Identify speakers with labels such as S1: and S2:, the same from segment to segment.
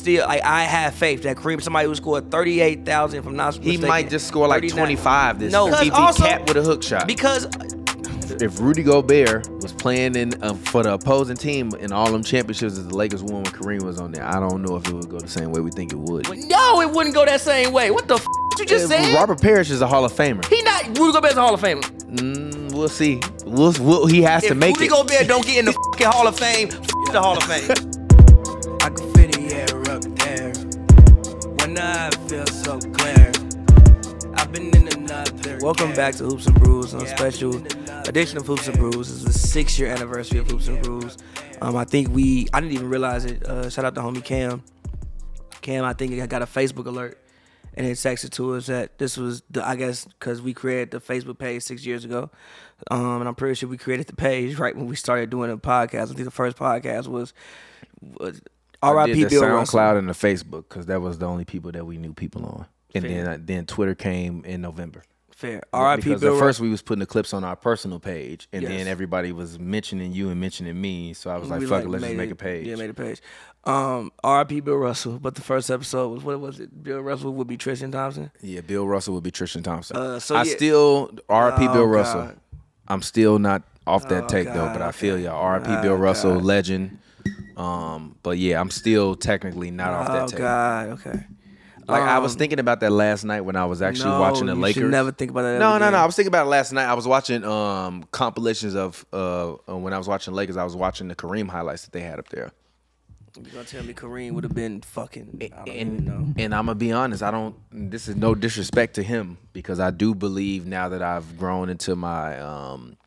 S1: still like I have faith that Kareem, somebody who scored thirty eight thousand from not
S2: He might just score like 25 this
S1: No,
S2: year. if
S1: because
S2: he
S1: also-
S2: cap with a hook shot.
S1: because
S2: if Rudy Gobert was playing in um, for the opposing team in all them championships that the Lakers won when Kareem was on there, I don't know if it would go the same way we think it would.
S1: no, it wouldn't go that same way. What the f- you just
S2: If
S1: said?
S2: Robert Parrish is a Hall of Famer.
S1: he not Rudy Gobert's a Hall of Famer.
S2: Mm, we'll see. We'll, we'll, he has to
S1: If
S2: make
S1: Rudy
S2: it.
S1: Gobert don't get in the fucking Hall of Fame, f- the Hall of Fame. I can feel the air up there when I feel so clear. I've been in another. Welcome back to Hoops and Brews on a special edition of Hoops and Brews. This is the six year anniversary of Hoops and Brews. Um, I think we, I didn't even realize it. Uh, shout out to homie Cam. Cam, I think I got a Facebook alert and it texted to us that this was, the, I guess, because we created the Facebook page six years ago. Um, and I'm pretty sure we created the page right when we started doing the podcast. I think the first podcast was, was
S2: I did
S1: RIP
S2: the
S1: Bill
S2: SoundCloud
S1: Russell.
S2: and the Facebook because that was the only people that we knew people on. And
S1: Fair.
S2: then I, then Twitter came in November.
S1: Fair. RIP Bill
S2: Because
S1: Russell.
S2: at first we was putting the clips on our personal page, and
S1: Yes.
S2: then everybody was mentioning you and mentioning me. So I was like,
S1: We,
S2: "Fuck it, let's just
S1: made
S2: make
S1: it-
S2: a page."
S1: Yeah, made a page. Um, R.I.P. Bill Russell. But the first episode was what was it? Bill Russell would be Tristan Thompson.
S2: Yeah, Bill Russell would be Tristan Thompson.
S1: Uh, so
S2: I
S1: yeah-
S2: still R.I.P.
S1: Oh,
S2: Bill Russell.
S1: God.
S2: I'm still not off that
S1: Oh,
S2: take though, but
S1: God,
S2: I feel
S1: okay.
S2: y'all. R.I.P.
S1: Oh,
S2: Bill Russell,
S1: God.
S2: legend. Um, but yeah, I'm still technically not off that
S1: Oh
S2: take.
S1: God. Okay.
S2: Like I was
S1: Um,
S2: thinking about that last night when I was actually
S1: no,
S2: watching the
S1: you should
S2: Lakers.
S1: never think about that
S2: No,
S1: ever
S2: no, no.
S1: again.
S2: I was thinking about it last night. I was watching um compilations of uh uh, when I was watching Lakers. I was watching the Kareem highlights that they had up there.
S1: You gonna tell me Kareem would have been fucking? I don't even
S2: and
S1: know.
S2: and I'm gonna be honest. I don't. This is no disrespect to him because I do believe now that I've grown into my um,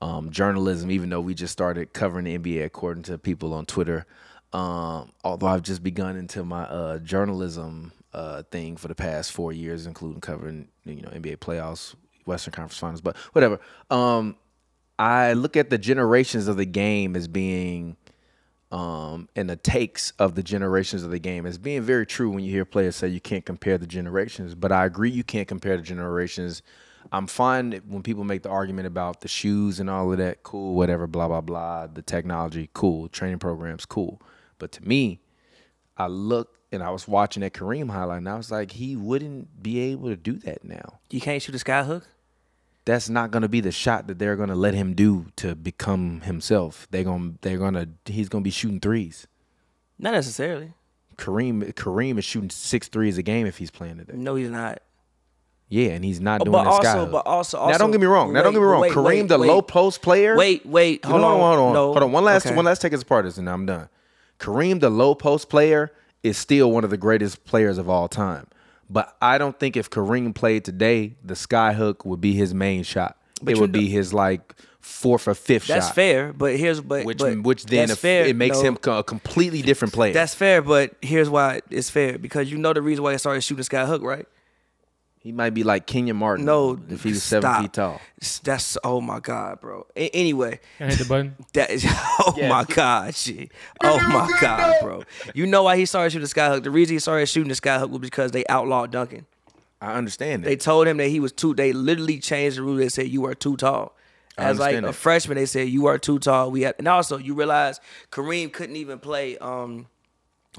S2: um, journalism. Even though we just started covering the NBA according to people on Twitter, um, although I've just begun into my uh, journalism uh, thing for the past four years, including covering you know NBA playoffs, Western Conference Finals, but whatever. Um, I look at the generations of the game as being um, and the takes of the generations of the game. It's being very true when you hear players say you can't compare the generations, but I agree you can't compare the generations. I'm fine that when people make the argument about the shoes and all of that, cool, whatever, blah, blah, blah, the technology, cool, training programs, cool. But to me, I look and I was watching that Kareem highlight and I was like, he wouldn't be able to do that now.
S1: You can't shoot a skyhook.
S2: That's not going to be the shot that they're going to let him do to become himself. They're going to, they're going to, he's going to be shooting threes.
S1: Not necessarily.
S2: Kareem Kareem is shooting six threes a game if he's playing today.
S1: No, he's not.
S2: Yeah, and he's not doing
S1: Oh, but
S2: that
S1: also-
S2: sky hook.
S1: but also-
S2: now
S1: also-
S2: don't get me wrong. Now don't
S1: wait,
S2: get me wrong.
S1: wait,
S2: Kareem,
S1: wait,
S2: the
S1: wait.
S2: low post player.
S1: Wait, wait,
S2: You
S1: hold on,
S2: know, hold on,
S1: no.
S2: hold on. One last,
S1: Okay.
S2: one last take us apart, and I'm done. Kareem, the low post player, is still one of the greatest players of all time. But I don't think if Kareem played today, the sky hook would be his main shot. it
S1: you
S2: would
S1: know-
S2: be his like fourth or fifth
S1: That's
S2: shot.
S1: fair. But here's but
S2: Which
S1: but
S2: which then
S1: that's
S2: if-
S1: fair,
S2: it makes
S1: no.
S2: him a completely different player.
S1: That's fair, but here's why it's fair because you know the reason why he started shooting skyhook, right?
S2: he might be like Kenyon Martin.
S1: No,
S2: if he was seven
S1: stop.
S2: feet tall.
S1: That's oh my god, bro. A- anyway,
S3: Can I hit the button?
S1: That is, oh my god, shit. Oh my god, bro. You know why he started shooting the skyhook? The reason he started shooting the skyhook was because they outlawed dunking.
S2: I understand that.
S1: They told him that he was too. They literally changed the rule. They said you are too tall. As like
S2: understand
S1: a
S2: that.
S1: freshman, they said you are too tall. We had, and also you realize Kareem couldn't even play um,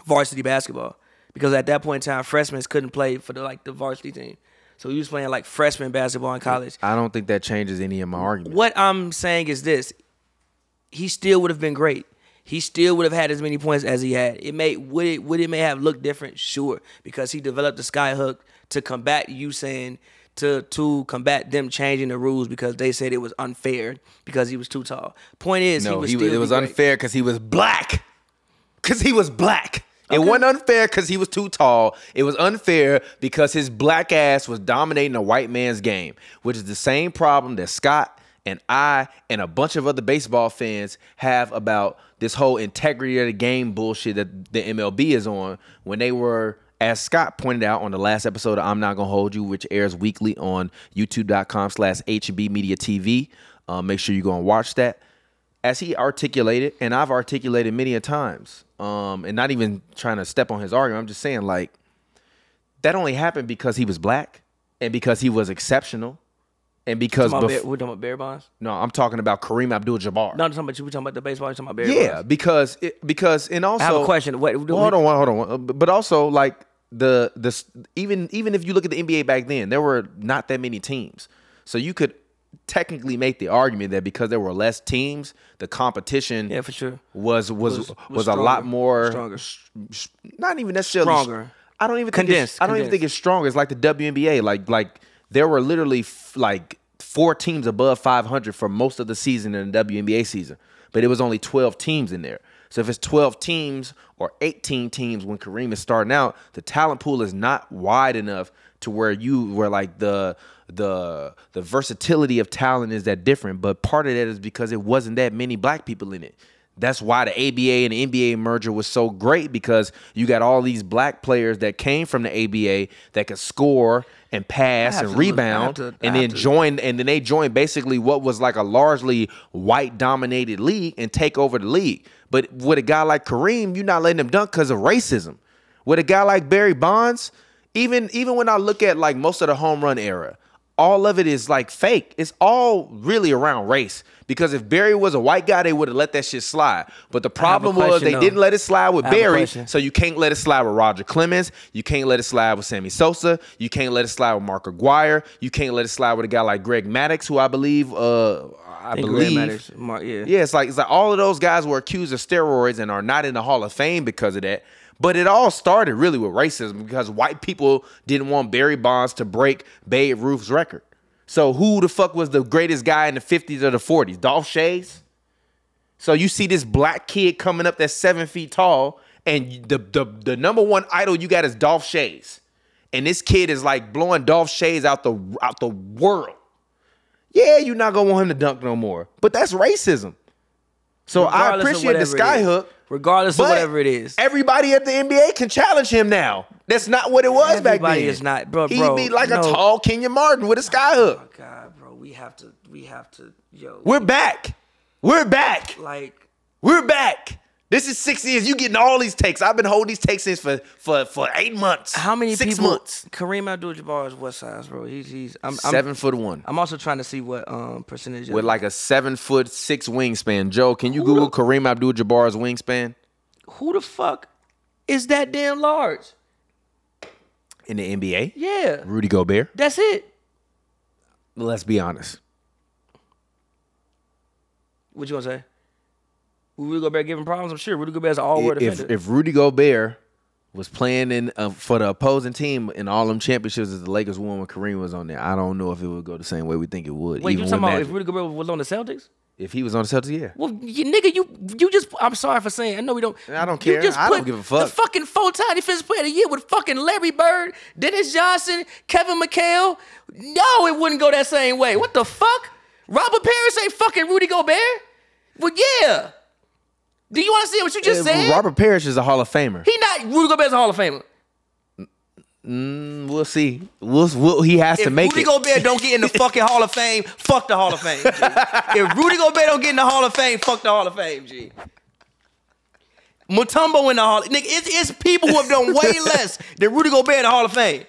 S1: varsity basketball because at that point in time, freshmen couldn't play for the like the varsity team. So he was playing like freshman basketball in college.
S2: I don't think that changes any of my argument.
S1: What I'm saying is this: he still would have been great. He still would have had as many points as he had. It may would it would it may have looked different, sure, because he developed the sky hook to combat you saying to to combat them changing the rules because they said it was unfair because he was too tall. Point is, he
S2: no,
S1: was
S2: he,
S1: still
S2: it
S1: be
S2: was
S1: great.
S2: unfair because he was black. Because he was black. It wasn't unfair because he was too tall. It was unfair because his black ass was dominating a white man's game, which is the same problem that Scott and I and a bunch of other baseball fans have about this whole integrity of the game bullshit that the MLB is on when they were as Scott pointed out on the last episode of I'm Not Gonna Hold You, which airs weekly on youtube.com slash HB Media TV. Uh, make sure you go and watch that. As he articulated, and I've articulated many a times, um, and not even trying to step on his argument, I'm just saying, like, that only happened because he was black and because he was exceptional And because
S1: Talking about
S2: bef-
S1: Bear- we're talking about Barry Bonds.
S2: no, I'm talking about Kareem Abdul-Jabbar.
S1: No, I'm talking about you. We're talking about the baseball. You're talking about Barry
S2: yeah,
S1: Bonds.
S2: because it, because and also
S1: I have a question. Wait, do
S2: Well,
S1: we-
S2: hold on, one- hold on, one. Uh, b- But also, like the the s- even even if you look at the NBA back then, there were not that many teams, so you could technically make the argument that because there were less teams, the competition
S1: Yeah, for sure.
S2: was was was,
S1: Was- was
S2: a lot
S1: stronger.
S2: more
S1: Stronger.
S2: s- s- Not even necessarily s-
S1: Stronger.
S2: I don't even Think it's,
S1: Condensed,
S2: I don't even think
S1: condensed.
S2: it's stronger. It's like the WNBA. Like like there were literally f- like four teams above 500 for most of the season in the WNBA season, but it was only 12 teams in there. So if it's 12 teams or 18 teams when Kareem is starting out, the talent pool is not wide enough to where you where like the the the versatility of talent is that different. But part of that is because it wasn't that many black people in it. That's why the ABA and the NBA merger was so great because you got all these black players that came from the ABA that could score and pass
S1: have
S2: and
S1: to look- I
S2: rebound
S1: have to- I
S2: and
S1: have
S2: then
S1: to-
S2: joined and then they joined basically what was like a largely white dominated league and take over the league. But with a guy like Kareem, you're not letting him dunk because of racism. With a guy like Barry Bonds, even even when I look at like most of the home run era, all of it is like fake. It's all really around race. Because if Barry was a white guy, they would have let that shit slide. But the
S1: have a
S2: problem was
S1: question,
S2: they
S1: though.
S2: didn't let it slide with
S1: I have a
S2: Barry,
S1: question.
S2: so you can't let it slide with Roger Clemens. You can't let it slide with Sammy Sosa. You can't let it slide with Mark Aguirre. You can't let it slide with a guy like Greg Maddox, who I believe, uh, I
S1: I think Graham
S2: believe,
S1: Matters, Mark, yeah.
S2: yeah, it's like it's like all of those guys were accused of steroids and are not in the Hall of Fame because of that. But it all started really with racism because white people didn't want Barry Bonds to break Babe Ruth's record. So who the fuck was the greatest guy in the 50s or the 40s? Dolph Shays? So you see this black kid coming up that's seven feet tall, and the the, the number one idol you got is Dolph Shays. And this kid is like blowing Dolph Shays out the out the world. Yeah, you're not gonna want him to dunk no more. But that's racism. So I
S1: Regardless of
S2: appreciate the
S1: whatever it is.
S2: skyhook.
S1: Regardless of
S2: But
S1: whatever it is.
S2: everybody at the NBA can challenge him now. That's not what it was back
S1: Everybody
S2: then.
S1: is not- bro,
S2: He'd
S1: bro,
S2: be like a
S1: no.
S2: tall Kenya Martin with a skyhook.
S1: God, bro, we have to, we have to, yo.
S2: We're back. We're back.
S1: like,
S2: We're back. This is six years. You getting all these takes. I've been holding these takes in for for for eight months.
S1: how many
S2: Six
S1: people?
S2: months.
S1: Kareem Abdul-Jabbar is what size, bro? He's he's I'm, I'm
S2: Seven foot one.
S1: I'm also trying to see what um percentage.
S2: With like a seven foot six wingspan. Joe, can you Google Kareem Abdul Jabbar's wingspan?
S1: who the fuck is that damn large?
S2: In the NBA?
S1: Yeah,
S2: Rudy Gobert?
S1: that's it.
S2: Let's be honest.
S1: What you gonna say? Rudy Gobert giving problems. I'm sure Rudy Gobert is an all-world
S2: if
S1: defender.
S2: if Rudy Gobert was playing in uh, for the opposing team in all them championships that the Lakers won when Kareem was on there, I don't know if it would go the same way we think it would.
S1: Wait, you
S2: even
S1: talking
S2: with
S1: about if
S2: Magic.
S1: Rudy Gobert was on the Celtics?
S2: if he was on the Celtics, yeah.
S1: Well, you, nigga, you you just I'm sorry for saying. I know we don't.
S2: I don't
S1: you
S2: care. I don't give a fuck.
S1: The fucking four time defensive player of the year with fucking Larry Bird, Dennis Johnson, Kevin McHale. No, it wouldn't go that same way. What the fuck? Robert Parrish ain't fucking Rudy Gobert. Well, yeah. Do you understand what you just said?
S2: Robert Parrish is a Hall of Famer.
S1: he not Rudy Gobert's a Hall of Famer.
S2: We'll see. We'll, we'll he has to
S1: If
S2: make
S1: Rudy
S2: it.
S1: Gobert don't get in the fucking Hall of Fame, fuck the Hall of Fame. G. if Rudy Gobert don't get in the Hall of Fame, fuck the Hall of Fame, G. Mutombo in the Hall. Nigga, it's, it's people who have done way less than Rudy Gobert in the Hall of Fame.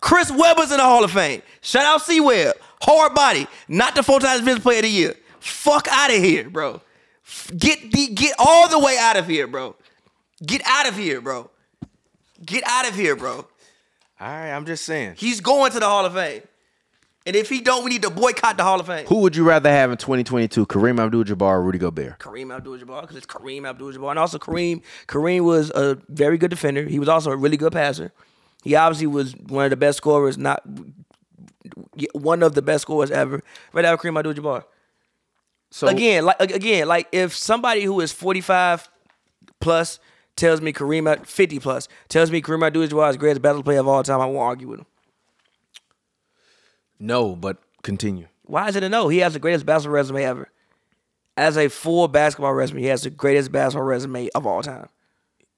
S1: Chris Webber's in the Hall of Fame. Shout out C Web. Hard body. Not the four times defensive player of the year. Fuck out of here, bro. F- Get the get all the way out of here, bro. Get out of here, bro. Get out of here, bro.
S2: All right, I'm just saying.
S1: He's going to the Hall of Fame. And if he don't, we need to boycott the Hall of Fame.
S2: Who would you rather have in 2022, Kareem Abdul-Jabbar or Rudy Gobert?
S1: Kareem Abdul-Jabbar, because it's Kareem Abdul-Jabbar, and also Kareem. Kareem was a very good defender. He was also a really good passer. He obviously was one of the best scorers, not one of the best scorers ever. Right now, Kareem Abdul-Jabbar.
S2: So
S1: again, like ag- again, like if somebody who is 45 plus tells me Kareem Ab- 50 plus tells me Kareem Abdul-Jabbar is the greatest basketball player of all time, I won't argue with him.
S2: no, but continue.
S1: Why is it a no? He has the greatest basketball resume ever. As a full basketball resume, he has the greatest basketball resume of all time.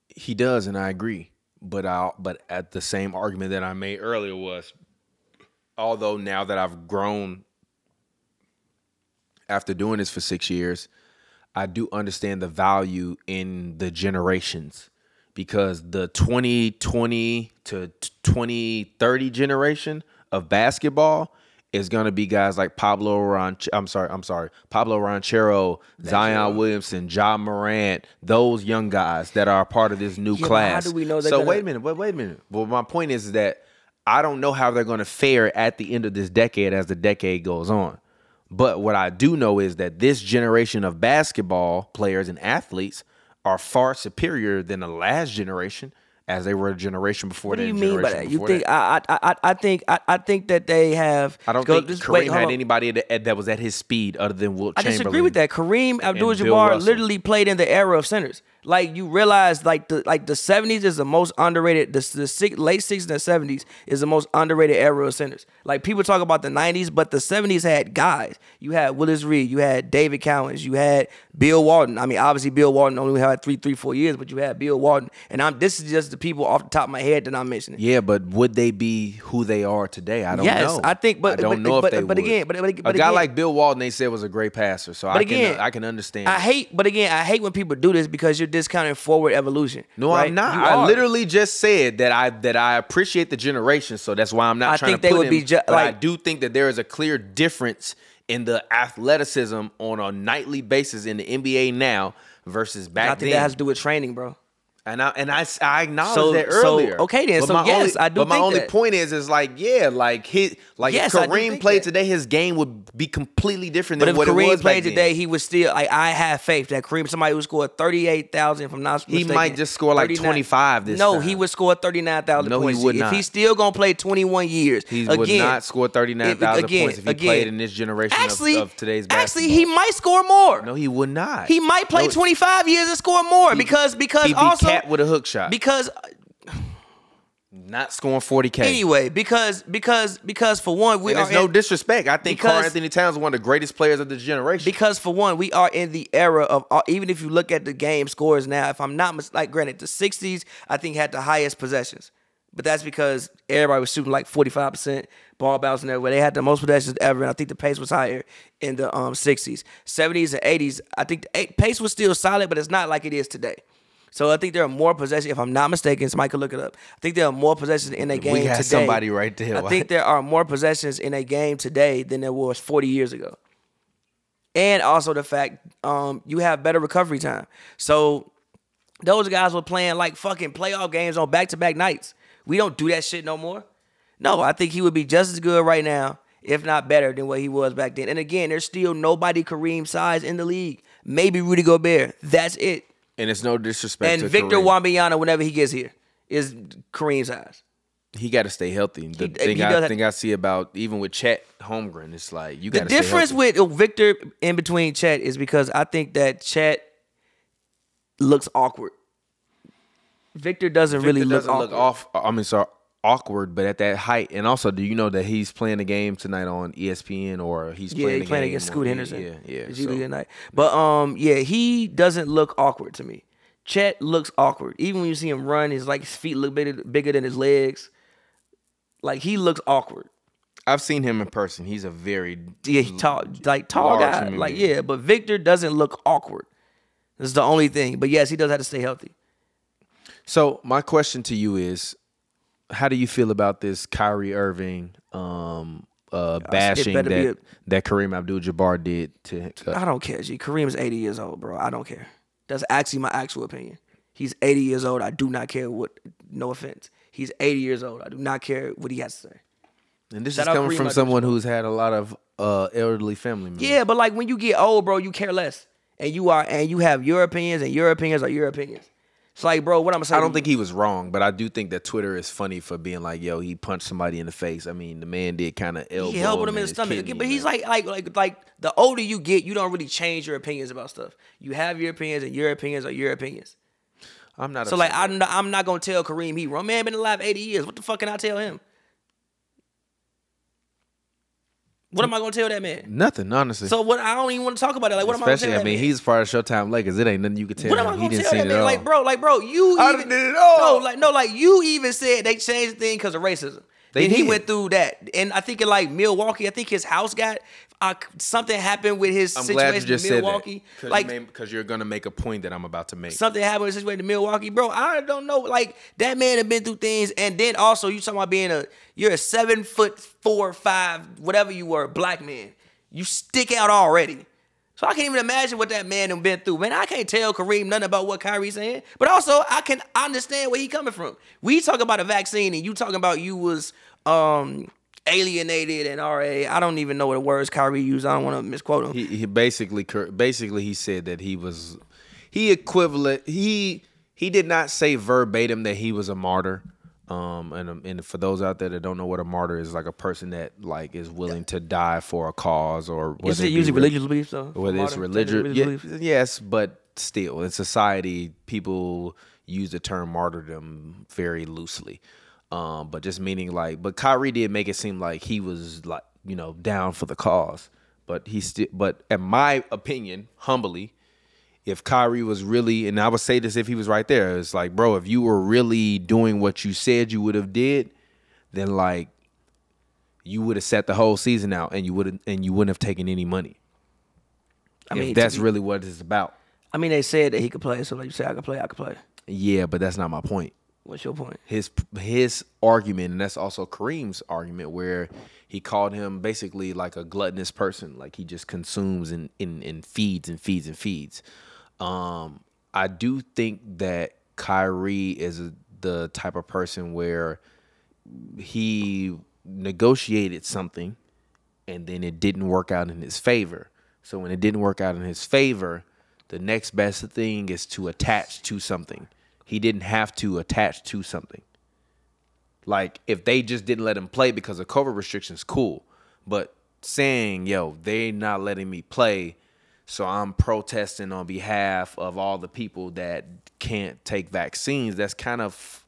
S2: He does, and I agree. But I but at the same argument that I made earlier was, although now that I've grown after doing this for six years, I do understand the value in the generations because the 2020 to 2030 generation of basketball is gonna be guys like Pablo Ranch. I'm sorry, I'm sorry, Pablo Ranchero, Zion Williamson, John Morant, those young guys that are a part of this new
S1: but how
S2: class.
S1: do we know they're
S2: so
S1: gonna-
S2: wait a minute, wait, wait a minute. Well, my point is that I don't know how they're gonna fare at the end of this decade as the decade goes on. But what I do know is that this generation of basketball players and athletes are far superior than the last generation, as they were a generation before.
S1: What do
S2: that
S1: you
S2: and
S1: mean by
S2: generation
S1: that? You
S2: before
S1: think I, I I I think I, I think that they have.
S2: I don't
S1: go-
S2: think
S1: just-
S2: Kareem
S1: wait, hold
S2: had
S1: on.
S2: anybody that, that was at his speed other than Wilt
S1: I
S2: Chamberlain.
S1: disagree with that. Kareem
S2: Bill
S1: Abdul-Jabbar
S2: Russell.
S1: literally played in the era of centers. Like you realize, like the like the seventies is the most underrated. The, the six, late sixties and seventies is the most underrated era of centers. Like people talk about the nineties, but the seventies had guys. You had Willis Reed, you had David Cowens, you had Bill Walton. I mean, obviously Bill Walton only had three, three, four years, but you had Bill Walton. And I'm this is just the people off the top of my head that I'm mentioning.
S2: Yeah, but would they be who they are today? I don't
S1: Yes,
S2: know.
S1: I think- but-
S2: I don't
S1: but-
S2: know
S1: but-
S2: if they
S1: but
S2: would.
S1: again, but- but- but
S2: a guy
S1: again-
S2: like Bill Walton, they said was a great passer, so I
S1: But again,
S2: can I can understand.
S1: I hate, but again, I hate when people do this because you're discounting forward evolution.
S2: no,
S1: right?
S2: I'm not.
S1: You
S2: I
S1: are.
S2: literally just said that I that I appreciate the generation, so that's why I'm not
S1: I
S2: trying
S1: think
S2: to
S1: they
S2: put
S1: would
S2: him.
S1: be ju-
S2: but I
S1: like-
S2: do think that there is a clear difference in the athleticism on a nightly basis in the NBA now versus
S1: I
S2: back
S1: think
S2: then.
S1: that has to do with training, bro.
S2: And I and I, I acknowledged
S1: So-
S2: that
S1: so,
S2: earlier.
S1: okay then, so yes,
S2: only,
S1: I do
S2: But my
S1: think
S2: only
S1: that.
S2: point is, is like yeah, like his like
S1: Yes, I
S2: if
S1: do
S2: Kareem
S1: think
S2: played
S1: that.
S2: today, his game would be completely different
S1: But
S2: than
S1: if
S2: what it
S1: Kareem
S2: was back
S1: played
S2: then.
S1: today, he would still like I have faith that Kareem, somebody who scored thirty eight thousand from not
S2: He might just score, like, 25 this
S1: No,
S2: time.
S1: he would score thirty nine thousand.
S2: No, he
S1: points.
S2: would
S1: if
S2: not.
S1: he's still gonna play twenty one years,
S2: he
S1: again,
S2: would not score thirty nine thousand
S1: again,
S2: points if he
S1: again.
S2: played in this generation of-
S1: Actually,
S2: of, today's basketball.
S1: actually, he might score more.
S2: no, he would not.
S1: He might play
S2: No,
S1: 25 years and score more because because
S2: He'd be
S1: also
S2: capped with a hook shot,
S1: because
S2: not scoring forty k.
S1: anyway because because because for one we
S2: and
S1: are
S2: there's no
S1: in-
S2: disrespect. I think Carl
S1: because-
S2: Anthony Towns is one of the greatest players of the generation.
S1: because for one we are in the era of uh, even if you look at the game scores now if I'm not mis- like granted the 60s I think had the highest possessions but that's because everybody was shooting like 45 percent ball bouncing everywhere they had the most possessions ever and I think the pace was higher in the um 60s 70s and 80s I think the eight, pace was still solid but it's not like it is today. So I think there are more possessions. If I'm not mistaken, somebody could look it up. I think there are more possessions in a game
S2: got
S1: today.
S2: somebody right there.
S1: I think there are more possessions in a game today than there was 40 years ago. And also the fact um, you have better recovery time. So those guys were playing like fucking playoff games on back to back nights. We don't do that shit no more. No, I think he would be just as good right now, if not better than what he was back then. And again, there's still nobody Kareem size in the league. Maybe Rudy Gobert. That's it.
S2: and it's no disrespect.
S1: And
S2: to
S1: Victor
S2: Kareem.
S1: Wambiana, whenever he gets here, is Kareem's size.
S2: he got to stay healthy. The
S1: He-
S2: thing
S1: he does
S2: I
S1: have-
S2: think I see about even with Chet Holmgren, it's like you
S1: The
S2: got to
S1: difference with uh, Victor in between Chet is because I think that Chet looks awkward. Victor doesn't really
S2: doesn't
S1: look
S2: look
S1: awkward.
S2: off. I mean, sorry, awkward, but at that height. And also, do you know that he's playing the game tonight on E ESPN or he's
S1: yeah, he
S2: playing the
S1: playing
S2: game
S1: against
S2: on- E
S1: Scoot Henderson.
S2: Yeah, yeah.
S1: the G
S2: so-
S1: League tonight. But um, yeah, he doesn't look awkward to me. Chet looks awkward. Even when you see him run, his like his feet look bigger bigger than his legs. Like he looks awkward.
S2: I've seen him in person. He's a very
S1: yeah, he tall, like tall
S2: Mm. large
S1: guy,
S2: human
S1: like
S2: being.
S1: yeah. But Victor doesn't look awkward. This is the only thing. But yes, he does have to stay healthy.
S2: So my question to you is, how do you feel about this Kyrie Irving um, uh, bashing that
S1: better be a-
S2: that Kareem Abdul-Jabbar did to? Uh,
S1: I don't care. G. Kareem is 80 years old, bro. I don't care. That's actually my actual opinion. He's 80 years old. I do not care what. No offense. He's 80 years old. I do not care what he has to say.
S2: and this
S1: Shout
S2: is
S1: out
S2: coming
S1: Kareem
S2: from someone who's had a lot of uh, elderly family members.
S1: Yeah, but like when you get old, bro, you care less, and you are, and you have your opinions, and your opinions are your opinions. It's like, bro, what I'm saying.
S2: I don't think he was wrong, but I do think that Twitter is funny for being like, "Yo, he punched somebody in the face." I mean, the man did kind of elbow.
S1: he elbowed him in the
S2: his
S1: stomach.
S2: kidney,
S1: but he's like, like, like, like the older you get, you don't really change your opinions about stuff. You have your opinions, and your opinions are your opinions.
S2: "I'm not."
S1: So like, I'm not, I'm not gonna tell Kareem he wrong. Man, been alive 80 years. What the fuck can I tell him? What am I gonna tell that man?
S2: nothing, honestly.
S1: So what? I don't even want to talk about it. Like, what am I gonna tell
S2: Especially,
S1: that
S2: I mean,
S1: man?
S2: he's part of Showtime Lakers. It ain't nothing you can tell
S1: What
S2: him.
S1: am I
S2: he
S1: gonna
S2: didn't
S1: tell
S2: see
S1: that
S2: it at
S1: man?
S2: all.
S1: Like, bro, like, bro, you
S2: I
S1: even
S2: done did it all.
S1: No, like, no, like, you even said they changed the thing because of racism.
S2: They
S1: then he
S2: did.
S1: went through that, and I think in like Milwaukee, I think his house got uh, something happened with his
S2: I'm
S1: situation
S2: glad you just
S1: in Milwaukee.
S2: said that.
S1: Like
S2: because you are gonna make a point that I'm about to make.
S1: something happened with his situation in Milwaukee, bro. I don't know. Like that man had been through things, and then also you talking about being a you're a seven foot four five whatever you were black man. You stick out already. So I can't even imagine what that man done been through. Man, I can't tell Kareem nothing about what Kyrie's saying, but also I can understand where he coming from. We talk about a vaccine, and you talking about you was um alienated and already. I don't even know what the words Kyrie used. I don't want to misquote him.
S2: he, he basically cur- basically he said that he was he equivalent he he did not say verbatim that he was a martyr um and um, and for those out there that don't know what a martyr is like a person that like is willing to die for a cause or
S1: Is
S2: whether
S1: it
S2: be
S1: usually
S2: re-
S1: religious beliefs though?
S2: whether it's
S1: Martyr,
S2: religious
S1: beliefs?
S2: ye- yes but still in society people use the term martyrdom very loosely um but just meaning like but Kyrie did make it seem like he was like you know down for the cause but he still but in my opinion humbly if Kyrie was really, and I would say this if he was right there, it's like, bro, if you were really doing what you said you would have did, then like you would have set the whole season out and you would and you wouldn't have taken any money. I
S1: mean,
S2: mean,
S1: to
S2: that's
S1: be-
S2: really what it's about.
S1: I mean, they said that he could play, so like you said, I could play, I could play.
S2: Yeah, but that's not my point.
S1: What's your point?
S2: His his argument, and that's also Kareem's argument, where he called him basically like a gluttonous person, like he just consumes and and, and feeds and feeds and feeds. Um, I do think that Kyrie is a- the type of person where he negotiated something and then it didn't work out in his favor. So when it didn't work out in his favor, the next best thing is to attach to something. He didn't have to attach to something. Like if they just didn't let him play because of COVID restrictions, cool. But saying, yo, they not letting me play, so I'm protesting on behalf of all the people that can't take vaccines, that's kind of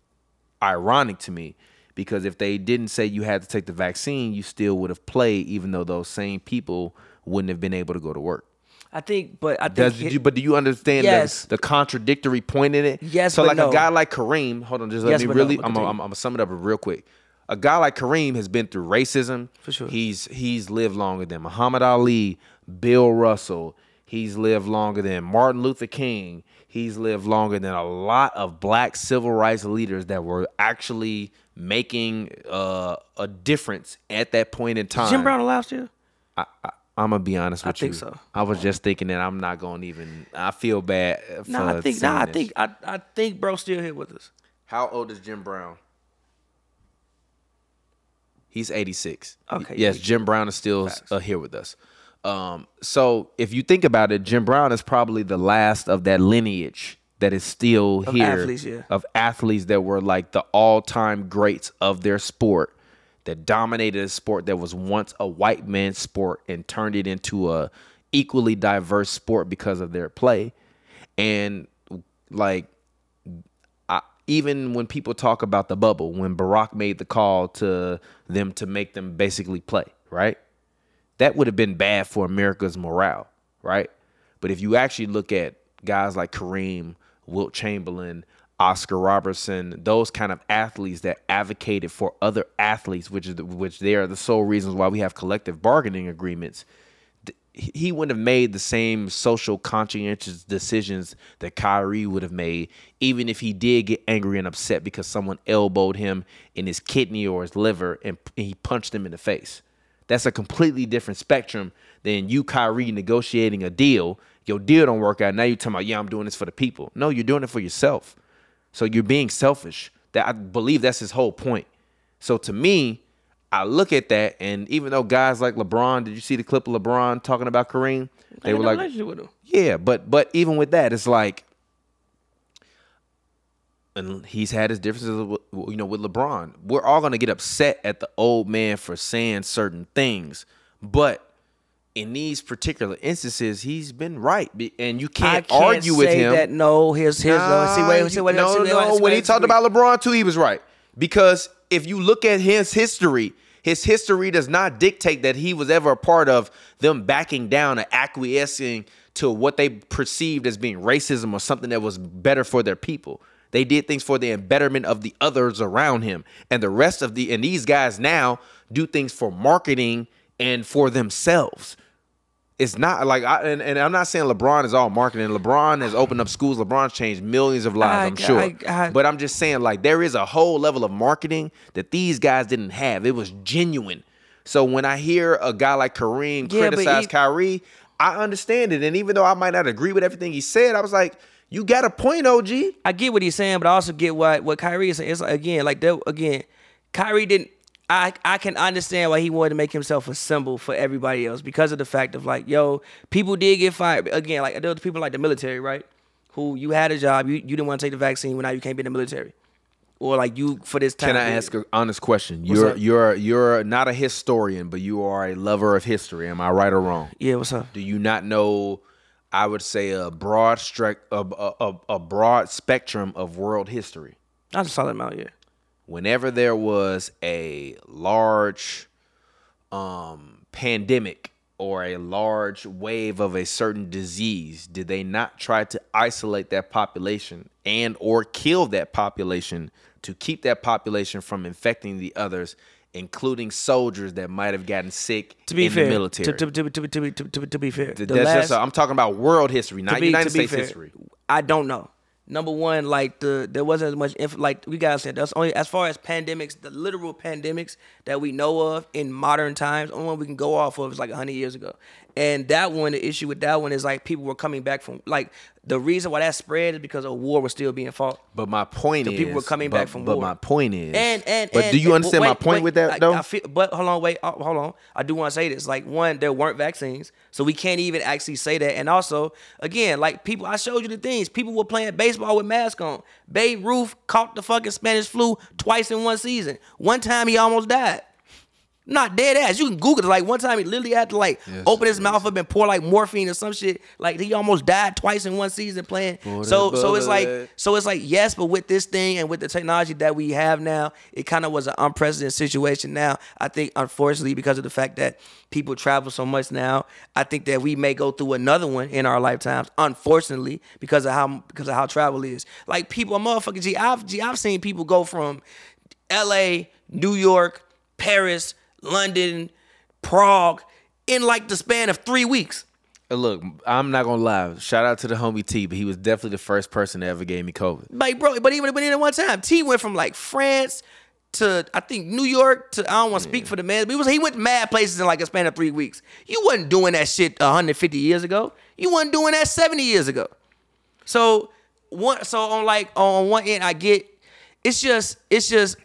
S2: ironic to me because if they didn't say you had to take the vaccine, you still would have played, even though those same people wouldn't have been able to go to work.
S1: I think, but I think
S2: Does
S1: he-
S2: you, but do you understand
S1: Yes.
S2: the, the contradictory point in it?
S1: Yes,
S2: So
S1: but
S2: like
S1: no.
S2: a guy like Kareem, hold on, just let
S1: Yes,
S2: me
S1: but no,
S2: really.
S1: but
S2: I'm,
S1: continue.
S2: gonna- I'm, gonna sum it up real quick. A guy like Kareem has been through racism. For
S1: sure.
S2: He's he's lived longer than Muhammad Ali, Bill Russell. He's lived longer than Martin Luther King. He's lived longer than a lot of black civil rights leaders that were actually making uh, a difference at that point in time.
S1: Jim Brown alive still?
S2: I, I, I'm gonna be honest with you.
S1: think so.
S2: I was just thinking that I'm not gonna even. I feel bad. For
S1: Nah, I think,
S2: saying
S1: nah, I
S2: this.
S1: think, I, I think, bro, still here with us.
S2: How old is Jim Brown? He's 86.
S1: Okay,
S2: Yes,
S1: we-
S2: Jim Brown is still uh, here with us. Um, so if you think about it, Jim Brown is probably the last of that lineage that is still here
S1: athletes, yeah.
S2: of athletes that were like the all-time greats of their sport that dominated a sport that was once a white man's sport and turned it into a equally diverse sport because of their play. And like I, even when people talk about the bubble, when Barack made the call to them to make them basically play, right? That would have been bad for America's morale, right? But if you actually look at guys like Kareem, Wilt Chamberlain, Oscar Robertson, those kind of athletes that advocated for other athletes, which is the, which they are the sole reasons why we have collective bargaining agreements he wouldn't have made the same social conscientious decisions that Kyrie would have made, even if he did get angry and upset because someone elbowed him in his kidney or his liver and, and he punched him in the face. That's a completely different spectrum than you, Kyrie, negotiating a deal. Your deal don't work out. Now you're talking about, yeah, I'm doing this for the people. No, you're doing it for yourself. So you're being selfish. That I believe that's his whole point. So to me, I look at that, and even though guys like LeBron, did you see the clip of LeBron talking about Kareem? They
S1: Ain't
S2: were
S1: no
S2: like,
S1: relationship with him.
S2: yeah, but but even with that, it's like, and he's had his differences, with, you know, with LeBron. We're all gonna get upset at the old man for saying certain things, but in these particular instances, he's been right, Be- and you
S1: I
S2: can't,
S1: can't
S2: argue with
S1: say
S2: him.
S1: That no, here's here's no. See
S2: Nah,
S1: wait, see
S2: you-
S1: wait,
S2: no,
S1: see wait,
S2: no.
S1: see
S2: when
S1: wait,
S2: he talked
S1: see wait.
S2: about LeBron too, he was right because if you look at his history, his history does not dictate that he was ever a part of them backing down or acquiescing to what they perceived as being racism or something that was better for their people. They did things for the betterment of the others around him. And the rest of the and these guys now do things for marketing and for themselves. It's not like I and, and I'm not saying LeBron is all marketing. LeBron has opened up schools. LeBron's changed millions of lives,
S1: I-
S2: I, am sure.
S1: I- I-
S2: but I'm just saying, like, there is a whole level of marketing that these guys didn't have. It was genuine. So when I hear a guy like Kareem
S1: Yeah, but
S2: criticize
S1: he-
S2: Kyrie, I understand it. And even though I might not agree with everything he said, I was like, you got a point, OG.
S1: I get what he's saying, but I also get what what Kyrie is saying. It's like, again, like that again, Kyrie didn't. I I can understand why he wanted to make himself a symbol for everybody else because of the fact of like, yo, people did get fired again. Like there was people like the military, right? Who you had a job, you, you didn't want to take the vaccine, well now you can't be in the military, or like you for this time.
S2: Can I ask an honest question?
S1: What's
S2: You're
S1: up?
S2: you're you're not a historian, but you are a lover of history. Am I right or wrong?
S1: Yeah, what's up?
S2: Do you not know? I would say a broad strec- a, a, a- a broad spectrum of world history.
S1: I just saw them out here.
S2: Whenever there was a large um, pandemic or a large wave of a certain disease, did they not try to isolate that population and or kill that population to keep that population from infecting the others, including soldiers that might have gotten sick
S1: To be
S2: in
S1: fair,
S2: the military?
S1: To, to, to, to, to, to, to, to be fair, the
S2: That's
S1: last,
S2: just i I'm talking about world history,
S1: to
S2: not
S1: be-
S2: United
S1: to be
S2: States
S1: fair,
S2: history.
S1: I don't know. Number one, like the there wasn't as much inf- like we guys said. That's only as far as pandemics, the literal pandemics that we know of in modern times. Only one we can go off of is like hundred years ago. And that one, the issue with that one is like people were coming back from like the reason why that spread is because a war was still being fought.
S2: But my point is,
S1: people were coming
S2: but,
S1: back from
S2: But
S1: war.
S2: my point is,
S1: And and
S2: but
S1: and-
S2: do you
S1: and-
S2: understand my
S1: wait,
S2: point
S1: wait,
S2: with that
S1: I-
S2: though?
S1: I feel, but hold on, wait, uh, hold on. I do want to say this. Like one, there weren't vaccines, so we can't even actually say that. And also, again, like people, I showed you the things. People were playing baseball with masks on. Babe Ruth caught the fucking Spanish flu twice in one season. One time he almost died. Not dead ass. You can Google it. Like one time he literally had to like open his mouth up and pour like morphine or some shit. Like he almost died twice in one season playing. so so it's like so it's like yes, but with this thing and with the technology that we have now, it kind of was an unprecedented situation. Now I think unfortunately because of the fact that people travel so much now, I think that we may go through another one in our lifetimes. Unfortunately because of how because of how travel is. Like people, motherfucking G. I've G. I've seen people go from L.A., New York, Paris, London, Prague in like the span of three weeks.
S2: Uh, Look, I'm not gonna lie. Shout out to the homie T, but he was definitely the first person that ever gave me COVID.
S1: Like, bro, but even but even at one time, T went from like France to I think New York to I don't want to speak for the man. But he was he went mad places in like a span of three weeks. You wasn't doing that shit 150 years ago. You wasn't doing that 70 years ago. So one so on like on one end, I get it's just it's just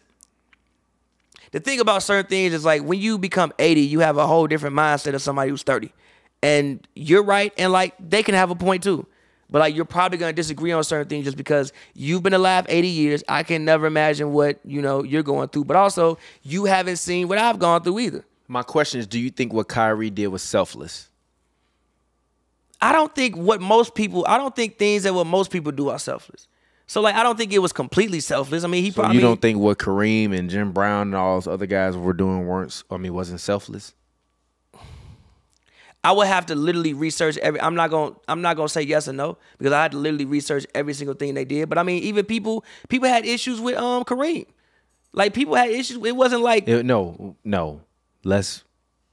S1: the thing about certain things is like when you become 80, you have a whole different mindset of somebody who's 30. And you're right, and like they can have a point too. But like you're probably gonna disagree on certain things just because you've been alive 80 years. I can never imagine what you know you're going through. But also you haven't seen what I've gone through either.
S2: My question is, do you think what Kyrie did was selfless?
S1: I don't think what most people I don't think things that what most people do are selfless. So like I don't think it was completely selfless. I mean he
S2: But
S1: probably
S2: you don't think what Kareem and Jim Brown and all those other guys were doing weren't, I mean, wasn't selfless?
S1: I would have to literally research every. I'm not gonna. I'm not gonna say yes or no because I had to literally research every single thing they did. But I mean, even people people had issues with um Kareem. Like people had issues. It wasn't like
S2: It- Eh, no, no. Let's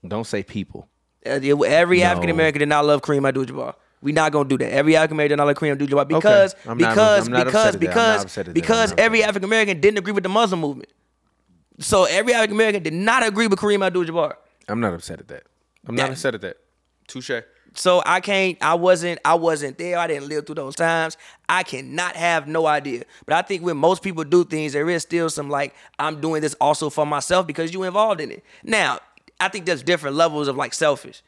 S2: don't say people.
S1: uh, it- every African American did not love Kareem Abdul Jabbar. We not gonna do that. Every African American did not love Kareem Abdul Jabbar because
S2: I'm not-
S1: because
S2: I'm not
S1: because
S2: upset at that. I'm not
S1: because
S2: upset at that. I'm
S1: because
S2: not upset
S1: every
S2: at that.
S1: African American didn't agree with the Muslim movement. So every African American did not agree with Kareem Abdul Jabbar.
S2: I'm not upset at that. I'm not
S1: Yeah.
S2: upset at that. Touche.
S1: So I can't. I wasn't. I wasn't there. I didn't live through those times. I cannot have no idea. But I think when most people do things, there is still some like I'm doing this also for myself because you involved in it. Now I think there's different levels of like selfish.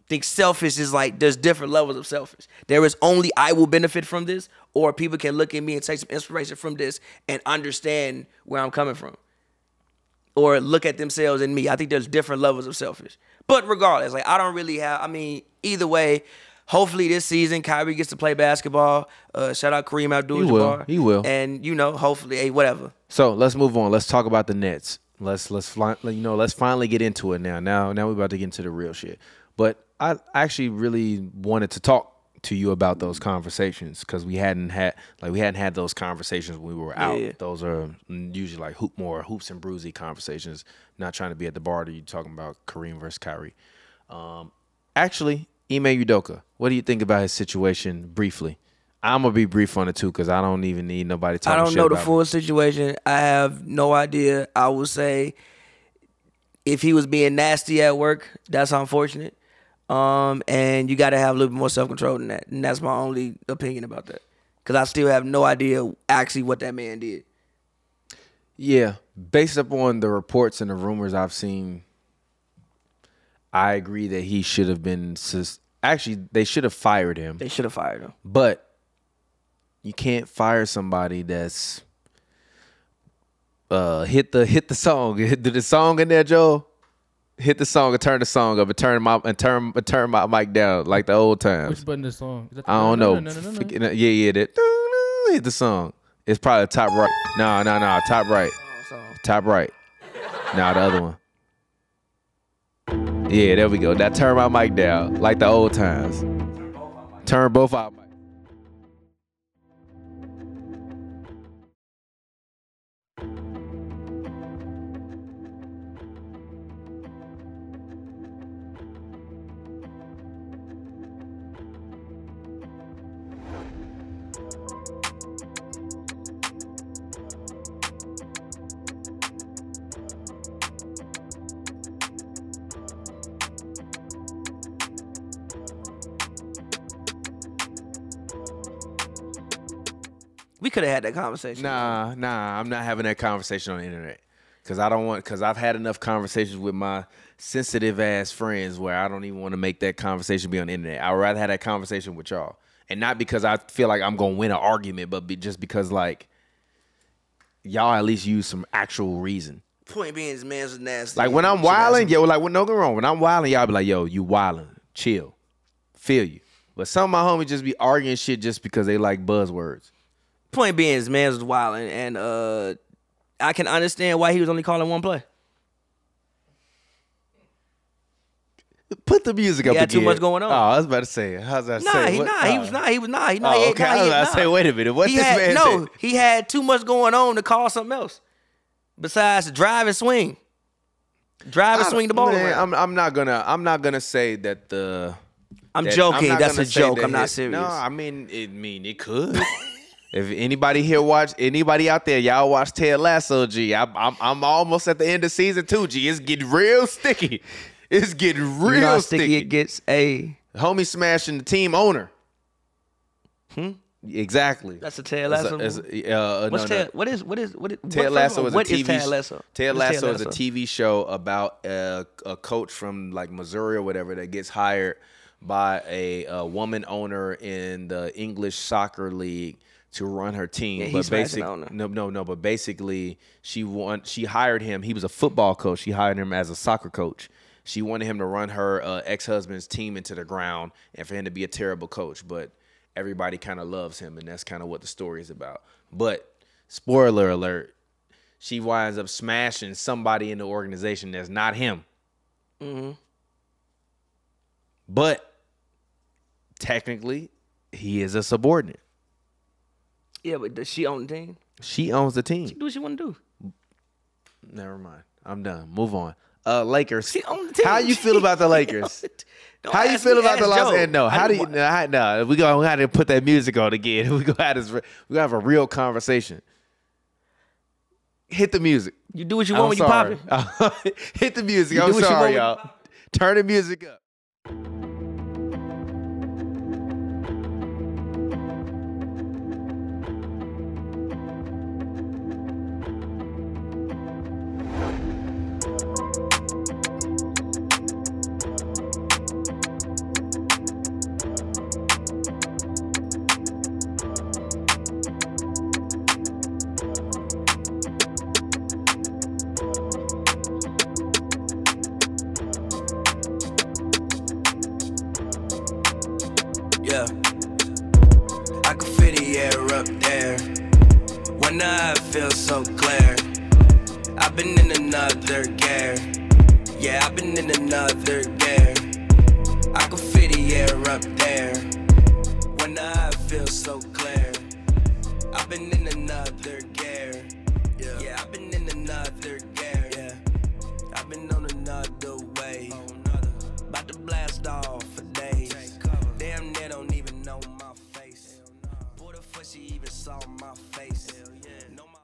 S1: I think selfish is like there's different levels of selfish. There is only I will benefit from this, or people can look at me and take some inspiration from this and understand where I'm coming from or look at themselves and me. I think there's different levels of selfish. But regardless, like I don't really have. I mean, either way, hopefully this season Kyrie gets to play basketball. Uh, shout out Kareem
S2: He will.
S1: Abdul-Jabbar.
S2: He will.
S1: And you know, hopefully, hey, whatever.
S2: So let's move on. Let's talk about the Nets. Let's let's fly, you know let's finally get into it now. Now now we're about to get into the real shit. But I actually really wanted to talk to you about those conversations because we hadn't had like we hadn't had those conversations when we were out.
S1: Yeah.
S2: Those are usually like hoop more hoops and bruisy conversations. Not trying to be at the bar. That you talking about Kareem versus Kyrie? Um, actually, Ime Udoka. What do you think about his situation briefly? I'm gonna be brief on it too because I don't even need nobody
S1: I
S2: talking.
S1: don't
S2: shit
S1: know the
S2: about me.
S1: full situation. I have no idea. I would say if he was being nasty at work, that's unfortunate. Um, and you got to have a little bit more self control than that. And that's my only opinion about that. Because I still have no idea actually what that man did.
S2: Yeah, based upon the reports and the rumors I've seen, I agree that he should have been. Sus- Actually, they should have fired him.
S1: They should have fired him.
S2: But you can't fire somebody that's uh hit the hit the song. Hit the, the song in there, Joe. Hit the song and turn the song up and turn my and turn and turn my mic down like the old times.
S3: Which button this song? Is that the-
S2: I don't
S3: no,
S2: know.
S3: no, no, no, no, no.
S2: Forget- Yeah, yeah, that hit the song. It's probably top right. No, no, no, top right. Top right. Nah, the other one. Yeah, there we go. That turn my mic down like the old times. Turn both our mic.
S1: We could have had that conversation.
S2: Nah, nah, I'm not having that conversation on the internet. Cause I don't want cause I've had enough conversations with my sensitive ass friends where I don't even want to make that conversation be on the internet. I'd rather have that conversation with y'all. And not because I feel like I'm gonna win an argument, but be just because like y'all at least use some actual reason.
S1: Point being, this man's nasty.
S2: Like when I'm
S1: Should've had
S2: wilding, yo, like when no go wrong. When I'm wilding, y'all be like, yo, you wilding, chill, feel you. But some of my homies just be arguing shit just because they like buzzwords.
S1: point being, his man was wild, and, and uh, I can understand why he was only calling one play.
S2: Put the music up.
S1: He had too
S2: again.
S1: much going on.
S2: Oh, I was about to say, how's that?
S1: Nah,
S2: say?
S1: he
S2: What-
S1: nah, he
S2: oh.
S1: was not, he was not, he
S2: Oh,
S1: not. he,
S2: okay.
S1: nah,
S2: I was
S1: he,
S2: about to
S1: nah.
S2: say, wait a minute, what
S1: he
S2: this
S1: had,
S2: man
S1: No,
S2: said?
S1: he had too much going on to call something else besides drive and swing, drive and
S2: I-
S1: swing the ball
S2: man,
S1: around.
S2: I'm, I'm not gonna. I'm not gonna say that the.
S1: I'm,
S2: that-
S1: joking.
S2: not
S1: That's
S2: gonna
S1: a
S2: say
S1: joke.
S2: that
S1: I'm not
S2: his-
S1: serious.
S2: No, I mean, it mean it could. if anybody here watch, anybody out there, y'all watch Ted Lasso, G. I'm, I'm, I'm almost at the end of season two, G. It's getting real sticky. It's getting real
S1: you know how sticky,
S2: sticky.
S1: it gets. A
S2: Homie smashing the team owner. Hmm. Exactly.
S1: that's a Ted
S2: It's
S1: Lasso.
S2: a- it's
S1: movie.
S2: a- uh,
S1: What's
S2: no, no.
S1: Ted? What is what is what is what- first
S2: Ted
S1: of
S2: Lasso
S1: all,
S2: is
S1: what
S2: a TV.
S1: Ted Lasso?
S2: Ted
S1: What is
S2: Lasso is a TV show about a, a coach from like Missouri or whatever that gets hired by a, a woman owner in the English soccer league to run her team.
S1: Yeah, he's
S2: but
S1: smashing
S2: basically,
S1: the owner.
S2: no, no, no. But basically, she want she hired him. He was a football coach. She hired him as a soccer coach. She wanted him to run her uh, ex husband's team into the ground and for him to be a terrible coach. But everybody kind of loves him, and that's kind of what the story is about. But spoiler alert: she winds up smashing somebody in the organization that's not him.
S1: Mm-hmm.
S2: But technically, he is a subordinate.
S1: Yeah, but does she own the team?
S2: She owns the team.
S1: Do what she want to do.
S2: Never mind. I'm done. Move on. Uh, Lakers.
S1: She own the team.
S2: How you feel about the Lakers?
S1: Don't
S2: How you
S1: ask
S2: feel
S1: me,
S2: about the
S1: ask
S2: Los
S1: Joe.
S2: Angeles? No,
S1: I
S2: how do
S1: didn't
S2: you?
S1: wa-
S2: No, I- no, we gonna we gotta put that music on again. We gonna have this. We gonna have a real conversation. Hit the music.
S1: You do what you
S2: I'm
S1: want when you pop
S2: sorry.
S1: it.
S2: Hit the music.
S1: You
S2: I'm
S1: do what you
S2: sorry,
S1: want when
S2: y'all. Turn the music up.
S1: Yeah. I can feel the air up there. When I feel so clear. I've been in another gear. Yeah, I've been in another gear. I can feel the air up there. so clear. I've been in another gear. Yeah, I've been in another gear. Yeah, I've been on another way. About to blast off for days. Damn, they don't even know my face. What the fuck she even saw my face? Know my-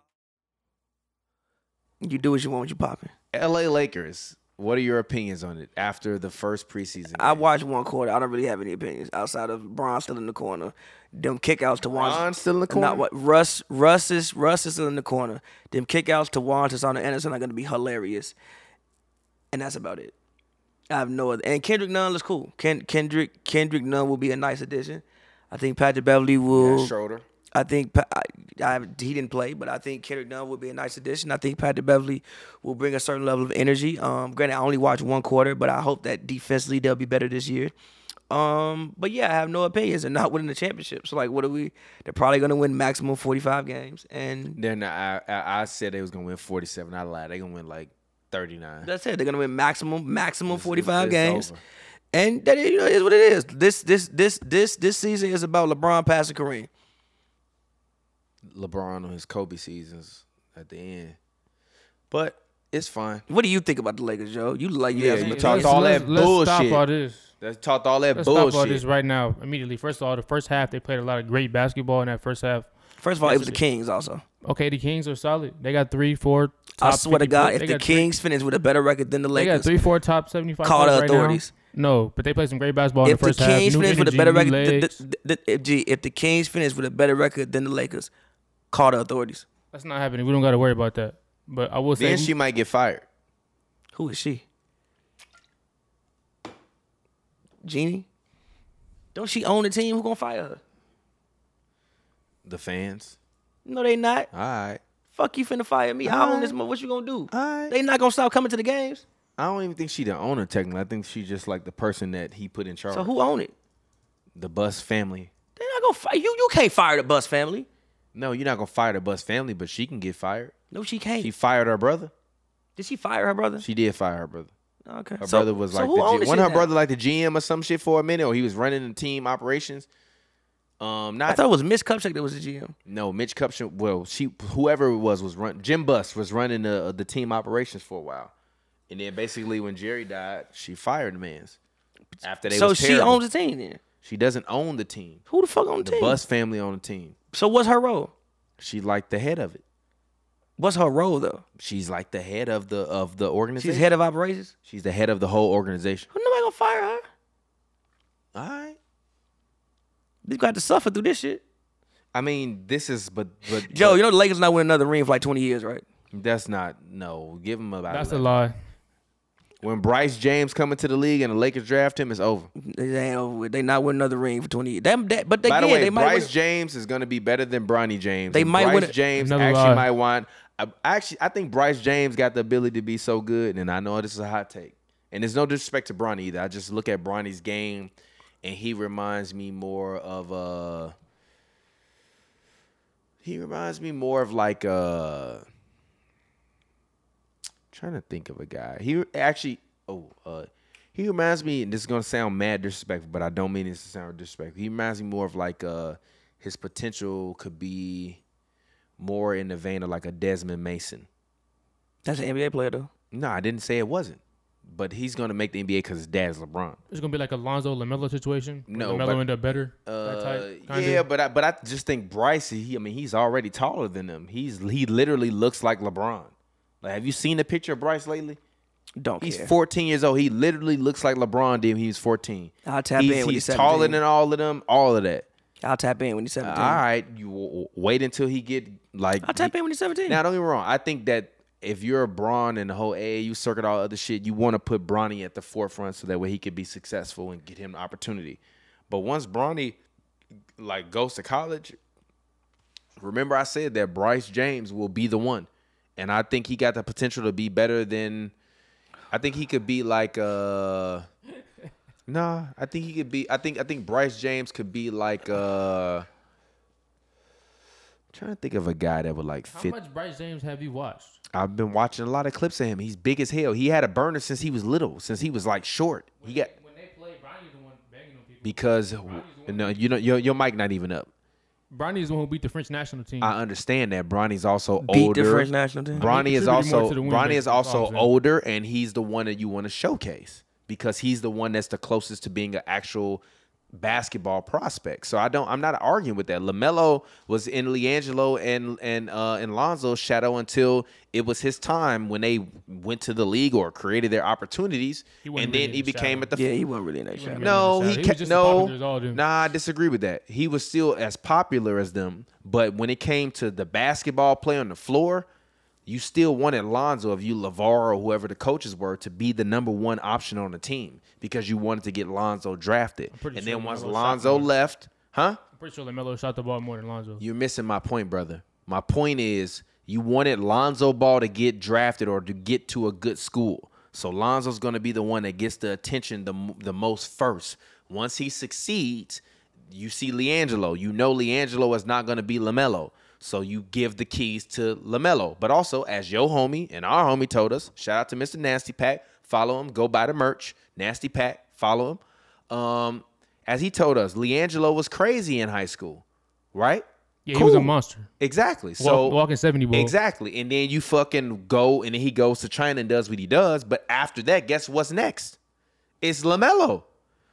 S1: you do what you want with your poppin'.
S2: L.A. Lakers. What are your opinions on it after the first preseason?
S1: I
S2: game?
S1: watched one quarter. I don't really have any opinions outside of Bron still in the corner. Them kickouts to Juan.
S2: Bron's still in the corner?
S1: Not what Russ. Russ is Russ is still in the corner. Them kickouts to Juan to Son Anderson are going to be hilarious, and that's about it. I have no other. And Kendrick Nunn looks cool. Ken, Kendrick Kendrick Nunn will be a nice addition. I think Patrick Beverly will.
S2: Yeah, Schroeder.
S1: I think Pa- I, I, he didn't play, but I think Kendrick Dunn would be a nice addition. I think Patrick Beverly will bring a certain level of energy. Um, granted, I only watched one quarter, but I hope that defensively they'll be better this year. Um, but yeah, I have no opinions. They're not winning the championship, so like, what are we? They're probably gonna win maximum forty five games, and
S2: Then I, I I said they was gonna win 47. I lied. They gonna win like 39.
S1: that's it. They're gonna win maximum maximum forty
S2: it's
S1: five games,
S2: over.
S1: and that is, you know, is what it is. This this this this this season is about LeBron passing Kareem.
S2: LeBron on his Kobe seasons at the end, but it's fine.
S1: What do you think about the Lakers, Joe? You like you
S2: Yeah,
S1: have some
S2: you
S1: talk-
S2: talked all that bullshit.
S3: Stop all this.
S2: Let's talk all that
S3: Let's
S2: bullshit.
S3: stop all this right now, immediately. First of all, the first half they played a lot of great basketball in that first half.
S1: First of all, it was the Kings also.
S3: Okay, the Kings are solid. They got three, four.
S1: I
S3: top
S1: swear to
S3: 50
S1: God,
S3: players.
S1: if
S3: They
S1: the
S3: got three-
S1: Kings finish with a better record than the
S3: they got
S1: Lakers,
S3: three, four top seventy-five.
S1: Call the
S3: players right now.
S1: authorities.
S3: No, but they played some great basketball in
S1: if
S3: the
S1: the
S3: first half.
S1: Kings
S3: New
S1: finish with a
S3: energy,
S1: better
S3: new
S1: record, th-
S3: legs.
S1: th- th- if, gee, if the Kings finish with a better record than the Lakers, call the authorities.
S3: That's not happening. We don't got to worry about that. But I will say,
S2: Then she might get fired.
S1: Who is she? Jeannie? Don't she own the team? Who gonna fire her?
S2: The fans.
S1: No, they not.
S2: All right.
S1: Fuck you finna fire me. I own this mo- What you gonna do?
S2: Alright.
S1: They not gonna stop coming to the games.
S2: I don't even think she the owner technically. I think she just like the person that he put in charge.
S1: So who own it?
S2: the Bus family.
S1: They not gonna fire you. You can't fire the Bus family.
S2: No, you're not gonna fire the Bus family, but she can get fired.
S1: No, she can't.
S2: She fired her brother.
S1: Did she fire her brother?
S2: She did fire her brother.
S1: okay.
S2: Her
S1: So-
S2: brother was
S1: so
S2: like
S1: who own
S2: the
S1: this
S2: G- when
S1: shit
S2: her
S1: now?
S2: brother like the GM or some shit for a minute, or he was running the team operations. Um,
S1: I
S2: not
S1: thought it was Miss Cupshake that was the GM.
S2: no Mitch Kupchin. Well, she whoever it was was run. Jim Buss was running the the team operations for a while, and then basically when Jerry died, she fired the man's. After they
S1: so
S2: was
S1: she
S2: terrible.
S1: owns the team then.
S2: She doesn't own the team.
S1: Who the fuck on the,
S2: The
S1: team?
S2: Bus family on the team.
S1: So what's her role?
S2: She like the head of it.
S1: What's her role though?
S2: She's like the head of the of the
S1: She's
S2: organization.
S1: head of operations.
S2: She's the head of the whole organization.
S1: Who nobody gonna fire her?
S2: All right.
S1: You got to suffer through this shit.
S2: I mean, this is but but
S1: Joe, you know the Lakers not win another ring for like twenty years, right?
S2: That's not no. Give him about.
S3: that's a
S2: 11.
S3: lie.
S2: When Bryce James come into the league and the Lakers draft him, it's over.
S1: They ain't over with. They not win another ring for twenty years. Them, that, but they,
S2: By the
S1: yeah,
S2: way,
S1: they might.
S2: Bryce
S1: win-
S2: James is going to be better than Bronny James.
S1: They
S2: And
S1: might
S2: Bryce
S1: win it.
S2: James
S3: Another
S2: actually
S3: lie.
S2: might want. I, actually, I think Bryce James got the ability to be so good, and I know this is a hot take, and there's no disrespect to Bronny either. I just look at Bronny's game, and he reminds me more of uh He reminds me more of like uh Trying to think of a guy. He actually, oh, uh, he reminds me. And this is gonna sound mad disrespectful, but I don't mean this to sound disrespectful. He reminds me more of like uh, his potential could be more in the vein of like a Desmond Mason.
S1: That's an NBA player though.
S2: No, I didn't say it wasn't, but he's gonna make the NBA because his dad's LeBron.
S3: It's gonna be like a Lonzo Lamelo situation. where
S2: No,
S3: Lamelo
S2: but-
S3: end up better. that
S2: Uh,
S3: type, kinda.
S2: yeah, but I, but I just think Bryce. He, I mean, he's already taller than him. He's he literally looks like LeBron. Like, have you seen a picture of Bryce lately?
S1: Don't
S2: He's
S1: care.
S2: 14 years old. He literally looks like LeBron did when he was 14.
S1: I'll tap
S2: he's,
S1: in when he's
S2: taller
S1: 17.
S2: than all of them. All of that.
S1: I'll tap in when he's seventeen.
S2: All right, you w- w- wait until he get like.
S1: I'll tap in when he's seventeen.
S2: Now don't get me wrong. I think that if you're a Braun and the whole AAU circuit, all other shit, you want to put Bronny at the forefront so that way he could be successful and get him the opportunity. But once Bronny like goes to college, remember I said that Bryce James will be the one, and I think he got the potential to be better than. I think he could be like uh Nah, I think he could be. I think I think Bryce James could be like uh. I'm trying to think of a guy that would like
S3: How
S2: fit.
S3: much Bryce James have you watched?
S2: I've been watching a lot of clips of him. He's big as hell. He had a burner since he was little, since he was like short. He got
S3: When they play, Bronny's the one banging on people.
S2: because no, you know your your mic not even up.
S3: Bronny is the one who beat the French national team.
S2: I understand that Bronny's also
S1: Beat
S2: older.
S1: the French national team.
S2: Bronny is
S3: contributed
S2: also
S3: more to the win,
S2: Bronny is
S3: basically, is all
S2: also
S3: I'm saying.
S2: older, and he's the one that you want to showcase because he's the one that's the closest to being an actual basketball prospect. So I don't, I'm not arguing with that. Lamelo was in Leangelo and and uh, and Lonzo's shadow until it was his time when they went to the league or created their opportunities,
S3: He
S2: and
S3: wasn't
S2: then
S3: really in
S2: he
S3: the
S2: became
S3: shadow.
S2: at the
S1: Yeah, he wasn't really in that shadow.
S3: really
S2: no,
S3: in the
S2: he,
S3: shadow. He
S2: ca-
S3: was just as
S2: no.
S3: popular as all of them.
S2: Nah, I disagree with that. He was still as popular as them, but when it came to the basketball play on the floor, you still wanted Lonzo, if you Lavar or whoever the coaches were, to be the number one option on the team because you wanted to get Lonzo drafted.
S3: pretty
S2: and
S3: sure
S2: then once
S3: Lonzo shot
S2: Lonzo
S3: more.
S2: left, huh?
S3: I'm pretty sure Lamelo shot the ball more than Lonzo.
S2: You're missing my point, brother. My point is you wanted Lonzo Ball to get drafted or to get to a good school. So Lonzo's going to be the one that gets the attention the m- the most first. Once he succeeds, you see LiAngelo. You know LiAngelo is not going to be LaMelo. So you give the keys to LaMelo. But also, as your homie and our homie told us, shout out to Mr. Nasty Pack. Follow him. Go buy the merch. Nasty Pack. Follow him. Um, as he told us, LiAngelo was crazy in high school, right?
S3: Yeah, he was a
S2: Cool.
S3: monster.
S2: Exactly. So
S3: Walk- walking 70 ball.
S2: Exactly. And then you fucking go and then he goes to China and does what he does. But after that, guess what's next? It's LaMelo.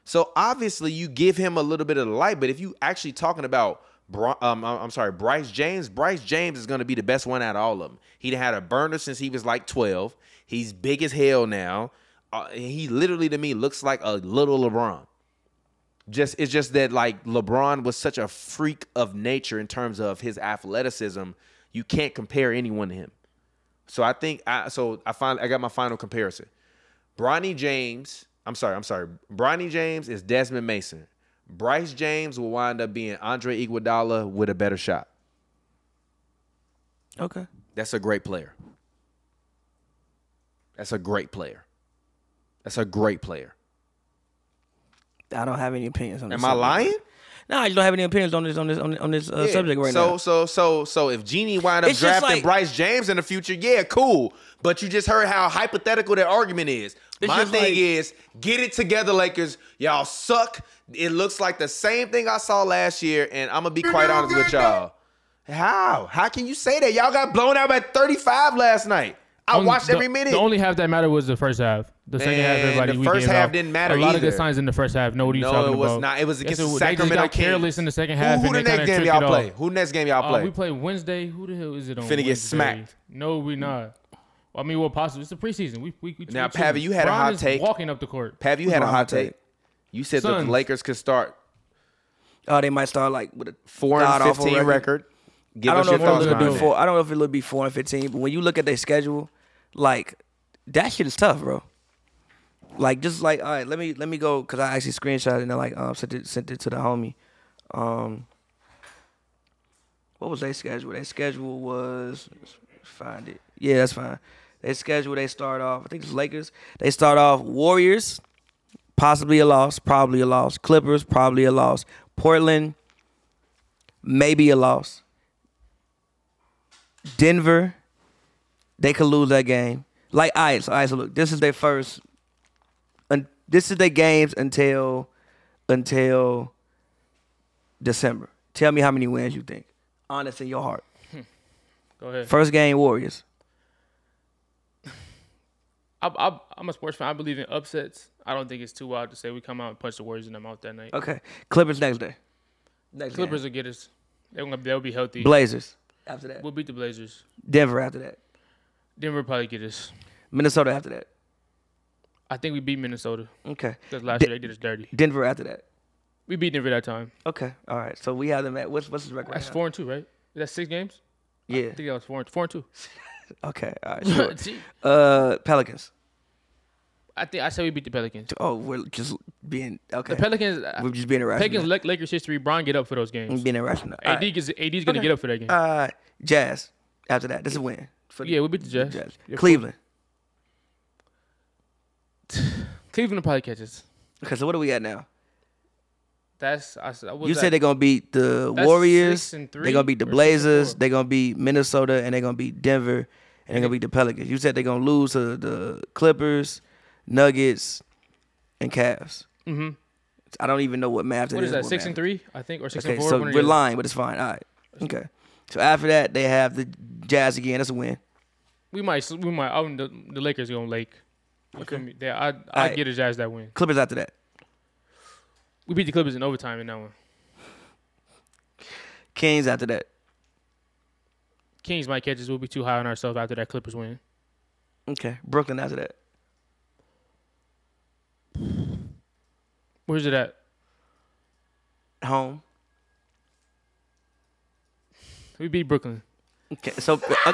S2: So obviously you give him a little bit of the light, but if you actually talking about Bri- um, I- I'm sorry, Bryce James, Bryce James is going to be the best one out of all of them. He done had a burner since he was like 12. He's big as hell now. Uh, he literally to me looks like a little LeBron just it's just that like LeBron was such a freak of nature in terms of his athleticism. You can't compare anyone to him. So I think I so I find I got my final comparison. Bronny James, I'm sorry, I'm sorry. Bronny James is Desmond Mason. Bryce James will wind up being Andre Iguodala with a better shot.
S1: Okay.
S2: That's a great player. That's a great player. That's a great player.
S1: I don't have any opinions on this.
S2: Am I
S1: subject.
S2: lying?
S1: No, I don't have any opinions on this on this on this, on this uh,
S2: Yeah.
S1: subject right
S2: so,
S1: now.
S2: So so so if Genie wind up
S1: It's just
S2: drafting
S1: like-
S2: Bryce James in the future, yeah, cool. But you just heard how hypothetical that argument is.
S1: It's
S2: My
S1: just
S2: thing
S1: like-
S2: is, get it together, Lakers. Y'all suck. It looks like the same thing I saw last year, and I'm gonna be quite honest with y'all. How? How can you say that? Y'all got blown out by 35 last night. I
S3: Only-
S2: watched
S3: the-
S2: every minute.
S3: The only half that mattered was the first half. The second half,
S2: Man,
S3: everybody.
S2: the
S3: we
S2: first
S3: gave
S2: half
S3: up.
S2: didn't matter
S3: A lot of
S2: either.
S3: good signs in the first half. No, what are you
S2: no,
S3: talking
S2: it was
S3: about?
S2: not. It was
S3: Yes,
S2: against
S3: it
S2: the
S3: was.
S2: Sacramento
S3: They just got
S2: Kings.
S3: careless in the second
S2: Who-
S3: half.
S2: Who,
S3: and
S2: the
S3: they kinda
S2: next game
S3: tricked
S2: y'all
S3: it off.
S2: play? Who next game y'all
S3: Uh,
S2: play?
S3: we play Wednesday. Who the hell is it on?
S2: Finna get
S3: Wednesday?
S2: smacked.
S3: No, we not. I mean, what possible? It's the preseason. We we, we
S2: Now,
S3: we
S2: Pavi,
S3: choose.
S2: you had a
S3: Bron
S2: hot
S3: is
S2: take.
S3: Walking up the court.
S2: Pav, you had a
S1: Wrong
S2: hot
S1: take.
S2: take. You said
S3: Suns.
S2: the Lakers could start
S1: Oh, they might start like with a
S2: four and
S1: god-awful
S2: fifteen record. Give
S1: I don't
S2: us
S1: know
S2: your
S1: if it'll
S2: thoughts
S1: look
S2: behind
S1: be
S2: that.
S1: four. I don't know if it'll be four and fifteen, but when you look at their schedule, like that shit is tough, bro. Like just like all right, let me let me go because I actually screenshot it and I like um sent it sent it to the homie. Um, what was their schedule? Their schedule was let's find it. Yeah, that's fine. Their schedule they start off. I think it's Lakers. They start off Warriors, possibly a loss, probably a loss. Clippers, probably a loss. Portland, maybe a loss. Denver, they could lose that game. Like, all right, so, all right, so look, this is their first, un, this is their games until, until December. Tell me how many wins you think. Honest in your heart.
S3: Go ahead.
S1: First game, Warriors.
S3: I, I, I'm a sports fan. I believe in upsets. I don't think it's too wild to say we come out and punch the Warriors in the mouth that night.
S1: Okay. Clippers next day. Next
S3: Clippers
S1: game.
S3: will get us. They're gonna, they'll be healthy.
S1: Blazers. After that.
S3: we'll beat the Blazers.
S1: Denver after that.
S3: Denver probably get us.
S1: Minnesota after that.
S3: I think we beat Minnesota
S1: Okay.
S3: because last
S1: De-
S3: year they did us dirty.
S1: Denver after that.
S3: We beat Denver that time.
S1: Okay. All right. So we have them at what's what's his record?
S3: That's
S1: now?
S3: four and two, right? Is that six games?
S1: Yeah.
S3: I think that was four and four and two.
S1: Okay. All right. Sure.
S3: Gee,
S1: uh, Pelicans.
S3: I think I said we beat the Pelicans.
S1: Oh, we're just being okay.
S3: The Pelicans. uh,
S1: we're just being
S3: Pelicans.
S1: irrational.
S3: Lak- Lakers history. Bron get up for those games.
S1: Being irrational. All
S3: AD
S1: right.
S3: is AD's gonna
S1: Okay.
S3: get up for that game.
S1: Uh, Jazz. After that, this is a win. For the
S3: yeah, we beat the Jazz.
S1: Jazz.
S3: Yeah,
S1: Cleveland.
S3: Cleveland will probably catch us.
S1: Okay, so what are we at now?
S3: That's I said.
S1: you said they're gonna beat the
S3: That's
S1: Warriors.
S3: six
S1: They're
S3: and
S1: gonna
S3: three
S1: beat the
S3: or six and
S1: Blazers.
S3: four?
S1: They're gonna beat Minnesota, and they're gonna beat Denver, and they're gonna beat the Pelicans. You said they're gonna lose to the Clippers, Nuggets, and Cavs.
S3: Mm-hmm.
S1: I don't even know what math
S3: What is that? Six
S1: math
S3: and three, I think, or six
S1: Okay,
S3: and four.
S1: so
S3: one or the
S1: we're
S3: other.
S1: lying, but it's fine. All right. Okay. So after that, they have the Jazz again. That's a win.
S3: We might, we might. I would the, the Lakers going Lake. Okay. Yeah, I I
S1: Alright.
S3: get a Jazz that win.
S1: Clippers after that.
S3: We beat the Clippers in overtime in that one.
S1: Kings after that.
S3: Kings might catch us. We'll be too high on ourselves after that Clippers win.
S1: Okay. Brooklyn after that.
S3: Where's it at?
S1: Home.
S3: We beat Brooklyn.
S1: Okay. So. uh, all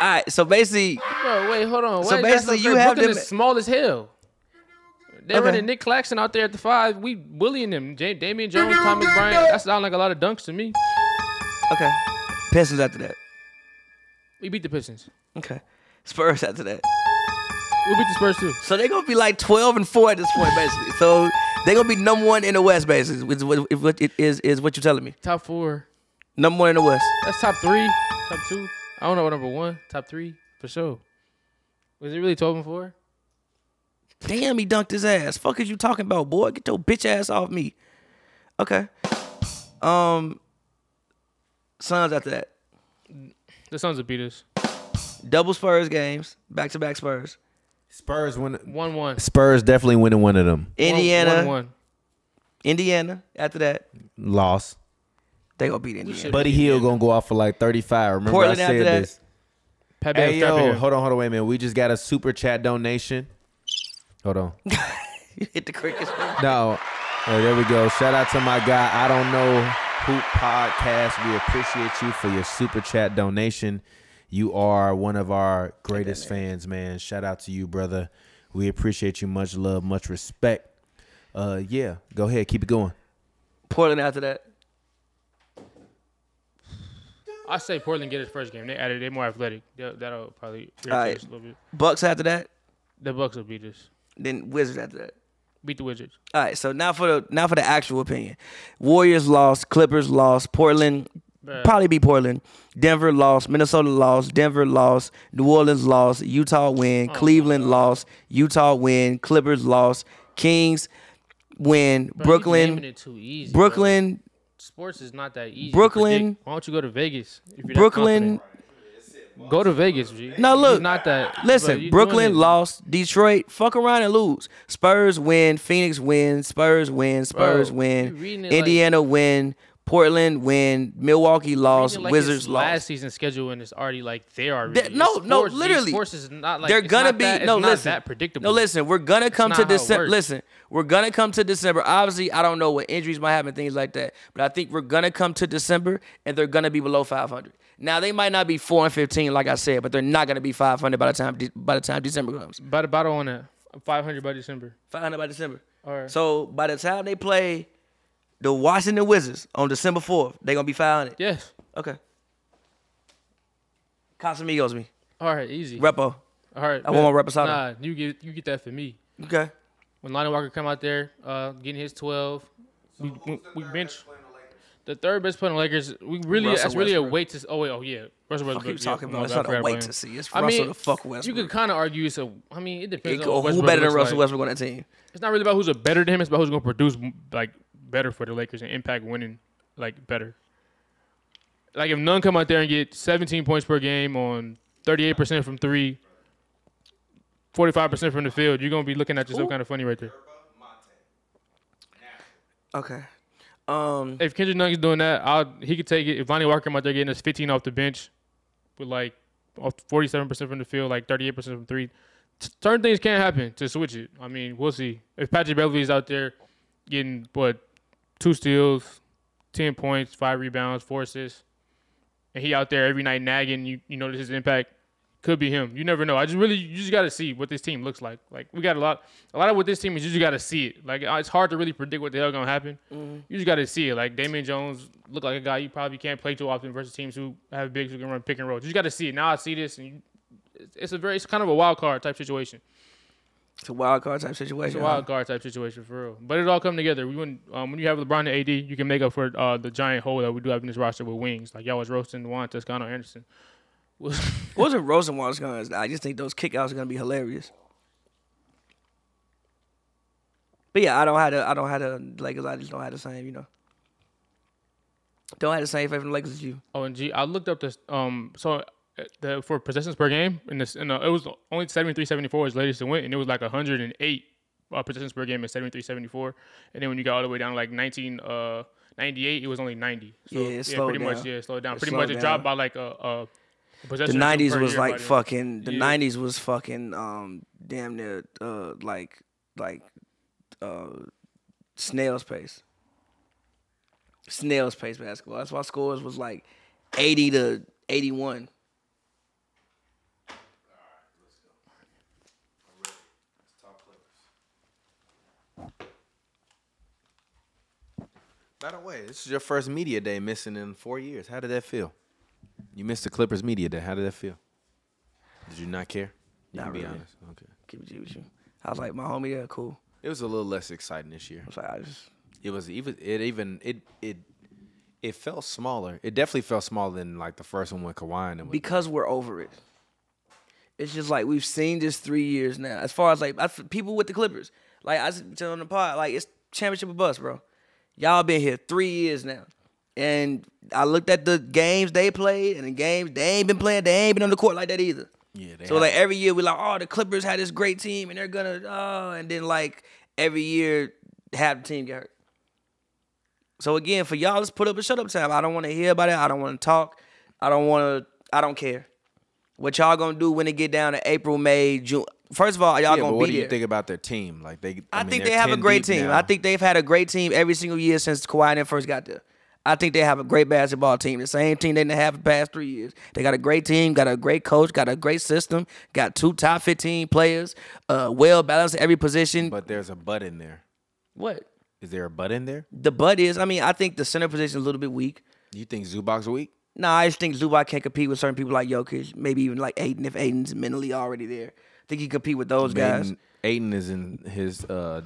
S1: right. So basically,
S3: Bro, wait, hold on.
S1: So
S3: Why is that
S1: basically you
S3: fair?
S1: have
S3: Brooklyn
S1: them-
S3: is small as hell. They're
S1: Okay.
S3: running Nick Claxton out there at the five. We bullying them. Ja- Damian Jones, Thomas Bryant. That sounds like a lot of dunks to me.
S1: okay. Pistons after that.
S3: We beat the Pistons.
S1: Okay. Spurs after that.
S3: We beat the Spurs too.
S1: So they're gonna be like twelve and four at this point, basically. So they're gonna be number one in the West, basically. Which is what, if what it is is what you're telling me.
S3: Top four.
S1: Number one in the West.
S3: That's top three, top two. I don't know what number one, top three for sure. Was it really twelve and four?
S1: Damn, he dunked his ass. Fuck is you talking about, boy? Get your bitch ass off me. Okay. Um. Suns after that.
S3: The Suns will beat us.
S1: Double Spurs games, back to back Spurs.
S4: Spurs win.
S3: One one.
S4: Spurs definitely winning one of them.
S1: Indiana,
S3: One one.
S1: Indiana. After that,
S4: Loss.
S1: they gonna beat Indiana.
S3: should-
S4: Buddy Hill gonna go off for like thirty five. Remember
S1: Portland
S4: I said
S1: after that.
S4: this.
S3: Pat Bev,
S4: Hey yo, hold on, hold on, wait a minute. We just got a super chat donation. Hold on.
S1: You hit the crickets.
S4: No. Oh, there we go. Shout out to my guy. I don't know Hoop Podcast. We appreciate you for your super chat donation. You are one of our greatest fans, man. Shout out to you, brother. We appreciate you. Much love, much respect. Uh, yeah. Go ahead, keep it going.
S1: Portland after that.
S3: I say Portland get his first game. They added. They're more athletic. They'll, that'll probably irritate
S1: Alright.
S3: us a little bit.
S1: Bucks after that.
S3: The Bucks will beat us.
S1: Then Wizards after that.
S3: Beat the Wizards.
S1: All right, so now for the now for the actual opinion. Warriors lost, Clippers lost, Portland
S3: Bruh.
S1: probably be Portland. Denver lost, Minnesota lost, Denver lost, New Orleans lost, Utah
S3: Oh,
S1: win, Cleveland lost, Utah win, Clippers lost, Kings win,
S3: Bro, you naming
S1: Brooklyn
S3: it too easy, bro.
S1: Brooklyn
S3: Sports is not that easy. to
S1: Brooklyn-
S3: predict. Why don't you go to Vegas? If you're that
S1: Brooklyn
S3: confident? Go to Vegas. G.
S1: Now,
S3: He's
S1: look,
S3: Not that. bro,
S1: Listen,
S3: you doing
S1: Brooklyn
S3: it.
S1: lost. Detroit, fuck around and lose. Spurs win. Phoenix win. Spurs win. Spurs
S3: Bro, you
S1: win.
S3: reading it like-
S1: Indiana win. Portland win. Milwaukee
S3: Treating
S1: lost.
S3: it like
S1: Wizards
S3: it's
S1: lost.
S3: Last season schedule and it's already like they are.
S1: That- no, no, literally.
S3: Sports is not like
S1: They're
S3: it's
S1: gonna
S3: not
S1: be
S3: that, it's
S1: no.
S3: not
S1: listen,
S3: that predictable.
S1: No, listen. We're gonna come
S3: not
S1: to
S3: how it
S1: December.
S3: works.
S1: Listen, we're gonna come to December. Obviously, I don't know what injuries might happen, things like that. But I think we're gonna come to December, and they're gonna be below 500. Now they might not be four and 15, like I said, but they're not gonna be 500 by the time de- by the time December comes.
S3: By the bottle on a 500 by December.
S1: 500 by December.
S3: Alright.
S1: So by the time they play the Washington Wizards on December 4th, they're gonna be 500.
S3: Yes.
S1: Okay. Casamigos me.
S3: All right, easy.
S1: Repo.
S3: All right.
S1: I want
S3: bet.
S1: my reposado.
S3: Nah, you get you get that for me.
S1: Okay.
S3: When Lonnie Walker come out there, uh, getting his 12, we, we, we bench. The third best player on the Lakers, we really
S1: Russell
S3: that's really a
S1: Westbrook.
S3: wait to. Oh wait, oh yeah, Russell Westbrook.
S1: you
S3: yeah,
S1: talking
S3: oh
S1: about?
S3: my
S1: It's
S3: God,
S1: not a
S3: I forgot
S1: wait
S3: about
S1: to
S3: him.
S1: see. It's
S3: I
S1: Russell
S3: mean,
S1: the fuck
S3: You
S1: Westbrook.
S3: could kind of argue it's a. I mean, it depends.
S1: It-
S3: on what
S1: who
S3: Westbrook
S1: better than
S3: looks
S1: Russell
S3: like.
S1: Westbrook on that team?
S3: It's not really about who's a better than him. It's about who's gonna produce like better for the Lakers and impact winning like better. Like if none come out there and get 17 points per game on 38% from three, 45% from the field, you're gonna be looking at yourself kind of funny right there.
S1: Okay. Um.
S3: If Kendrick Nuggets doing that, I'll, he could take it. If Lonnie Walker come out there getting us 15 off the bench with like off 47% from the field, like 38% from three, t- certain things can happen to switch it. I mean, we'll see. If Patrick Beverly's out there getting what two steals, 10 points, five rebounds, four assists, and he out there every night nagging, you you notice his impact. Could be him. You never know. I just really you just got to see what this team looks like. Like we got a lot, a lot of what this team is. You just got to see it. Like uh, it's hard to really predict what the hell gonna happen. You just got to see it. Like Damian Jones look like a guy you probably can't play too often versus teams who have bigs who can run pick and roll. You just got to see it. Now I see this, and you, it's- it's a very, it's kind of a wild card type situation.
S1: It's a wild card type
S3: It's
S1: situation.
S3: a wild card type situation for real. But it all come together. We when um, when you have LeBron and AD, you can make up for uh, the giant hole that we do have in this roster with wings. Like y'all was roasting Juan Toscano Anderson.
S1: It wasn't Rosenwald's guns. I just think those kickouts are gonna be hilarious. But yeah, I don't have the I don't have the Lakers. I just don't have the same, you know. Don't have the same faith in the Lakers as you.
S3: Oh, and G, I looked up this. Um, so uh, the for possessions per game, and this, and uh, it was only 73 74 is latest it went, and it was like 108 uh, possessions per game in 73 74. And then when you got all the way down to like 19, uh, 98, it was only 90. So,
S1: Yeah, it slowed
S3: pretty much,
S1: down.
S3: yeah, it slowed down.
S1: It
S3: pretty
S1: slowed
S3: much, it dropped
S1: down.
S3: by like a, a
S1: The
S3: possession.
S1: nineties
S3: per
S1: was
S3: year
S1: like
S3: by then.
S1: fucking the
S3: Yeah.
S1: nineties was fucking um damn near uh like like uh snail's pace. Snail's pace basketball. That's why scores was like eighty to eighty one.
S2: By the way, this is your first media day missing in four years. How did that feel? You missed the Clippers media day. How did that feel? Did you not care? You
S1: Not
S2: can be
S1: really.
S2: honest. Okay.
S1: Keep it G with you. I was like, my homie, yeah, cool.
S2: It was a little less exciting this year.
S1: I was like, I just
S2: It was even it even it it it felt smaller. It definitely felt smaller than like the first one with Kawhi and it was-
S1: because we're over it. It's just like we've seen this three years now. As far as like I f people with the Clippers, like I said on the pod, like it's championship of bus, bro. Y'all been here three years now, and I looked at the games they played and the games they ain't been playing. They ain't been on the court like that either.
S2: Yeah, they
S1: so like every year we like, oh, the Clippers had this great team and they're gonna, oh, and then like every year half the team get hurt. So again, for y'all, let's put up a shut up time. I don't want to hear about it. I don't want to talk. I don't want to. I don't care. What y'all gonna do when it get down to April, May, June? First of all, y'all
S2: yeah, but
S1: gonna
S2: what
S1: be
S2: do
S1: there.
S2: you think about their team? Like they
S1: I,
S2: mean,
S1: think
S2: they're
S1: they have a
S2: 10
S1: great
S2: deep
S1: team.
S2: now.
S1: I think they've had a great team every single year since Kawhi and them first got there. I think they have a great basketball team. The same team they didn't have the past three years. They got a great team, got a great coach, got a great system, got two top fifteen players, uh, well balanced at every position.
S2: but there's a butt in there.
S1: what
S2: Is there a butt in there?
S1: the butt is, I mean, I think the center position is a little bit weak.
S2: You think Zubac's weak?
S1: No, I just think Zubac can't compete with certain people like Jokic, maybe even like Aiden if Aiden's mentally already there. I think he can compete with those guys.
S2: Aiden, Aiden is in his uh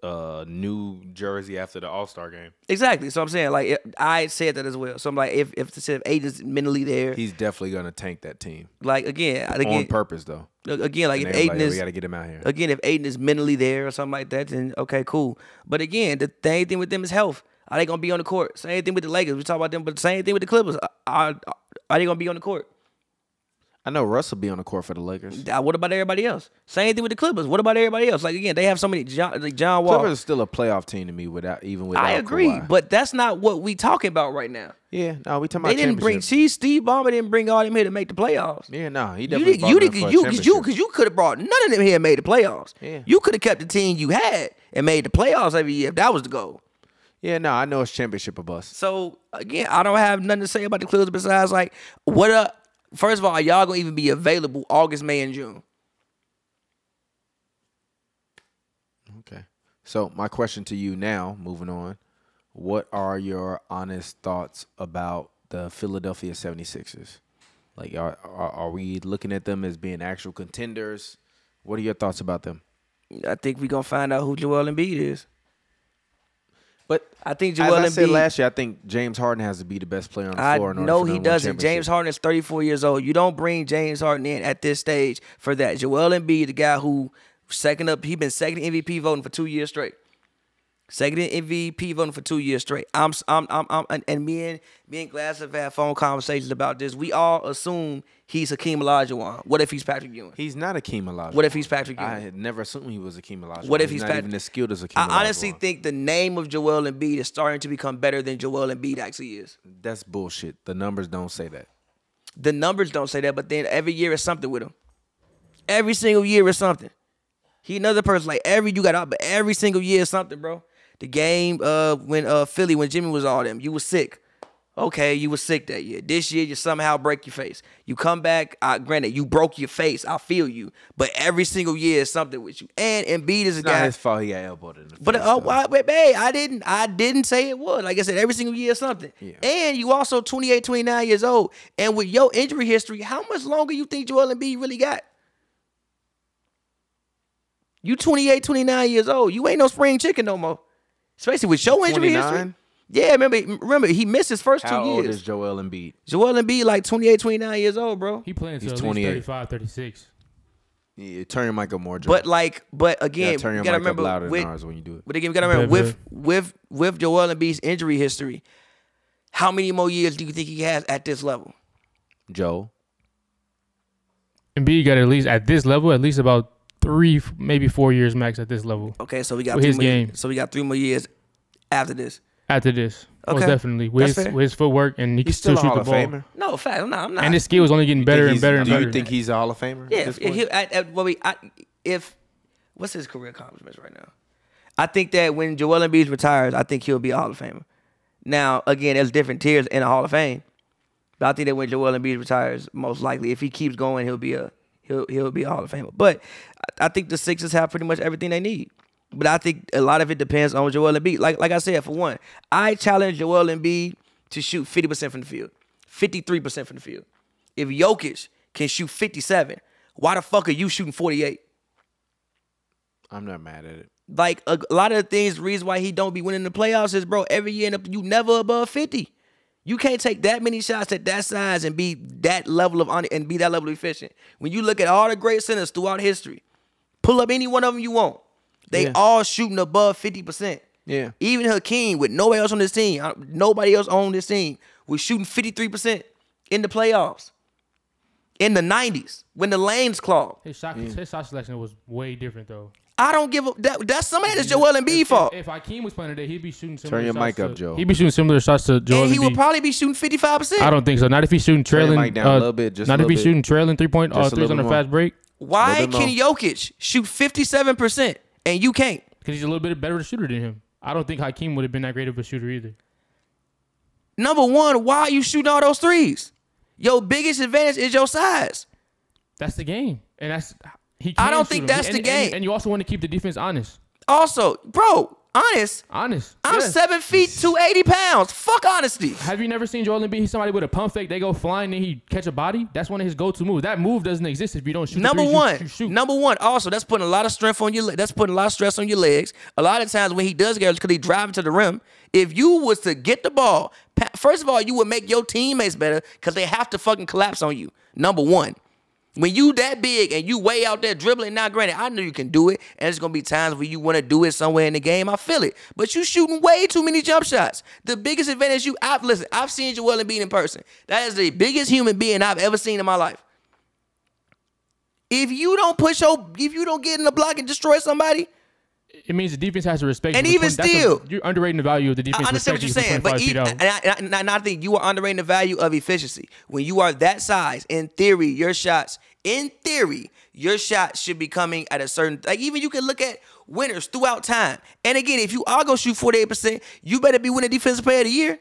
S2: uh new jersey after the All Star game.
S1: Exactly. So I'm saying like it- I said that as well. So I'm like if if, if Aiden's mentally there,
S2: He's definitely gonna tank that team
S1: like again,
S2: on
S1: again,
S2: purpose though.
S1: again, like
S2: And
S1: if
S2: they were
S1: Aiden
S2: like, "Oh,
S1: is
S2: we got to get him out here.
S1: again, if Aiden is mentally there or something like that, then okay, cool. But again, the same thing with them is health. Are they gonna be on the court? Same thing with the Lakers. We talk about them, but same thing with the Clippers. Are, are, are they gonna be on the court?
S2: I know Russell be on the court for the Lakers.
S1: Uh, What about everybody else? Same thing with the Clippers. What about everybody else? Like again, they have so many John, like John Wall.
S2: Clippers is still a playoff team to me without even without.
S1: I agree,
S2: Kawhi.
S1: but that's not what we talking about right now.
S2: yeah, no, we talking
S1: They
S2: about
S1: didn't bring
S2: championship.
S1: see Steve Ballmer didn't bring all them here to make the playoffs.
S2: Yeah, no, he
S1: you
S2: definitely
S1: did, you
S2: brought them
S1: did,
S2: for a
S1: you because you
S2: championship.
S1: because you could have brought none of them here and made the playoffs.
S2: Yeah.
S1: You could have kept the team you had and made the playoffs every year if that was the goal.
S2: Yeah, no, I know it's championship of us.
S1: So again, I don't have nothing to say about the Clippers besides like what up. First of all, are y'all gonna even be available August, May, and June?
S2: Okay. So my question to you now, moving on, what are your honest thoughts about the Philadelphia 76ers? Like are are, are we looking at them as being actual contenders? What are your thoughts about them?
S1: I think we gonna find out who Joel Embiid is.
S2: But
S1: I think
S2: as
S1: Joel
S2: I said
S1: Embiid-
S2: last year, I think James Harden has to be the best player on the
S1: I
S2: floor. In order
S1: know
S2: for them
S1: he
S2: to win
S1: doesn't. James
S2: championships.
S1: Harden is 34 years old. You don't bring James Harden in at this stage for that. Joel Embiid, the guy who second up, he been second in MVP voting for two years straight. Second in MVP voting for two years straight. I'm, I'm, I'm, I'm and, and me and me and Glass have had phone conversations about this. We all assume he's Hakeem Olajuwon. What if he's Patrick Ewing?
S2: He's not Akeem Olajuwon.
S1: What if he's Patrick
S2: I
S1: Ewing?
S2: had never assumed he was Akeem Olajuwon.
S1: What if he's
S2: not
S1: Pat-
S2: even as skilled as Akeem Olajuwon?
S1: I honestly think the name of Joel Embiid is starting to become better than Joel Embiid actually is.
S2: that's bullshit. The numbers don't say that.
S1: the numbers don't say that, but then every year is something with him. Every single year is something. He another person like every you got out, but every single year is something, bro. The game uh when uh Philly when Jimmy was all them, you was sick. Okay, you was sick that year. This year you somehow break your face. You come back. I, granted, you broke your face. I feel you, but every single year is something with you. And Embiid is a
S2: Not
S1: guy.
S2: his fault. He got elbowed in the
S1: But
S2: face,
S1: uh,
S2: though.
S1: why, but hey, I didn't I didn't say it would. Like I said, every single year is something. And you also 28, 29 years old. And with your injury history, how much longer you think Joel Embiid really got? You 28, 29 years old. You ain't no spring chicken no more. Especially with your injury history.
S2: 29?
S1: Yeah, remember, remember he missed his first
S2: How
S1: two
S2: old
S1: years.
S2: is Joel Embiid?
S1: Joel Embiid like 28, 29 years old, bro.
S3: He playing
S2: He's
S3: until at least
S2: 28.
S3: 35, 36.
S2: Yeah, turn your mic up more, Joe.
S1: But like, but
S2: yeah,
S1: again,
S2: turn your
S1: you
S2: mic
S1: gotta
S2: up
S1: remember
S2: louder than
S1: with,
S2: ours when you do it.
S1: but again, you gotta remember
S3: Better.
S1: with with with Joel Embiid's injury history, how many more years do you think he has at this level?
S2: Joe,
S3: Embiid got at least at this level, at least about three, maybe four years max at this level.
S1: Okay, so we got
S3: With
S1: three
S3: his
S1: more,
S3: game.
S1: So we got three more years after this.
S3: After this, most
S1: Okay.
S3: definitely with
S1: That's
S3: his,
S1: fair.
S3: with his footwork and he can
S2: he's still
S3: still
S2: a
S3: shoot
S2: Hall
S3: the
S2: of
S3: ball.
S2: Famer.
S1: No, fact. I'm not. I'm not.
S3: And his skill is only getting better
S2: Think
S3: and
S2: he's-
S3: better and
S2: do
S3: better.
S2: you think he's a Hall of Famer?
S1: Yeah, if, if he, I, I, well, we, I, if what's his career accomplishments right now? I think that when Joel Embiid retires, I think he'll be a Hall of Famer. Now, again, there's different tiers in a Hall of Fame, but I think that when Joel Embiid retires, most likely, if he keeps going, he'll be a he'll he'll be a Hall of Famer. But I, I think the Sixers have pretty much everything they need. But I think a lot of it depends on Joel Embiid. Like like I said, for one, I challenge Joel Embiid to shoot 50% from the field, 53% from the field. If Jokic can shoot 57, why the fuck are you shooting 48?
S2: I'm not mad at it.
S1: Like a, a lot of the things, the reason why he don't be winning the playoffs is, bro, every year in the- you never above 50. You can't take that many shots at that size and be that level of on and be that level of efficient. When you look at all the great centers throughout history, pull up any one of them you want. They
S2: Yeah.
S1: all shooting above 50%.
S2: Yeah.
S1: Even Hakeem, with nobody else on this team, uh, nobody else on this team, was shooting 53% in the playoffs. In the 90s, when the lanes clogged.
S3: his shot, his shot selection was way different though.
S1: I don't give a that, that's somebody that's Joel Embiid
S3: If,
S1: fault.
S3: if Hakeem was playing today, he'd be shooting similar
S2: your
S3: shots
S2: mic up,
S3: to-
S2: Joe.
S3: He'd be shooting similar shots to Joel
S1: And he would
S3: Embiid.
S1: probably be shooting fifty five
S3: I
S1: percent.
S3: don't think so. Not if he's shooting
S2: your
S3: trailing.
S2: mic down a
S3: uh,
S2: little bit, just a
S3: not if
S2: little
S3: he's
S2: bit.
S3: shooting trailing three point
S2: Just
S3: uh,
S2: a
S3: threes
S2: little
S3: on a
S2: bit more.
S3: fast break
S1: Why
S2: Little
S1: can
S2: bit
S1: Jokic shoot fifty seven percent and you can't?
S3: because he's a little bit better of a shooter than him. I don't think Hakeem would have been that great of a shooter either.
S1: Number one, why are you shooting all those threes? Your biggest advantage is your size.
S3: That's the game, and that's he.
S1: I
S3: can
S1: don't
S3: shoot
S1: think
S3: them.
S1: that's
S3: And-
S1: the
S3: and-
S1: game.
S3: And you also want to keep the defense honest.
S1: Also, bro, honest,
S3: Honest.
S1: I'm
S3: Yeah.
S1: seven feet two eighty pounds. Fuck honesty.
S3: Have you never seen Joel Embiid? He's somebody with a pump fake. They go flying, then he catch a body. That's one of his go-to moves. That move doesn't exist if you don't shoot. the
S1: Number
S3: threes, you-
S1: one,
S3: you shoot.
S1: number one. Also, that's putting a lot of strength on your. le- That's putting a lot of stress on your legs. A lot of times when he does get, because he driving to the rim. If you was to get the ball, pa- first of all, you would make your teammates better because they have to fucking collapse on you. Number one, when you that big and you way out there dribbling. Now, granted, I know you can do it, and there's gonna be times where you want to do it somewhere in the game. I feel it, but you shooting way too many jump shots. The biggest advantage you, I've listen, I've seen Joel Embiid in person. That is the biggest human being I've ever seen in my life. If you don't push your, if you don't get in the block and destroy somebody,
S3: It means the defense has to respect.
S1: And
S3: you for
S1: even
S3: 20 that's a-
S1: still-
S3: you're underrating the value of the defense.
S1: I understand what you're
S3: respecting you for
S1: saying, but
S3: 25 feet
S1: even,
S3: out.
S1: and, I, and, I, and I think you are underrating the value of efficiency. When you are that size, in theory, your shots, in theory, your shots should be coming at a certain. Like even you can look at winners throughout time. And again, if you are gonna shoot 48, percent you better be winning Defensive Player of the Year.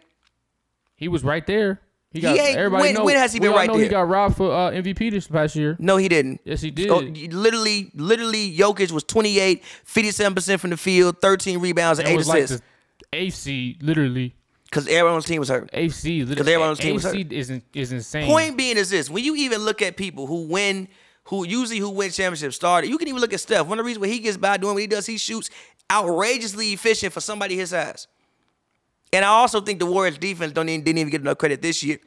S3: He was right there. He got
S1: ain't-
S3: everybody.
S1: when-
S3: know,
S1: when has he
S3: we
S1: been
S3: all
S1: right
S3: know He
S1: there?
S3: got robbed for uh, MVP this past year.
S1: No, he didn't.
S3: Yes, he did.
S1: Oh, literally, literally, Jokic was 28, 57 percent from the field, 13 rebounds, and
S3: It
S1: eight
S3: was like
S1: assists.
S3: the AC, literally
S1: Because everyone on the team was hurt.
S3: AC, literally.
S1: 'Cause everyone on his team was
S3: AC
S1: hurt.
S3: is, in- is insane.
S1: Point being is this: when you even look at people who win, who usually who win championships, started. You can even look at Steph. One of the reasons why he gets by doing what he does, he shoots outrageously efficient for somebody his size. And I also think the Warriors defense don't even, didn't even get enough credit this year.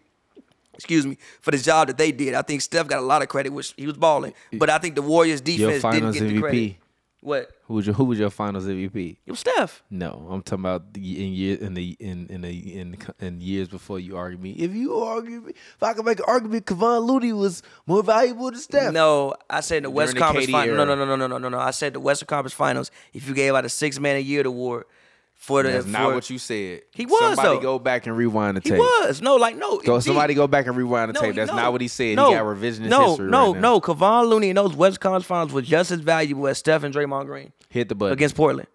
S1: Excuse me for the job that they did. I think Steph got a lot of credit, which he was balling. But I think the Warriors
S2: Your
S1: defense didn't
S2: Finals
S1: get the credit.
S2: MVP.
S1: What?
S2: Who was your Who was your Finals MVP?
S1: It was Steph.
S2: No, I'm talking about the, in year in the in in the in, the co- in years before you argue me. If you argue me, if I could make an argument, Kevon Looney was more valuable than Steph.
S1: No, I said the West
S2: the
S1: Conference
S2: KD
S1: Finals. No,
S2: era.
S1: no, no, no, no, no, no, no. I said the Western Conference Finals. If you gave out a six man a year award for the
S2: that's
S1: for-
S2: not what you said.
S1: He was,
S2: Somebody
S1: though.
S2: go back and rewind the
S1: He
S2: tape.
S1: was no, like no.
S2: Go,
S1: G,
S2: somebody go back and rewind the
S1: no,
S2: tape. That's
S1: no,
S2: not what he said.
S1: No,
S2: he got revisionist
S1: no,
S2: history.
S1: No,
S2: right now.
S1: no, Kevon Looney and those West Conference Finals was just as valuable as Steph and Draymond Green
S2: Hit the button.
S1: against Portland.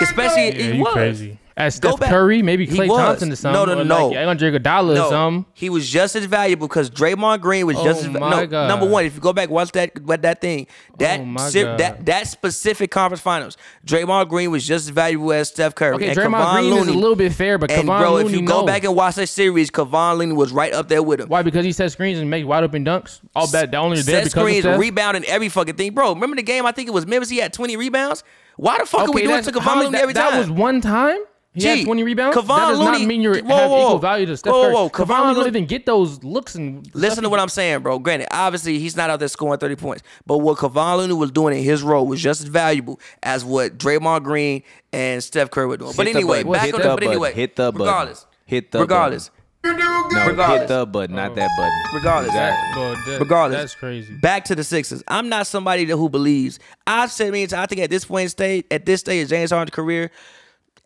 S1: Especially
S3: Yeah,
S1: he
S3: you
S1: was.
S3: crazy. As
S1: Go
S3: Steph
S1: back.
S3: Curry, maybe
S1: He
S3: Klay
S1: was.
S3: Thompson or something.
S1: No, no,
S3: or
S1: no.
S3: Like, I'm drink a dollar or
S1: No,
S3: something.
S1: he was just as valuable because Draymond Green was just
S3: Oh
S1: as
S3: my
S1: no,
S3: God.
S1: number one. If you go back, watch that what that thing that
S3: Oh my
S1: se-
S3: God.
S1: that that specific conference finals. Draymond Green was just as valuable as Steph Curry.
S3: Okay,
S1: and
S3: Draymond
S1: Kevon
S3: Green
S1: Looney,
S3: is a little bit fair, but
S1: And
S3: Kevon
S1: bro,
S3: Looney,
S1: if you go
S3: no.
S1: back and watch that series, Kevon Looney was right up there with him.
S3: Why? Because he set screens and make wide open dunks. All that that only there
S1: set
S3: because
S1: screens,
S3: of Steph.
S1: rebounding every fucking thing, bro. Remember the game? I think it was Memphis. He had twenty rebounds. Why the fuck are we doing
S3: that's-
S1: to
S3: how
S1: Kevon
S3: many-
S1: Looney every
S3: that,
S1: time?
S3: That was one time. He had
S1: Gee,
S3: 20 rebounds.
S1: Kevon
S3: that does
S1: Looney-
S3: not mean you're
S1: whoa,
S3: have
S1: whoa, whoa.
S3: equal value to Steph
S1: Whoa,
S3: Curry.
S1: whoa,
S3: Kevon
S1: Kevon
S3: Looney
S1: Loo-
S3: don't even get those looks and
S1: Listen to what I'm saying, bro. Granted, obviously he's not out there scoring 30 points, but what Kevon Looney was doing in his role was just as valuable as what Draymond Green and Steph Curry were doing. but
S2: Hit the
S1: anyway,
S2: button.
S1: back
S2: Hit
S1: on
S2: the
S1: the, but
S2: button.
S1: anyway,
S2: Hit the button.
S1: regardless,
S2: Hit the
S1: regardless,
S2: No, hit
S1: Regardless.
S2: the button, not that button.
S1: Regardless.
S2: Exactly.
S3: Bro, that-
S1: regardless,
S3: That's crazy.
S1: Back to the Sixers. I'm not somebody that, who believes. I've said many times. I think at this point in stage, at this stage of James Harden's career,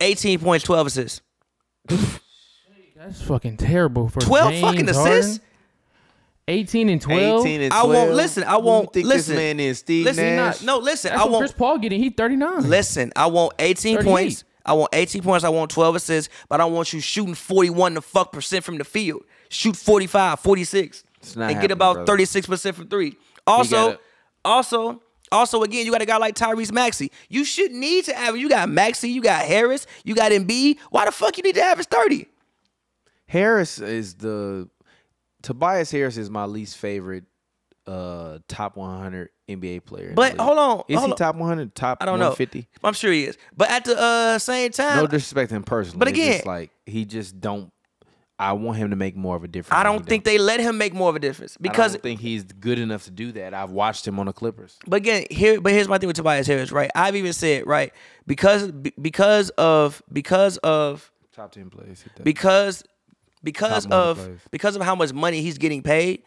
S1: 18 points, 12 assists,
S3: That's fucking terrible for
S1: 12
S3: James
S1: fucking
S3: Harden.
S1: assists.
S3: 18 and 12.
S4: 18 and
S1: I
S4: 12.
S1: won't listen. I
S4: Who you
S1: won't
S4: think
S1: listen.
S4: This man is Steve
S1: listen,
S4: Nash.
S1: no, listen.
S3: That's
S1: I
S3: what Chris
S1: won't
S3: Paul getting. He 39.
S1: listen. I want 18
S3: 38.
S1: points. I want 18 points. I want 12 assists. But I don't want you shooting 41 the fuck percent from the field. Shoot 45, 46,
S2: not
S1: and get
S2: happening,
S1: about
S2: brother.
S1: 36 percent from three. Also,
S2: gotta-
S1: also. Also, again, you got a guy like Tyrese Maxey. You should need to average. You got Maxey, you got Harris, you got Embiid. Why the fuck you need to average thirty?
S2: Harris is the Tobias Harris is my least favorite uh top 100 NBA player. in the
S1: But
S2: league.
S1: hold on,
S2: is
S1: hold
S2: he
S1: on.
S2: top 100? Top
S1: I don't know.
S2: 150?
S1: I'm sure he is. But at the uh, same time,
S2: No disrespect to him personally,
S1: But
S2: it's just
S1: again-
S2: like he just don't. I want him to make more of a difference.
S1: I
S2: than
S1: don't
S2: he
S1: think they let him make more of a difference
S2: I
S1: because
S2: don't think he's good enough to do that. I've watched him on the Clippers.
S1: but again, here, but here's my thing with Tobias Harris, right? I've even said, right, because be- because of because of
S2: Top ten players.
S1: because because
S2: Top money
S1: of
S2: plays.
S1: because of how much money he's getting paid.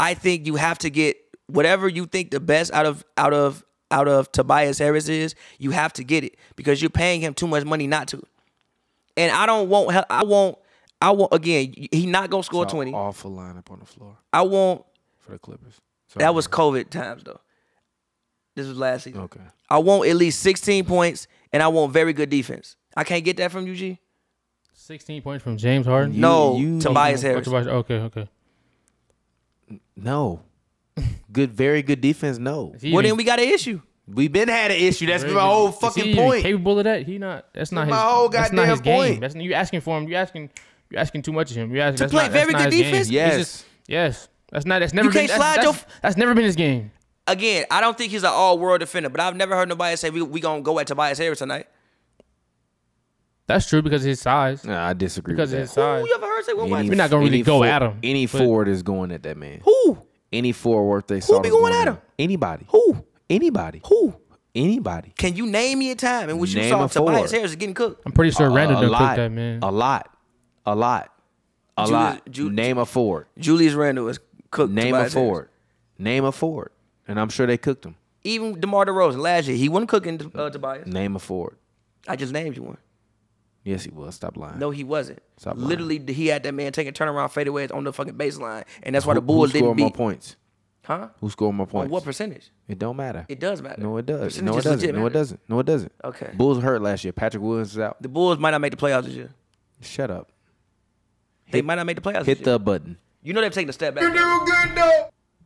S1: I think you have to get whatever you think the best out of out of out of Tobias Harris is. You have to get it because you're paying him too much money not to. And I don't want hel- I won't I won't again. He not gonna score twenty.
S2: Awful lineup on the floor
S1: I won't.
S2: for the Clippers.
S1: That was COVID times though. This was last season.
S2: okay.
S1: I want at least 16 points and I want very good defense. I can't get that from you, G.
S3: 16 points from James Harden.
S1: no,
S2: you-
S1: Tobias
S3: Oh,
S1: Harris.
S3: Tobias- Okay, okay.
S2: No. Good, very good defense. No,
S3: Is he
S1: Well,
S3: even-
S1: then we got an issue.
S2: we've been had an issue. That's
S3: Very
S2: my
S3: good.
S2: whole
S3: Is
S2: fucking
S3: he even
S2: point.
S3: Capable of that? He not. That's not
S2: That's
S3: his
S2: my whole
S3: That's not his
S2: goddamn point.
S3: game. That's you asking for him. You asking. You asking too much of him. You asking, that's
S1: play
S3: not, that's
S1: very
S3: not
S1: good
S3: his game.
S1: defense?
S3: He's
S2: Yes.
S3: just- yes. That's not. That's never.
S1: You
S3: been,
S1: can't
S3: that's,
S1: slide
S3: that's, that's never been his game.
S1: Again, I don't think he's an all world defender, but I've never heard nobody say we're we going to go at Tobias Harris tonight.
S3: That's true because of his size.
S2: Nah, I disagree
S3: Because of
S2: with that.
S3: his size.
S1: Who you ever heard say we're
S2: Any-
S1: going
S3: We're not gonna really
S2: any
S3: go
S2: for-
S3: at him,
S2: Any
S3: but-
S2: forward is going at that man.
S1: Who?
S2: Any forward worth they saw
S1: be
S2: was
S1: going at him?
S2: Anybody.
S1: Who?
S2: Anybody.
S1: Who?
S2: Anybody.
S1: Can you name me a time in which you
S2: Name
S1: saw
S2: a
S1: Tobias
S2: forward.
S1: Harris getting cooked?
S3: I'm pretty sure Randall done cooked that man.
S2: Uh, A lot. A lot. A
S1: Julius-
S2: lot.
S1: Ju-
S2: Name a forward.
S1: Julius Randle was cooked.
S2: Name
S1: Tobias Harris.
S2: a forward. Name a forward. And I'm sure they cooked him.
S1: Even DeMar DeRozan last year, he wasn't cooking uh, Tobias.
S2: Name a forward.
S1: I just named you one.
S2: Yes, he was. Stop lying.
S1: No, he wasn't.
S2: Stop lying.
S1: Literally, he had that man taking turnaround fadeaways on the fucking baseline, and that's why the
S2: Who-
S1: Bulls
S2: who
S1: didn't
S2: scored more
S1: beat.
S2: points?
S1: Huh?
S2: Who scored more points?
S1: On what percentage?
S2: it don't matter.
S1: It does matter.
S2: no, it does. No, it
S1: Percentages
S2: doesn't.
S1: legit
S2: No, it
S1: matter.
S2: doesn't. No, it doesn't.
S1: Okay.
S2: Bulls hurt last year. Patrick Williams is out.
S1: The Bulls might not make the playoffs this year.
S2: Shut up.
S1: They might not make the playoffs.
S2: Hit
S1: this year.
S2: the button.
S1: You know they've taken a step back. though.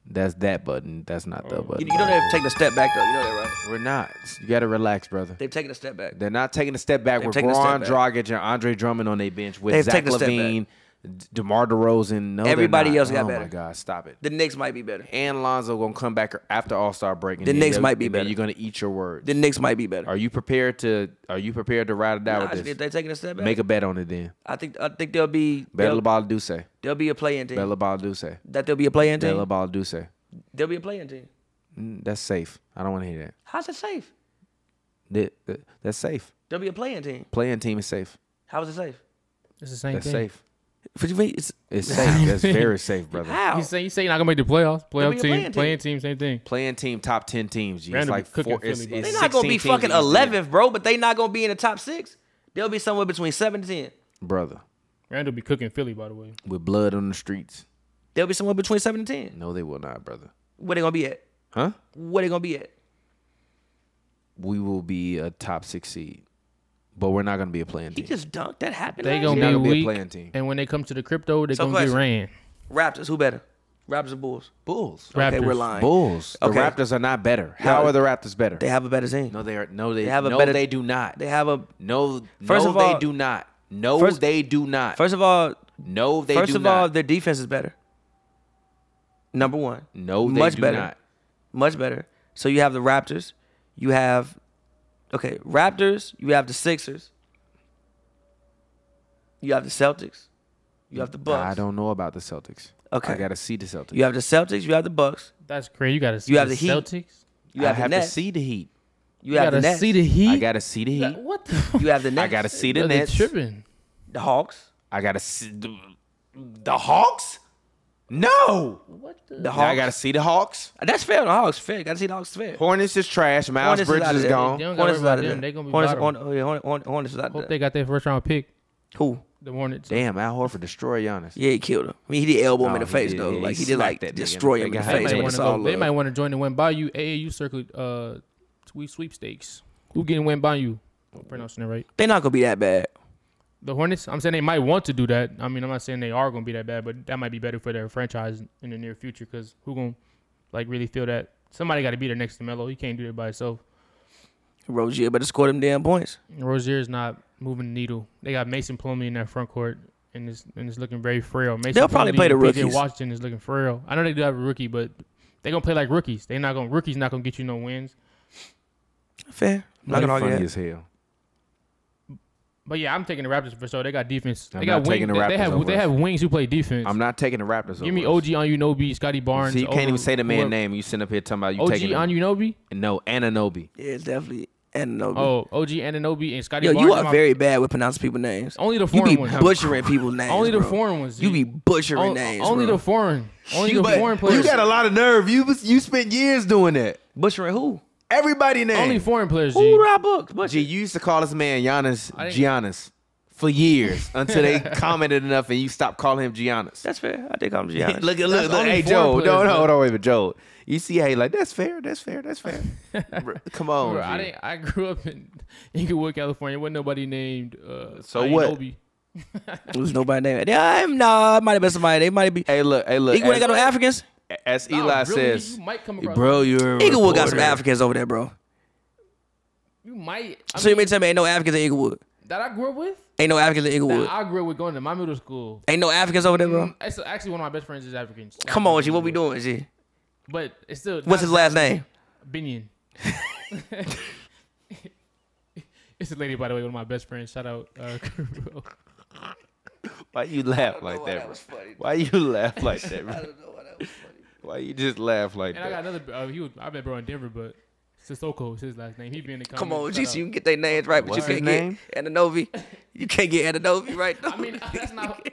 S2: That's that button. That's not the
S1: You,
S2: button.
S1: Oh. you know they've taken a step back though. You know that, right?
S2: We're not. You gotta relax, brother.
S1: They've taken a step back.
S2: They're not taking a step back
S1: They've
S2: with
S1: taken a step
S2: Goran
S1: back.
S2: Dragic and Andre Drummond on their bench with
S1: They've
S2: Zach
S1: taken a step back.
S2: Levine, D- DeMar DeRozan. No, they're
S1: Everybody
S2: not.
S1: else got
S2: oh
S1: better.
S2: my God, stop it.
S1: The Knicks might be better.
S2: And Lonzo gonna come back after All Star break. And
S1: The
S2: then
S1: Knicks
S2: they'll-
S1: might be
S2: and then
S1: better.
S2: You're gonna eat your words.
S1: The Knicks might be better.
S2: are you prepared to? Are you prepared to ride or die
S1: Nah,
S2: with
S1: they're
S2: this?
S1: taking a step back.
S2: Make a bet on it then.
S1: I think I think they'll be
S2: Bella
S1: they'll,
S2: Balduce.
S1: they'll be a play-in team.
S2: Bella Balduce.
S1: That they'll be a play-in team.
S2: Bella Balduce.
S1: They'll be a play-in team.
S2: Mm, That's safe. I don't want to hear that.
S1: How's it safe?
S2: That- that- That's safe.
S1: They'll be a play-in team.
S2: Playing team is safe.
S1: How's it safe?
S3: It's the same
S2: That's
S3: thing.
S2: safe.
S1: What you mean? It's,
S2: It's safe. That's very safe, brother.
S1: how?
S3: He's saying he's saying not gonna make the playoffs.
S1: be
S3: Playoff
S1: a
S3: team,
S1: playing team.
S3: playing team, same thing.
S2: Playing team top ten teams. G. It's
S3: Random
S2: like
S3: cooking
S2: four,
S3: Philly,
S2: it's,
S3: bro.
S2: it's
S1: They're not gonna
S2: 16
S1: be
S2: teams
S1: fucking
S2: in each league.
S1: eleventh, bro. But they not gonna be in the top six. They'll be somewhere between seven and ten.
S2: brother.
S3: Randall be cooking Philly, by the way.
S2: With blood on the streets.
S1: They'll be somewhere between seven and ten.
S2: No, they will not, brother.
S1: Where they gonna be at?
S2: Huh?
S1: Where they gonna be at?
S2: We will be a top six seed, but we're not gonna be a playing
S1: He
S2: team.
S1: just dunked. That happened.
S3: They
S1: last
S3: gonna
S1: year.
S3: be
S2: gonna be a
S3: weak,
S2: playing team.
S1: Mm.
S3: and when they come to the crypto, they
S1: So
S3: gonna get
S1: question.
S3: ran.
S1: Raptors. Who better? Raptors or Bulls?
S2: Bulls.
S1: Okay,
S3: Raptors.
S1: we're lying.
S2: Bulls. The
S1: Okay.
S2: Raptors are not better. How are the Raptors better?
S1: They have a better team.
S2: no, they are. No, they,
S1: They have a
S2: no,
S1: better-
S2: they do not.
S1: They have a.
S2: no,
S1: First
S2: no,
S1: of
S2: they
S1: all-
S2: do not. No,
S1: First-
S2: they do not.
S1: First of all,
S2: no, they
S1: first
S2: do
S1: of
S2: not.
S1: all, their defense is better. Number one.
S2: no, they
S1: much
S2: do
S1: better.
S2: not.
S1: Much better. So you have the Raptors. You have, okay, Raptors. You have the Sixers. You have the Celtics. You have the Bucks.
S2: I don't know about the Celtics.
S1: Okay.
S2: I gotta see the Celtics.
S1: You have the Celtics. You have the Bucks.
S3: That's crazy. You got to see
S1: You have the Heat.
S3: Celtics.
S1: You have,
S2: I have
S1: the
S2: to
S1: Nets.
S2: see the Heat.
S1: You
S3: You got
S1: have the
S3: to
S1: Nets.
S3: see the Heat.
S2: I gotta see the Heat.
S3: what the?
S1: you have the Nets.
S2: I gotta see
S3: Bro,
S2: the
S3: they
S2: Nets.
S3: tripping.
S1: the Hawks.
S2: I gotta see the, the Hawks. No,
S3: What the?
S1: The Hawks.
S2: I gotta see the Hawks.
S1: That's fair. The Hawks fair. You gotta see the Hawks fair.
S2: Hornets is trash. Miles
S1: Hornets is
S2: Bridges
S1: outta
S2: is
S1: there.
S2: gone.
S3: They don't gotta
S1: Hornets
S3: worry
S1: is out
S3: about
S1: of there.
S3: them. They gonna be
S1: Hornets,
S3: bottom.
S1: Horn- oh, yeah, Horn- Horn- Hornets is out
S3: Hope
S1: there.
S3: they got their first round pick.
S1: Who?
S3: The Hornets.
S2: Damn, Al Horford destroyed Giannis.
S1: Yeah, he killed him. I mean, he did elbow him
S2: Oh,
S1: in the
S2: he
S1: face
S2: did.
S1: though.
S2: Yeah,
S1: like
S2: he
S1: he did,
S2: smacked
S1: like
S2: that nigga.
S1: destroy him
S2: They
S1: in the
S2: got
S1: face.
S2: hate
S1: But
S2: on
S1: it's
S2: him.
S1: all
S3: They might
S1: love.
S3: want to join the Win Bayou AAU circuit uh, sweep sweepstakes. Who getting Win Bayou? I'm pronouncing it right.
S1: They're not gonna be that bad.
S3: The Hornets. I'm saying they might want to do that. I mean, I'm not saying they are going to be that bad, but that might be better for their franchise in the near future because who going to like really feel that somebody got to be their next Melo. He can't do it by himself.
S1: Rozier better score them damn points.
S3: Rozier is not moving the needle. They got Mason Plumlee in that front court, and it's and it's looking very frail. Mason
S1: They'll probably
S3: Plumlee
S1: play the
S3: and PJ
S1: rookies.
S3: Washington is looking frail. I know they do have a rookie, but they gonna play like rookies. They not gonna rookies not gonna get you no wins.
S1: Fair. I'm not
S2: They
S1: gonna
S2: funny
S1: argue
S2: as
S1: that.
S2: hell.
S3: But yeah, I'm taking the Raptors for sure. They got defense.
S2: I'm
S3: they got
S2: not taking
S3: wing-
S2: the Raptors
S3: they- They have
S2: over
S3: they
S2: us.
S3: have wings who play defense.
S2: I'm not taking the Raptors.
S3: Give me
S2: over
S3: OG Anunobi, Scotty
S2: us.
S3: Barnes.
S2: See, you can't
S3: over-
S2: even say the
S3: whoever-
S2: man name. You sitting up here talking about you
S3: OG
S2: taking him.
S3: Anunobi.
S2: no Ananobi.
S1: Yeah, it's definitely Ananobi. Oh,
S3: Oh, OG Anunobi and Scotty
S1: Yo,
S3: Barnes.
S1: you
S3: in
S1: are
S3: my-
S1: very bad with pronouncing people names.
S3: only the
S1: You
S3: foreign
S1: be
S3: ones.
S1: butchering people's names.
S3: Only the
S1: bro.
S3: foreign ones.
S1: You be butchering
S3: On-
S1: names.
S3: Only
S1: bro.
S3: the foreign. Only the
S2: but
S3: foreign players.
S2: You got a lot of nerve. You was- you spent years doing that.
S1: butchering who?
S2: Everybody name.
S3: Only foreign players.
S1: Who
S3: G.
S1: do I book? Butcher.
S2: Gee, you used to call this man Giannis
S3: I didn't-
S2: Giannis for years until they commented enough and you stopped calling him Giannis.
S1: That's fair. I think I'm
S2: look,
S1: Giannis.
S2: look,
S3: That's
S2: look,
S3: only
S2: hey
S3: four
S2: Joe,
S3: players,
S2: no,
S3: bro.
S2: no, hold on, wait, but Joe, you see how he like that's fair, that's fair, that's fair. Bro, Come on,
S3: Bro, I
S2: G.
S3: didn't. I grew up in Inglewood, California. Wasn't nobody named. Uh,
S2: So what?
S3: Ainobi.
S1: There was nobody named. Yeah, I'm nah. It might have been somebody. They might be.
S2: Hey, look, hey, look.
S1: Eaglewood ain't got no
S2: As,
S1: Africans.
S2: as
S3: Nah,
S2: Eli
S3: really,
S2: says,
S3: you might come across.
S2: bro, you're a
S1: Eaglewood got some
S2: reporter.
S1: Africans over there, bro.
S3: You might. I
S1: So you
S3: mean,
S1: mean to tell me ain't no Africans in Eaglewood?
S3: that I grew up with.
S1: Ain't no Africans in
S3: That
S1: Eaglewood.
S3: I grew up with going to my middle school.
S1: Ain't no Africans over there, bro.
S3: It's actually one of my best friends is African.
S1: Come on, G. What we doing, G?
S3: But it's still.
S1: What's his last name?
S3: Binion. it's a lady, by the way, one of my best friends. Shout out. Uh, Kuro.
S2: Why you laugh like that? bro? Why you laugh like that? bro? Why you just laugh like
S3: and I got
S2: that?
S3: another. Uh, he was. I met bro in Denver, but Sissoko is his last name. He be in the.
S1: Come on,
S3: comments.
S1: G.
S3: Shout
S1: So you
S3: out.
S1: can get their names right, but
S2: What's
S1: you
S2: his
S1: can't
S2: name?
S1: get Ananobi. You can't get Ananobi right. Though.
S3: I mean, that's not.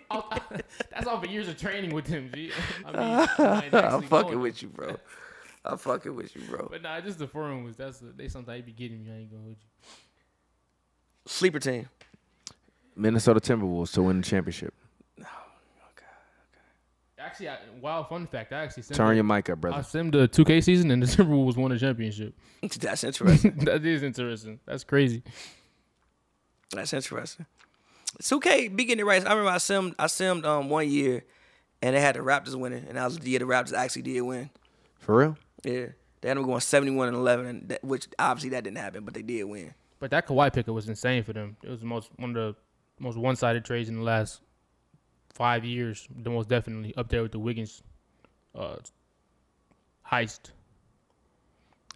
S3: that's all for years of training with him, G. I mean, I'm,
S1: I'm fucking with you, bro. I'm fucking with you, bro.
S3: But nah, just the foreign ones. That's the, they sometimes be getting me. I ain't gonna hold you.
S1: Sleeper team.
S2: Minnesota Timberwolves to win the championship.
S3: Actually, I, wild fun fact. I actually simmed,
S2: Turn your mic up,
S3: I
S2: brother.
S3: simmed the 2K season and the Timberwolves won a championship.
S1: That's interesting.
S3: that is interesting. That's crazy.
S1: That's interesting. 2K be getting it right. I remember I simmed I simmed um one year and they had the Raptors winning and I was the year the Raptors actually did win.
S2: For real?
S1: Yeah. They ended up going 71 and 11, and that, which obviously that didn't happen, but they did win.
S3: But that Kawhi pickup was insane for them. It was the most one of the most one sided trades in the last five years. The most definitely up there with the Wiggins uh, heist.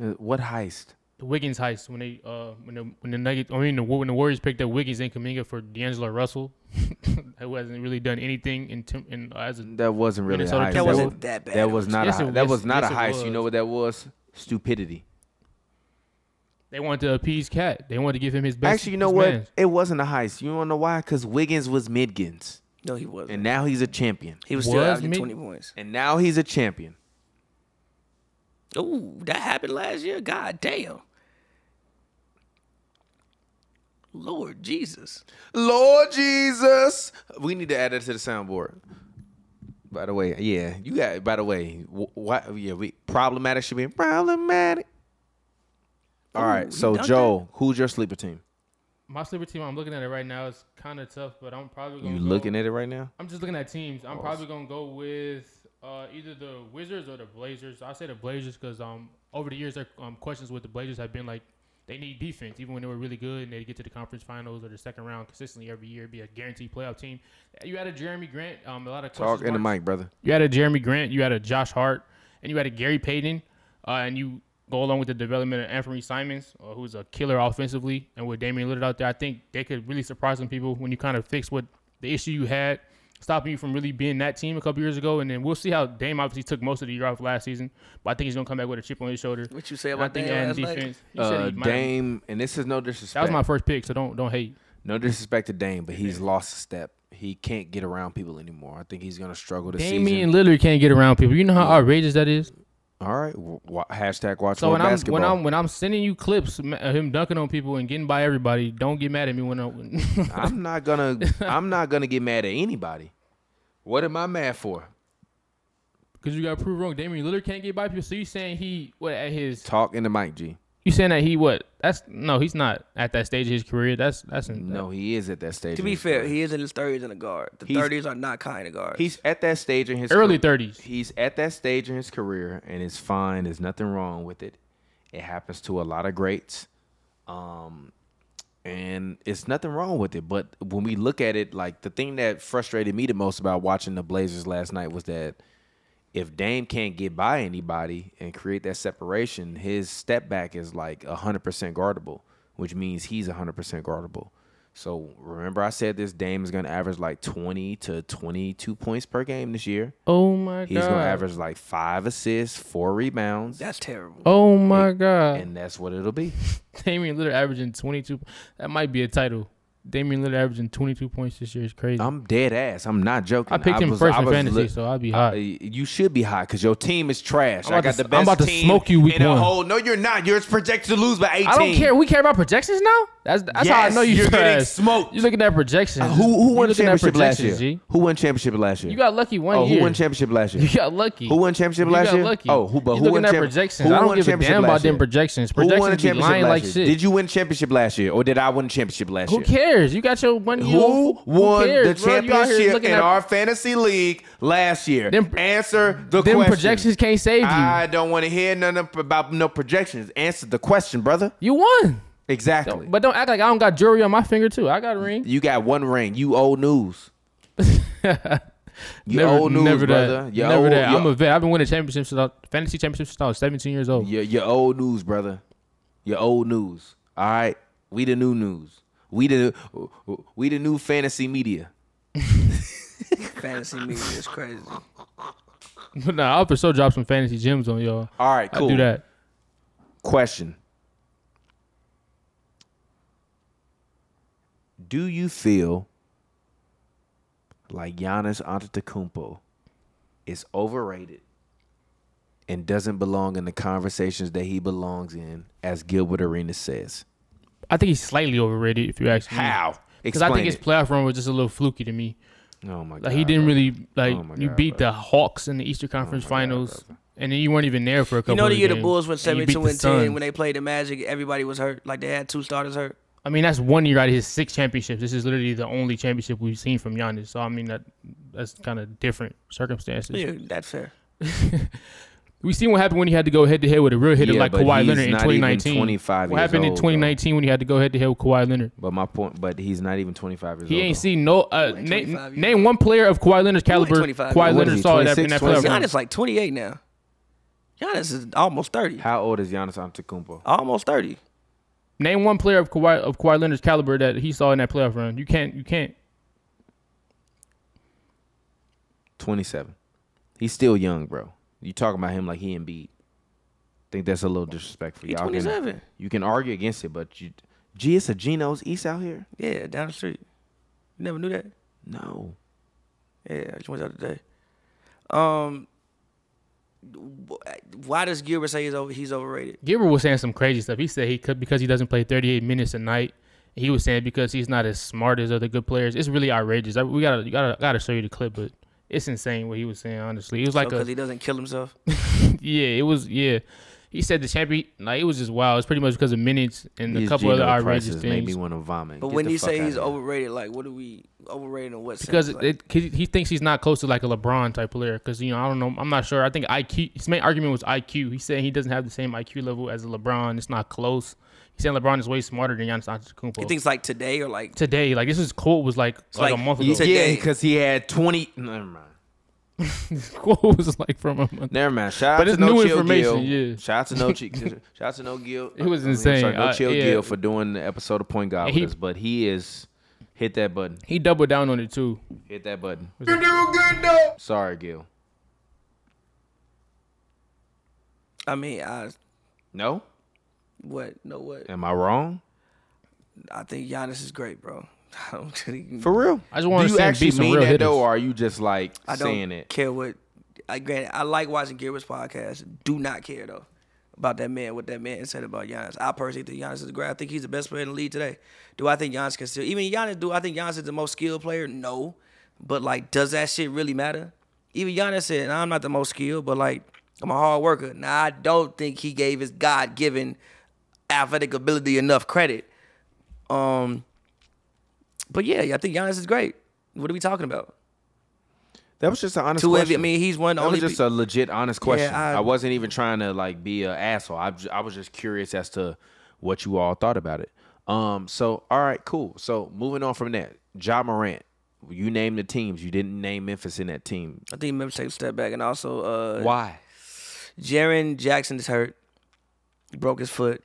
S2: Uh, What heist?
S3: the Wiggins heist when they uh when the when the Nuggets I mean the when the Warriors picked up Wiggins and Kaminga for D'Angelo Russell, who hasn't really done anything in Tim, in uh, as a,
S2: That wasn't really
S3: Minnesota
S2: a heist.
S3: Timberwolves. That
S1: wasn't that bad.
S2: That was not
S3: Yes,
S2: a
S3: it-
S2: heist. That was
S3: yes,
S2: not a
S3: yes, it
S2: heist. You
S3: was.
S2: know what that was? Stupidity.
S3: they wanted to appease Cat. They wanted to give him his best.
S2: Actually, you know
S3: his
S2: what?
S3: mans.
S2: It wasn't a heist. You wanna know why? Because Wiggins was Midgins,
S1: No, he wasn't.
S2: and now he's a champion.
S1: he was still
S3: Was
S1: averaging
S3: me-
S1: 20 points.
S2: And now he's a champion.
S1: Ooh, that happened last year? God damn. Lord Jesus.
S2: Lord Jesus, we need to add that to the soundboard. By the way, yeah, you got. By the way, wh- why? Yeah, we problematic should be problematic. All right,
S1: Ooh, he
S2: so
S1: dunked
S2: Joe, who's your sleeper team?
S3: My sleeper team, I'm looking at it right now. It's kind of tough, but I'm probably gonna.
S2: You
S3: go-
S2: looking at it right now?
S3: I'm just looking at teams. I'm probably gonna go with uh, either the Wizards or the Blazers. I say the Blazers because um over the years their um, questions with the Blazers have been like they need defense even when they were really good and they get to the conference finals or the second round consistently every year be a guaranteed playoff team. You had a Jeremy Grant, um a lot of
S2: Talk
S3: questions
S2: in the
S3: marks.
S2: mic, brother.
S3: You had a Jeremy Grant, you had a Josh Hart, and you had a Gary Payton, uh, and you go along with the development of Anthony Simons, uh, who's a killer offensively, and with Damian Lillard out there, I think they could really surprise some people when you kind of fix what the issue you had stopping you from really being that team a couple years ago. And then we'll see how Dame obviously took most of the year off last season, but I think he's gonna come back with a chip on his shoulder.
S2: What you say
S3: And I
S2: about
S3: think
S2: Dame
S3: on
S2: last night?
S3: defense, you said
S2: Uh,
S3: he might-
S2: Dame, and this is no disrespect.
S3: That was my first pick, so don't don't hate.
S2: no disrespect to Dame, but he's lost a step. He can't get around people anymore. I think he's gonna struggle this
S3: Damian
S2: season.
S3: Lillard can't get around people. You know how outrageous that is.
S2: All right, w- wa- hashtag watch
S3: So
S2: more
S3: when I'm
S2: basketball.
S3: when I'm when I'm sending you clips of him dunking on people and getting by everybody, don't get mad at me when I. When
S2: I'm not gonna I'm not gonna get mad at anybody. What am I mad for?
S3: Because you got proved wrong. Damian Lillard can't get by people. So you saying he what at his?
S2: Talk in the mic, G.
S3: You saying that he what? That's no, he's not at that stage of his career. That's that's
S2: No, he is at that stage.
S1: To
S2: in
S1: be
S2: his
S1: fair,
S2: career.
S1: he is in his thirties and a guard. The
S2: He's-
S1: thirties are not kind of guards.
S2: he's at that stage in his
S3: early
S2: career.
S3: thirties.
S2: He's at that stage in his career, and it's fine. There's nothing wrong with it. It happens to a lot of greats, um, and it's nothing wrong with it. But when we look at it, like the thing that frustrated me the most about watching the Blazers last night was that if Dame can't get by anybody and create that separation, his step back is like 100% guardable, which means he's 100% guardable. So remember, I said this Dame is going to average like 20 to 22 points per game this year.
S3: Oh my
S2: He's
S3: god.
S2: going to average like five assists, four rebounds,
S1: That's terrible.
S3: Oh my god.
S2: and that's what it'll be.
S3: Damian Lillard averaging twenty two. That might be a title. Damian Lillard averaging twenty two points this year is crazy. i
S2: I'm dead ass. I'm not joking.
S3: picked him
S2: was-
S3: first
S2: I
S3: in
S2: was
S3: fantasy,
S2: look-
S3: so I'd be
S2: Uh,
S3: hot.
S2: you should be hot because your team is trash.
S3: I'm
S2: I
S3: about
S2: got
S3: to-
S2: the best
S3: I'm about to
S2: team
S3: smoke you week
S2: in the
S3: one.
S2: whole- No, you're not. You're projected to lose by 18.
S3: I don't care. We care about projections now. That's that's how I
S2: Yes,
S3: know you
S2: you're getting
S3: trash.
S2: smoked. Uh,
S3: You're looking at projections.
S2: Who who
S3: You
S2: won the
S3: looking at
S2: championship last year?
S3: projections, G.
S2: Who won championship last year?
S3: You got lucky one
S2: oh,
S3: year.
S2: who won championship last year?
S3: You got lucky.
S2: Who won championship
S3: You
S2: last
S3: got
S2: year?
S3: Lucky.
S2: Oh, who- but
S3: You
S2: who
S3: looking
S2: won
S3: at
S2: champ-
S3: projections?
S2: who
S3: I don't
S2: won
S3: give a
S2: championship
S3: damn about
S2: last
S3: them
S2: year?
S3: projections.
S2: Who won
S3: Projections
S2: the
S3: be
S2: championship
S3: lying
S2: last
S3: like
S2: year?
S3: shit.
S2: Did you win championship last year, or did I win championship last
S3: who
S2: year?
S3: cares? You got your one year.
S2: Who won the
S3: cares, bro? You out here
S2: championship
S3: looking
S2: in
S3: at-
S2: our fantasy league last year?
S3: Them-
S2: Answer the
S3: Them
S2: question.
S3: projections can't save you.
S2: I don't want to hear none of, about no projections. Answer the question, brother.
S3: you won.
S2: Exactly.
S3: But don't act like I don't got jewelry on my finger too. I got a ring.
S2: you got one ring. You old news. you
S3: never,
S2: old news,
S3: never
S2: brother.
S3: That.
S2: You
S3: never
S2: old,
S3: that.
S2: you-
S3: I'm a vet. I've been winning championships since I, fantasy championships since I was 17 years old.
S2: Your your old news, brother. Your old news. All right, we the new news. We the we the new fantasy media.
S1: Fantasy media is crazy.
S3: But nah, I'll for sure drop some fantasy gems on y'all.
S2: All right, cool.
S3: I do that.
S2: Question: Do you feel like Giannis Antetokounmpo is overrated and doesn't belong in the conversations that he belongs in, as Gilbert Arenas says?
S3: I think he's slightly overrated if you ask me.
S2: How?
S3: Because Mm. I
S2: Explain
S3: think his
S2: it.
S3: playoff run was just a little fluky to me.
S2: oh my god,
S3: Like he didn't
S2: bro.
S3: really like
S2: Oh my
S3: you
S2: God, Oh
S3: beat the Hawks in the Eastern Conference Finals, and then you weren't even there for a couple.
S1: You know
S3: of
S1: the year the
S3: games,
S1: Bulls went
S3: and you beat
S1: seventy-two
S3: the
S1: and ten
S3: Suns.
S1: when they played the Magic. Everybody was hurt. Like they had two starters hurt.
S3: I mean, that's one year out of his six championships. This is literally the only championship we've seen from Giannis. So I mean, that that's kind of different circumstances.
S1: Yeah, that's fair.
S3: We seen what happened when he had to go head to head with a real hitter
S2: Yeah,
S3: like
S2: but
S3: Kawhi
S2: he's
S3: Leonard in
S2: not even
S3: 2019.
S2: 25
S3: what
S2: years
S3: happened in
S2: old, though.
S3: 2019 when he had to go head to head with Kawhi Leonard?
S2: But my point, but he's not even 25 years
S3: He
S2: old.
S3: ain't
S2: though.
S3: seen no uh,
S1: ain't
S3: name
S1: 25 years
S3: name one player of Kawhi Leonard's caliber.
S1: 25
S3: Kawhi
S1: years
S2: old.
S3: Leonard saw it in that
S2: 26,
S3: playoff. run.
S1: Giannis like twenty-eight now. Giannis is almost thirty.
S2: How old is Giannis Antetokounmpo?
S1: Almost thirty.
S3: Name one player of Kawhi of Kawhi Leonard's caliber that he saw in that playoff run. You can't. You can't.
S2: 27. He's still young, bro. You talking about him like he Embiid. Think that's a little disrespectful.
S1: He
S2: Y'all can-
S1: 27.
S2: you can argue against it, but you, gee, it's a Geno's East out here.
S1: Yeah, down the street. You never knew that.
S2: No,
S1: Yeah, I just went out today. Um, wh- why does Gilbert say he's over, he's overrated?
S3: Gilbert was saying some crazy stuff. He said he could because he doesn't play 38 minutes a night. He was saying because he's not as smart as other good players. It's really outrageous. I, we gotta you gotta gotta show you the clip, but it's insane what he was saying. Honestly, it was like
S1: Because
S3: a
S1: he doesn't kill himself.
S3: yeah, it was yeah. He said the champion like it was just wild. It's pretty much because of minutes and a
S2: These
S3: couple other
S2: Geno
S3: outrageous
S2: prices Made me
S3: things.
S2: want to vomit.
S1: But
S2: Get
S1: when
S2: the
S1: you
S2: fuck
S1: say
S2: outta
S1: he's
S2: here.
S1: overrated, like what do we overrated in what sense?
S3: Because
S1: Like,
S3: it, he, he thinks he's not close to like a LeBron type player. Because you know I don't know I'm not sure. I think IQ. His main argument was IQ. He's saying he doesn't have the same IQ level as a LeBron. It's not close. He's saying LeBron is way smarter than Giannis Antetokounmpo.
S1: you think it's like today or like
S3: today. Like this is quote was like like,
S1: like-
S3: a month
S1: you
S3: ago.
S1: said-
S2: yeah,
S1: Today.
S2: because he had 20. Never mind.
S3: quote was like from a month.
S2: Never mind. Shout out
S3: But
S2: to
S3: it's
S2: No
S3: new
S2: Chill
S3: information,
S2: Gill.
S3: yeah.
S2: Shout out to No Chill. Shout out to No Gill.
S3: It was
S2: I mean,
S3: insane.
S2: sorry, no
S3: I-
S2: Chill
S3: yeah.
S2: Gill for doing the episode of Point God with
S3: He-
S2: us, but he is Hit that button.
S3: He doubled down on it too.
S2: Hit that button.
S3: You're
S2: doing good though. Sorry, Gil.
S1: I mean, I
S2: No?
S1: what? No what?
S2: Am I wrong?
S1: I think Giannis is great, bro. I don't really,
S2: For real?
S3: I just wanna
S2: Do you
S3: see him
S2: actually
S3: beat some
S2: mean
S3: real
S2: that
S3: hitters.
S2: though, or are you just like
S1: I don't
S2: saying it?
S1: care what. I granted, I like watching Gilbert's podcast. Do not care though about that man, what that man said about Giannis. I personally think Giannis is great. I think he's the best player in the league today. Do I think Giannis can still even Giannis? Do I think Giannis is the most skilled player? No, but like, does that shit really matter? Even Giannis said, "Nah, "I'm not the most skilled, but like, I'm a hard worker." Now I don't think he gave his God-given athletic ability enough credit. Um, but yeah, I think Giannis is great. What are we talking about?
S2: That was just an honest
S1: Two
S2: question.
S1: MVP. I mean, he's one of the
S2: That
S1: only.
S2: was just
S1: pe-
S2: a legit, honest question.
S1: I-
S2: I, wasn't even trying to like be an asshole. I, j- I was just curious as to what you all thought about it. Um. So all right, cool. So moving on from that, Ja Morant. You named the teams. You didn't name Memphis in that team.
S1: I think Memphis take a step back, and also uh,
S2: Why?
S1: Jaron Jackson is hurt. He broke his foot.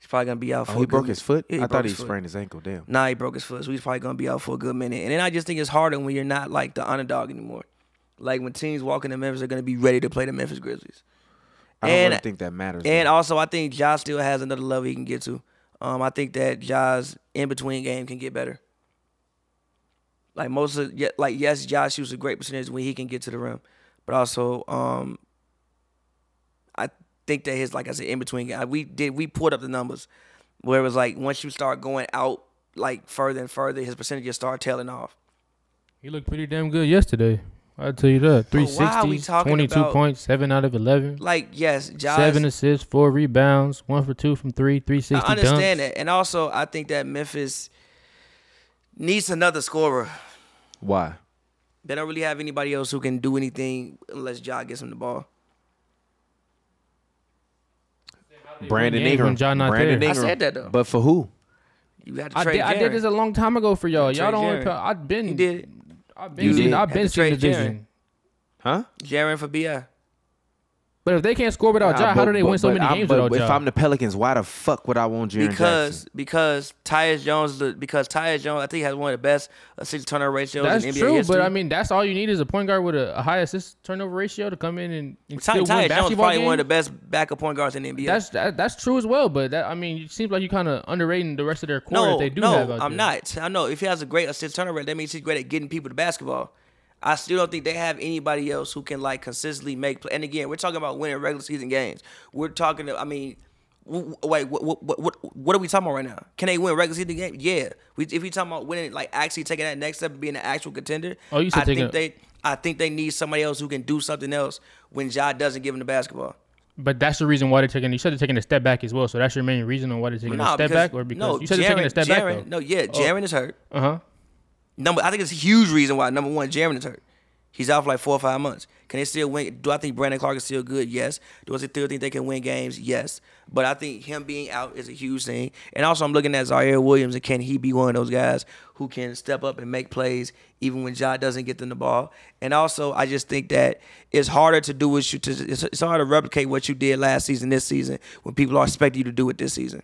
S1: He's probably gonna be out for.
S2: Oh,
S1: a
S2: he
S1: good
S2: broke his
S1: mi-
S2: foot.
S1: Yeah,
S2: I
S1: broke
S2: thought he
S1: his foot.
S2: sprained his ankle. Damn.
S1: Nah, he broke his foot, so he's probably gonna be out for a good minute. And then I just think it's harder when you're not like the underdog anymore. Like when teams walking to Memphis, they're gonna be ready to play the Memphis Grizzlies.
S2: I don't
S1: And-
S2: really think that matters.
S1: And
S2: though.
S1: also, I think Ja still has another level he can get to. Um, I think that Ja's in between game can get better. Like most of, yeah, like yes, Ja shoots a great percentage when he can get to the rim, but also, um, I think that his like I said in between game. We did we pulled up the numbers where it was like once you start going out like further and further, his percentages start tailing off.
S3: He looked pretty damn good yesterday. I'll tell you that.
S1: But why are we
S3: 360,
S1: talking
S3: 22
S1: about-
S3: points, 7 out of 11,
S1: Like yes, Ja's
S3: 7 assists, 4 rebounds, 1 for 2 from 3, 360
S1: I understand
S3: dunks.
S1: that, and also I think that Memphis needs another scorer.
S2: Why?
S1: They don't really have anybody else who can do anything unless Ja gets him the ball.
S2: Brandon
S3: games when
S2: Ingram.
S3: Ja not
S2: Brandon
S3: there.
S1: I
S2: Ingram.
S1: said that, though.
S2: But for who?
S1: You got to
S3: I
S1: trade
S3: did, I did
S1: Jaren.
S3: this a long time ago for y'all.
S1: Trade
S3: Y'all don't want
S1: Jaren.
S3: to. I've been.
S1: You did it.
S3: I've
S2: You
S3: been. Seen,
S2: did.
S3: I've been
S1: Had to
S3: seeing the
S1: trade
S3: vision.
S2: Huh?
S1: Jaren for Bi.
S3: But if they can't score without
S2: Nah,
S3: Ja, how
S2: but-
S3: do they
S2: but-
S3: win so
S2: but
S3: many
S2: I'm-
S3: games
S2: but
S3: without
S2: If
S3: Ja?
S2: I'm the Pelicans, why the fuck would I want Jaren
S1: Because
S2: Jackson?
S1: because Tyus Jones the- because Tyus Jones I think has one of the best assist turnover ratios
S3: That's
S1: in NBA
S3: true,
S1: history.
S3: but I mean, that's all you need is a point guard with a, a high assist turnover ratio to come in and, and
S1: Ty,
S3: still
S1: Tyus
S3: win
S1: Jones is
S3: basketball
S1: probably
S3: games.
S1: one of the best backup point guards in the NBA.
S3: that's that, that's true as well, but that I mean, it seems like you kind of underrating the rest of their core
S1: no,
S3: that they do
S1: no,
S3: have out
S1: I'm
S3: there.
S1: not. I know if he has a great assist turnover, rate, that means he's great at getting people to basketball. I still don't think they have anybody else who can like consistently make play. And again, we're talking about winning regular season games. We're talking. I mean, w- w- wait, what, what, what, what are we talking about right now? Can they win regular season game? Yeah. We, if we talking about winning, like actually taking that next step and being an actual contender.
S3: Oh, you said
S1: I
S3: taking
S1: think they. I think they need somebody else who can do something else when Ja doesn't give him the basketball.
S3: But that's the reason why they're taking. You said they're taking a step back as well, so that's your main reason on why they're taking a
S1: No,
S3: step
S1: because-
S3: back, or because
S1: no,
S3: you said they're taking a step
S1: Jaren,
S3: back.
S1: No, yeah, Jaren is hurt.
S3: Uh huh.
S1: Number, I think it's a huge reason why. Number one, Jaron is hurt. He's out for like four or five months. Can they still win? Do I think Brandon Clark is still good? Yes. Do I still think they can win games? Yes. But I think him being out is a huge thing. And also, I'm looking at Zaire Williams and can he be one of those guys who can step up and make plays even when Ja doesn't get them the ball? And also, I just think that it's harder to do what you to, it's, it's harder to replicate what you did last season this season when people are expecting you to do it this season.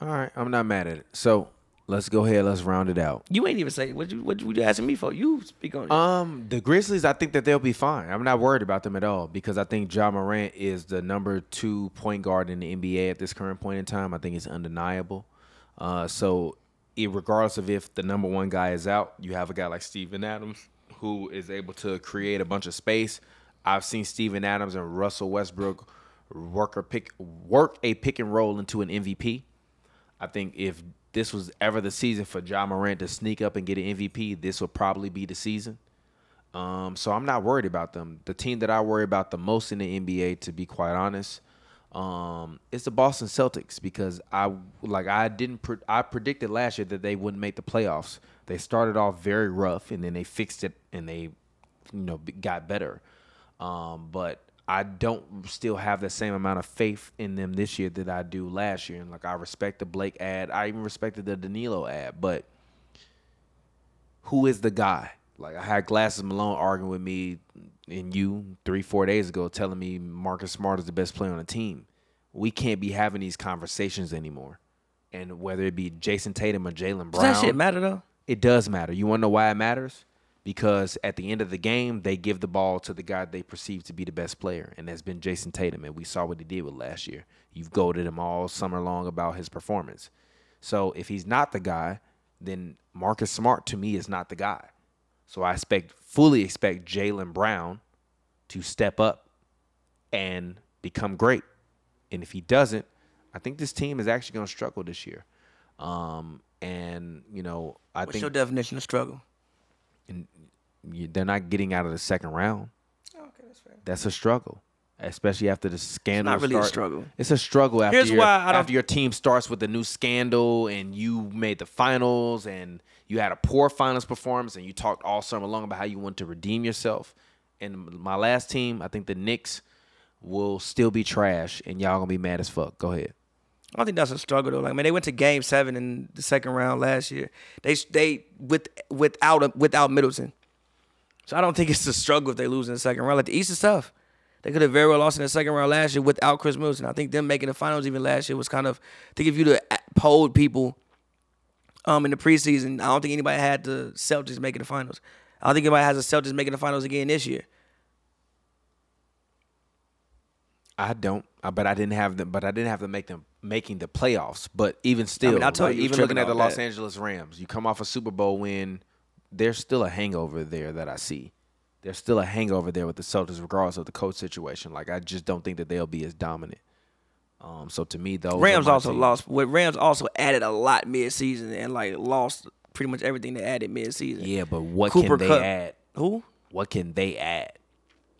S2: All right, I'm not mad at it. So let's go ahead. Let's round it out.
S1: You ain't even say what you what you, what you asking me for. You speak on it.
S2: Um, the Grizzlies, I think that they'll be fine. I'm not worried about them at all because I think John Morant is the number two point guard in the NBA at this current point in time. I think it's undeniable. Uh, so it, regardless of if the number one guy is out, you have a guy like Steven Adams who is able to create a bunch of space. I've seen Steven Adams and Russell Westbrook work a pick work a pick and roll into an MVP. I think if this was ever the season for John Morant to sneak up and get an MVP, this would probably be the season. Um, so I'm not worried about them. The team that I worry about the most in the NBA, to be quite honest, um, is the Boston Celtics because I like I didn't pre- I predicted last year that they wouldn't make the playoffs. They started off very rough and then they fixed it and they, you know, b- got better. Um, but I don't still have the same amount of faith in them this year that I do last year. And like I respect the Blake ad, I even respected the Danilo ad, but who is the guy? Like I had Glasses Malone arguing with me and you three, four days ago, telling me Marcus Smart is the best player on the team. We can't be having these conversations anymore. And whether it be Jason Tatum or Jalen
S1: Does
S2: Brown,
S1: that shit matter though?
S2: It does matter. You want to know why it matters? Because at the end of the game, they give the ball to the guy they perceive to be the best player, and that's been Jason Tatum. And we saw what he did with last year. You've goaded him all summer long about his performance. So if he's not the guy, then Marcus Smart to me is not the guy. So I expect fully expect Jalen Brown to step up and become great. And if he doesn't, I think this team is actually going to struggle this year. Um, and you know, I
S1: What's
S2: think
S1: your definition of struggle?
S2: you- they're not getting out of the second round.
S1: okay, that's fair.
S2: That's a struggle, especially after the scandal.
S1: not really a
S2: start-
S1: struggle.
S2: It's a struggle after
S1: Here's
S2: your,
S1: why I don't-
S2: after your team starts with a new scandal and you made the finals and you had a poor finals performance and you talked all summer long about how you want to redeem yourself. And my last team, I think the Knicks will still be trash and y'all gonna be mad as fuck. Go ahead.
S1: I don't think that's a struggle though. Like, man, they went to Game Seven in the second round last year. They they with without a, without Middleton, so I don't think it's a struggle if they lose in the second round. Like the East is tough. They could have very well lost in the second round last year without Chris Middleton. I think them making the finals even last year was kind of. I think if you'd have polled people, um, in the preseason, I don't think anybody had the Celtics making the finals. I don't think anybody has the Celtics making the finals again this year.
S2: I don't, I- but I didn't have them. But I didn't have to make them making the playoffs. But even still,
S1: I'll tell
S2: like,
S1: you, you
S2: even
S1: tripping
S2: looking at the
S1: off
S2: Los
S1: that.
S2: Angeles Rams, you come off a Super Bowl win, there's still a hangover there that I see. There's still a hangover there with the Celtics, regardless of the coach situation. Like I just don't think that they'll be as dominant. Um, so to me, those are
S1: Rams
S2: my
S1: also
S2: teams.
S1: lost. What Rams also added a lot mid-season and like lost pretty much everything they added mid-season.
S2: Yeah, but what
S1: Cooper
S2: can they
S1: Cup.
S2: add?
S1: Who?
S2: What can they add?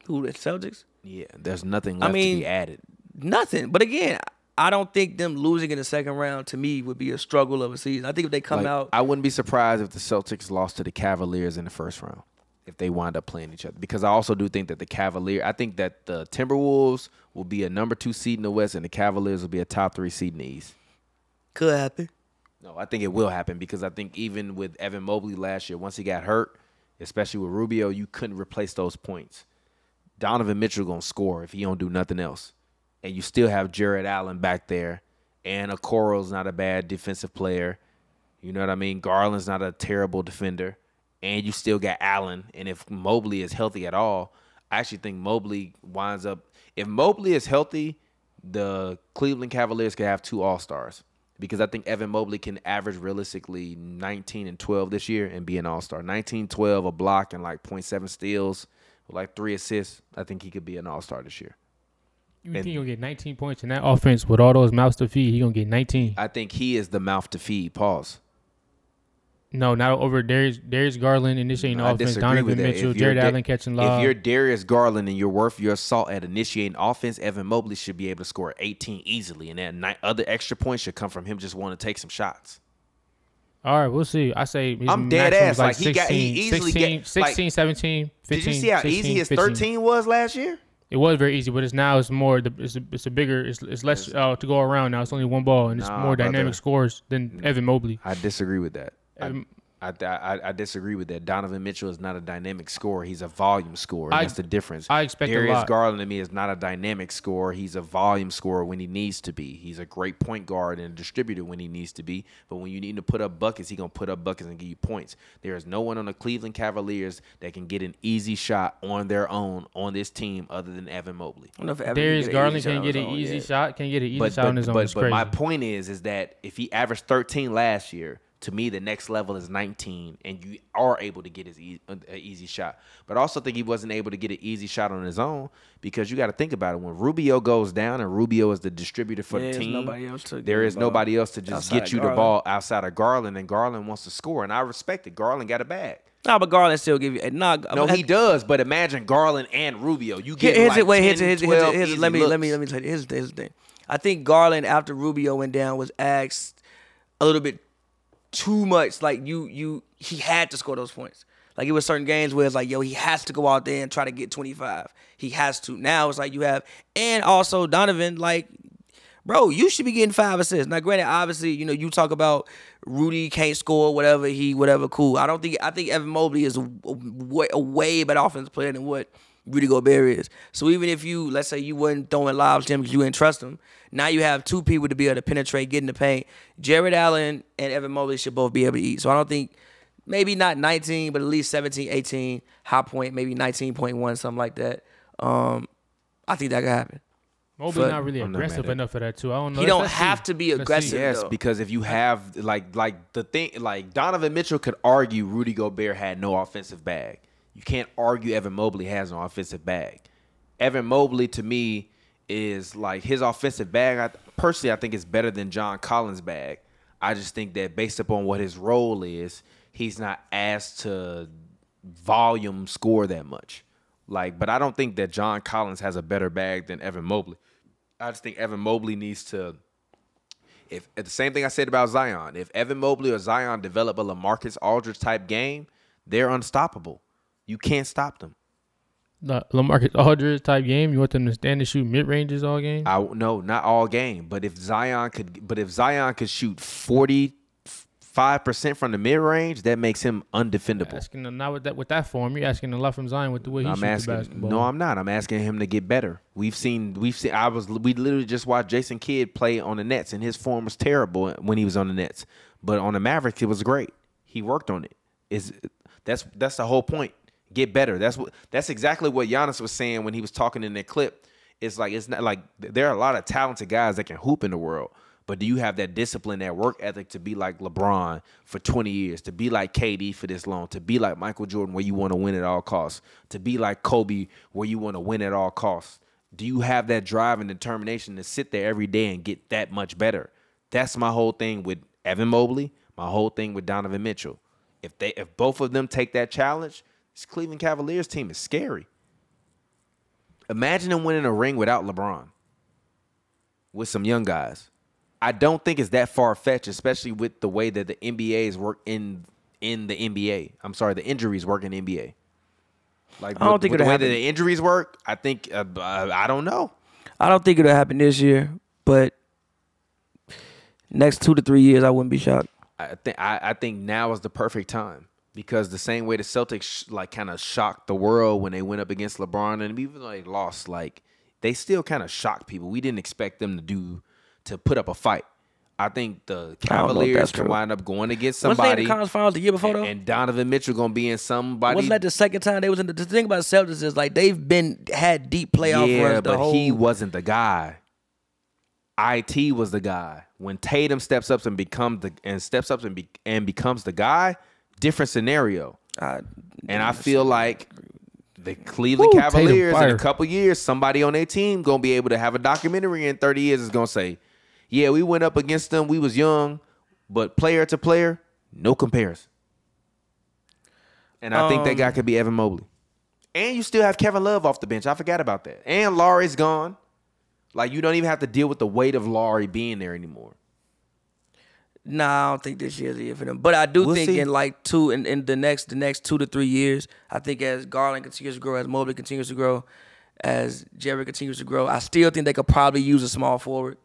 S1: Who the Celtics?
S2: Yeah, there's nothing left to
S1: mean,
S2: be added.
S1: Nothing. But again, I don't think them losing in the second round to me would be a struggle of a season. I think if they come
S2: Like,
S1: out,
S2: I wouldn't be surprised if the Celtics lost to the Cavaliers in the first round if they wind up playing each other. Because I also do think that the Cavalier, I think that the Timberwolves will be a number two seed in the West, and the Cavaliers will be a top three seed in the East.
S1: could happen.
S2: No, I think it will happen because I think even with Evan Mobley last year, once he got hurt, especially with Rubio, you couldn't replace those points. Donovan Mitchell gonna score if he don't do nothing else, and you still have Jared Allen back there, and Okoro's not a bad defensive player. You know what I mean? Garland's not a terrible defender, and you still got Allen. And if Mobley is healthy at all, I actually think Mobley winds up. If Mobley is healthy, the Cleveland Cavaliers could have two All Stars because I think Evan Mobley can average realistically 19 and 12 this year and be an All Star. 19, 12, a block and like 0.7 steals, with like three assists. I think he could be an All Star this year.
S3: You
S2: And-
S3: think he'll get 19 points in that offense with all those mouths to feed? He gonna get 19.
S2: I think he is the mouth to feed. Pause.
S3: No, not over Darius Darius Garland, and this ain't no
S2: I
S3: offense.
S2: disagree
S3: Donovan
S2: with that.
S3: Mitchell,
S2: If you're
S3: Jared
S2: Da-
S3: Allen catching love.
S2: If you're Darius Garland and you're worth your salt at initiating offense, Evan Mobley should be able to score 18 easily, and that ni- other extra points should come from him just wanting to take some shots.
S3: All right, we'll see. I say his
S2: I'm dead
S3: maximum
S2: ass.
S3: is
S2: Like, he got- he easily
S3: 16,
S2: get-
S3: 16, 17, 15.
S2: Did you see how
S3: 16,
S2: easy his
S3: 15.
S2: 13 was last year?
S3: It was very easy, but it's now it's more. the- It's a, it's a bigger. It's, it's less uh, to go around now. It's only one ball, and it's
S2: Nah,
S3: more
S2: brother.
S3: dynamic scores than Evan Mobley.
S2: I disagree with that. I-
S3: Um,
S2: I, I, I disagree with that. Donovan Mitchell is not a dynamic scorer. He's a volume scorer.
S3: I-
S2: That's the difference.
S3: I expect a
S2: Darius
S3: lot.
S2: Garland to me is not a dynamic scorer. He's a volume scorer when he needs to be. He's a great point guard and a distributor when he needs to be. But when you need to put up buckets, he's gonna put up buckets and give you points. There is no one on the Cleveland Cavaliers that can get an easy shot on their own on this team other than Evan Mobley.
S1: I don't know if Evan can
S3: Darius
S1: get an
S3: Garland
S1: easy shot
S3: can
S1: on
S3: get
S1: his
S3: an
S1: own
S3: easy
S1: yet.
S3: shot. Can get an easy shot on his own.
S2: But,
S3: It's
S2: but my
S3: crazy.
S2: point is, is that if he averaged 13 last year, to me the next level is 19, and you are able to get his ea- an easy shot. But I also think he wasn't able to get an easy shot on his own because you got to think about it. When Rubio goes down, and Rubio is the distributor for
S1: There's
S2: the team,
S1: nobody else to
S2: there
S1: get
S2: is
S1: the ball
S2: nobody else to just
S1: outside
S2: get
S1: of
S2: you the
S1: Garland.
S2: ball outside of Garland, and Garland wants to score, and I respect it. Garland got a bag.
S1: Nah, but Garland still give you. Nah,
S2: No, he does, but imagine Garland and Rubio.
S1: Here-
S2: You get
S1: Here's
S2: like
S1: it. Wait,
S2: 10,
S1: here's it. Here's it. Here's
S2: 12
S1: it. Here's it.
S2: easy
S1: Let me let me
S2: looks.
S1: let me tell you. Here's, here's the thing. I think Garland after Rubio went down was asked a little bit too much. Like you you he had to score those points. Like it was certain games where it's like yo he has to go out there and try to get 25. He has to. Now it's like you have and also Donovan like. Bro, you should be getting five assists. Now, granted, obviously, you know you talk about Rudy can't score, whatever he, whatever. Cool. I don't think I think Evan Mobley is a, a way, a way better offensive player than what Rudy Gobert is. So even if you, let's say you weren't throwing lobs to him because you didn't trust him, now you have two people to be able to penetrate, get in the paint. Jared Allen and Evan Mobley should both be able to eat. So I don't think maybe not 19, but at least 17, 18, high point, maybe 19.1, something like that. Um, I think that could happen.
S3: Mobley's
S1: Fuck.
S3: not really
S4: not mad
S3: aggressive
S4: at it.
S3: enough for that too. I don't know.
S1: He
S3: Let's-
S1: don't
S3: let's
S1: have
S3: see.
S1: to be
S3: Let's see.
S1: aggressive. Yeah.
S2: Yes,
S1: though.
S2: because if you have like like the thing like Donovan Mitchell could argue Rudy Gobert had no offensive bag. You can't argue Evan Mobley has no offensive bag. Evan Mobley to me is like his offensive bag. I personally I think is better than John Collins' bag. I just think that based upon what his role is, he's not asked to volume score that much. Like, but I don't think that John Collins has a better bag than Evan Mobley. I just think Evan Mobley needs to if the same thing I said about Zion, if Evan Mobley or Zion develop a LaMarcus Aldridge type game, they're unstoppable. You can't stop them.
S3: La- Lamarcus Aldridge type game. You want them to stand and shoot mid ranges all game?
S2: I no, not all game, but if Zion could, but if Zion could shoot forty five percent from the mid range, that makes him undefendable.
S3: asking a- not with that with that form. You're asking a lot from Zion with the way he
S2: I'm
S3: shoots the
S2: asking.
S3: basketball.
S2: No, I'm not. I'm asking him to get better. We've seen. We've seen. I was. We literally just watched Jason Kidd play on the Nets, and his form was terrible when he was on the Nets. But on the Mavericks, it was great. He worked on it. Is that's that's the whole point. Get better. That's what. That's exactly what Giannis was saying when he was talking in that clip. It's like it's not like there are a lot of talented guys that can hoop in the world. But do you have that discipline, that work ethic to be like LeBron for 20 years, to be like KD for this long, to be like Michael Jordan where you want to win at all costs, to be like Kobe where you want to win at all costs? Do you have that drive and determination to sit there every day and get that much better? That's my whole thing with Evan Mobley, my whole thing with Donovan Mitchell. If they if both of them take that challenge, this Cleveland Cavaliers team is scary. Imagine them winning a ring without LeBron with some young guys. I don't think it's that far fetched, especially with the way that the NBA's work in in the NBA. I'm sorry, the injuries work in the NBA. Like
S1: I don't
S2: with-
S1: think
S2: with the
S1: it'll
S2: way
S1: happen.
S2: that the injuries work. I think uh, uh, I don't know.
S1: I don't think it'll happen this year, but next two to three years, I wouldn't be shocked.
S2: I think I, I think now is the perfect time because the same way the Celtics sh- like kind of shocked the world when they went up against LeBron and even though they lost, like they still kind of shocked people. We didn't expect them to do to put up a fight. I think the
S1: I don't know if
S2: Cavaliers
S1: that's
S2: can
S1: true.
S2: wind up going against
S1: Wasn't they in
S2: somebody,
S1: the conference finals the year before
S2: and,
S1: though?
S2: and Donovan Mitchell gonna be in somebody.
S1: Wasn't that the second time they was in the, the thing about Celtics is like they've been had deep playoff runs
S2: yeah,
S1: the
S2: but
S1: whole
S2: he wasn't the guy. It was the guy. When Tatum steps up and becomes the and steps up and be, and becomes the guy, different scenario.
S1: I,
S2: And I feel like the Cleveland
S3: Woo, Tatum
S2: Cavaliers in a
S3: fire.
S2: couple years, somebody on their team gonna be able to have a documentary in 30 years is gonna say, Yeah, we went up against them, we was young, but player to player, no comparison. And I think that guy could be Evan Mobley. And you still have Kevin Love off the bench. I forgot about that. And Laurie's gone. Like you don't even have to deal with the weight of Laurie being there anymore.
S1: nah, I don't think this year's the year for them. But I do
S2: We'll
S1: think
S2: see.
S1: in like two in, in the next the next two to three years, I think as Garland continues to grow, as Mobley continues to grow, as Jerry continues to grow, I still think they could probably use a small forward.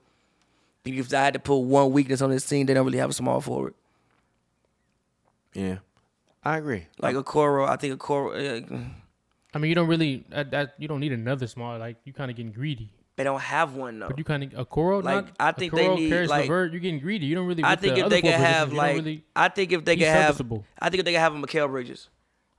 S1: Because if I had to put one weakness on this team, they don't really have a small forward.
S2: Yeah. I agree.
S1: Like Okoro, I think Okoro. Uh,
S3: I mean, you don't really that, that you don't need another small. Like you kind of getting greedy.
S1: they don't have one though.
S3: But you kind of a coral.
S1: Like,
S3: not,
S1: I think they
S3: Okoro,
S1: need,
S3: Caris
S1: like-
S3: LeVert, you're getting greedy. You don't really.
S1: I
S3: with
S1: think
S3: the
S1: if
S3: other
S1: they could
S3: four positions,
S1: have
S3: you don't
S1: like,
S3: really,
S1: I think if they
S3: he's
S1: could have,
S3: serviceable.
S1: I think if they could have a Mikael Bridges.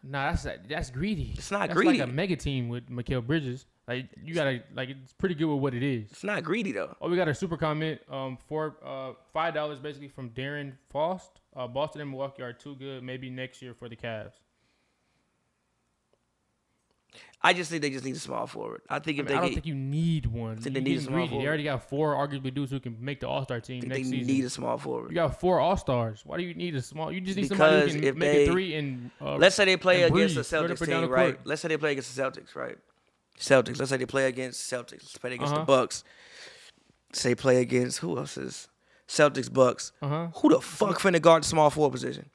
S3: nah, that's that's greedy.
S1: It's not
S3: that's
S1: greedy.
S3: Like a mega team with Mikael Bridges. Like you gotta like it's pretty good with what it is.
S1: It's not greedy though.
S3: Oh, we got a super comment. Um, for uh five dollars basically from Darren Faust. Uh, Boston and Milwaukee are too good. Maybe next year for the Cavs.
S1: I just think they just need a small forward. I think
S3: I,
S1: if
S3: mean, I
S1: they
S3: don't
S1: get,
S3: think you need one.
S1: think
S3: You're
S1: they need a
S3: getting
S1: small
S3: greedy. They
S1: forward.
S3: already got four arguably dudes who can make the All Star team
S1: think
S3: next
S1: they
S3: season.
S1: need a small
S3: you
S1: forward.
S3: got four All Stars. Why do you need a small? You just need somebody
S1: Because
S3: who
S1: if
S3: can make
S1: they-
S3: a three and uh,
S1: Let's say they play
S3: and
S1: against the
S3: Breeze. Throw it up
S1: Celtics
S3: and down
S1: team,
S3: the
S1: right?
S3: court.
S1: Let's say they play against the Celtics, right? Celtics. Let's say they play against Celtics. Let's play against
S3: Uh-huh.
S1: the Bucks. Say play against who else is Celtics Bucks?
S3: Uh-huh.
S1: Who the fuck finna guard the small forward position?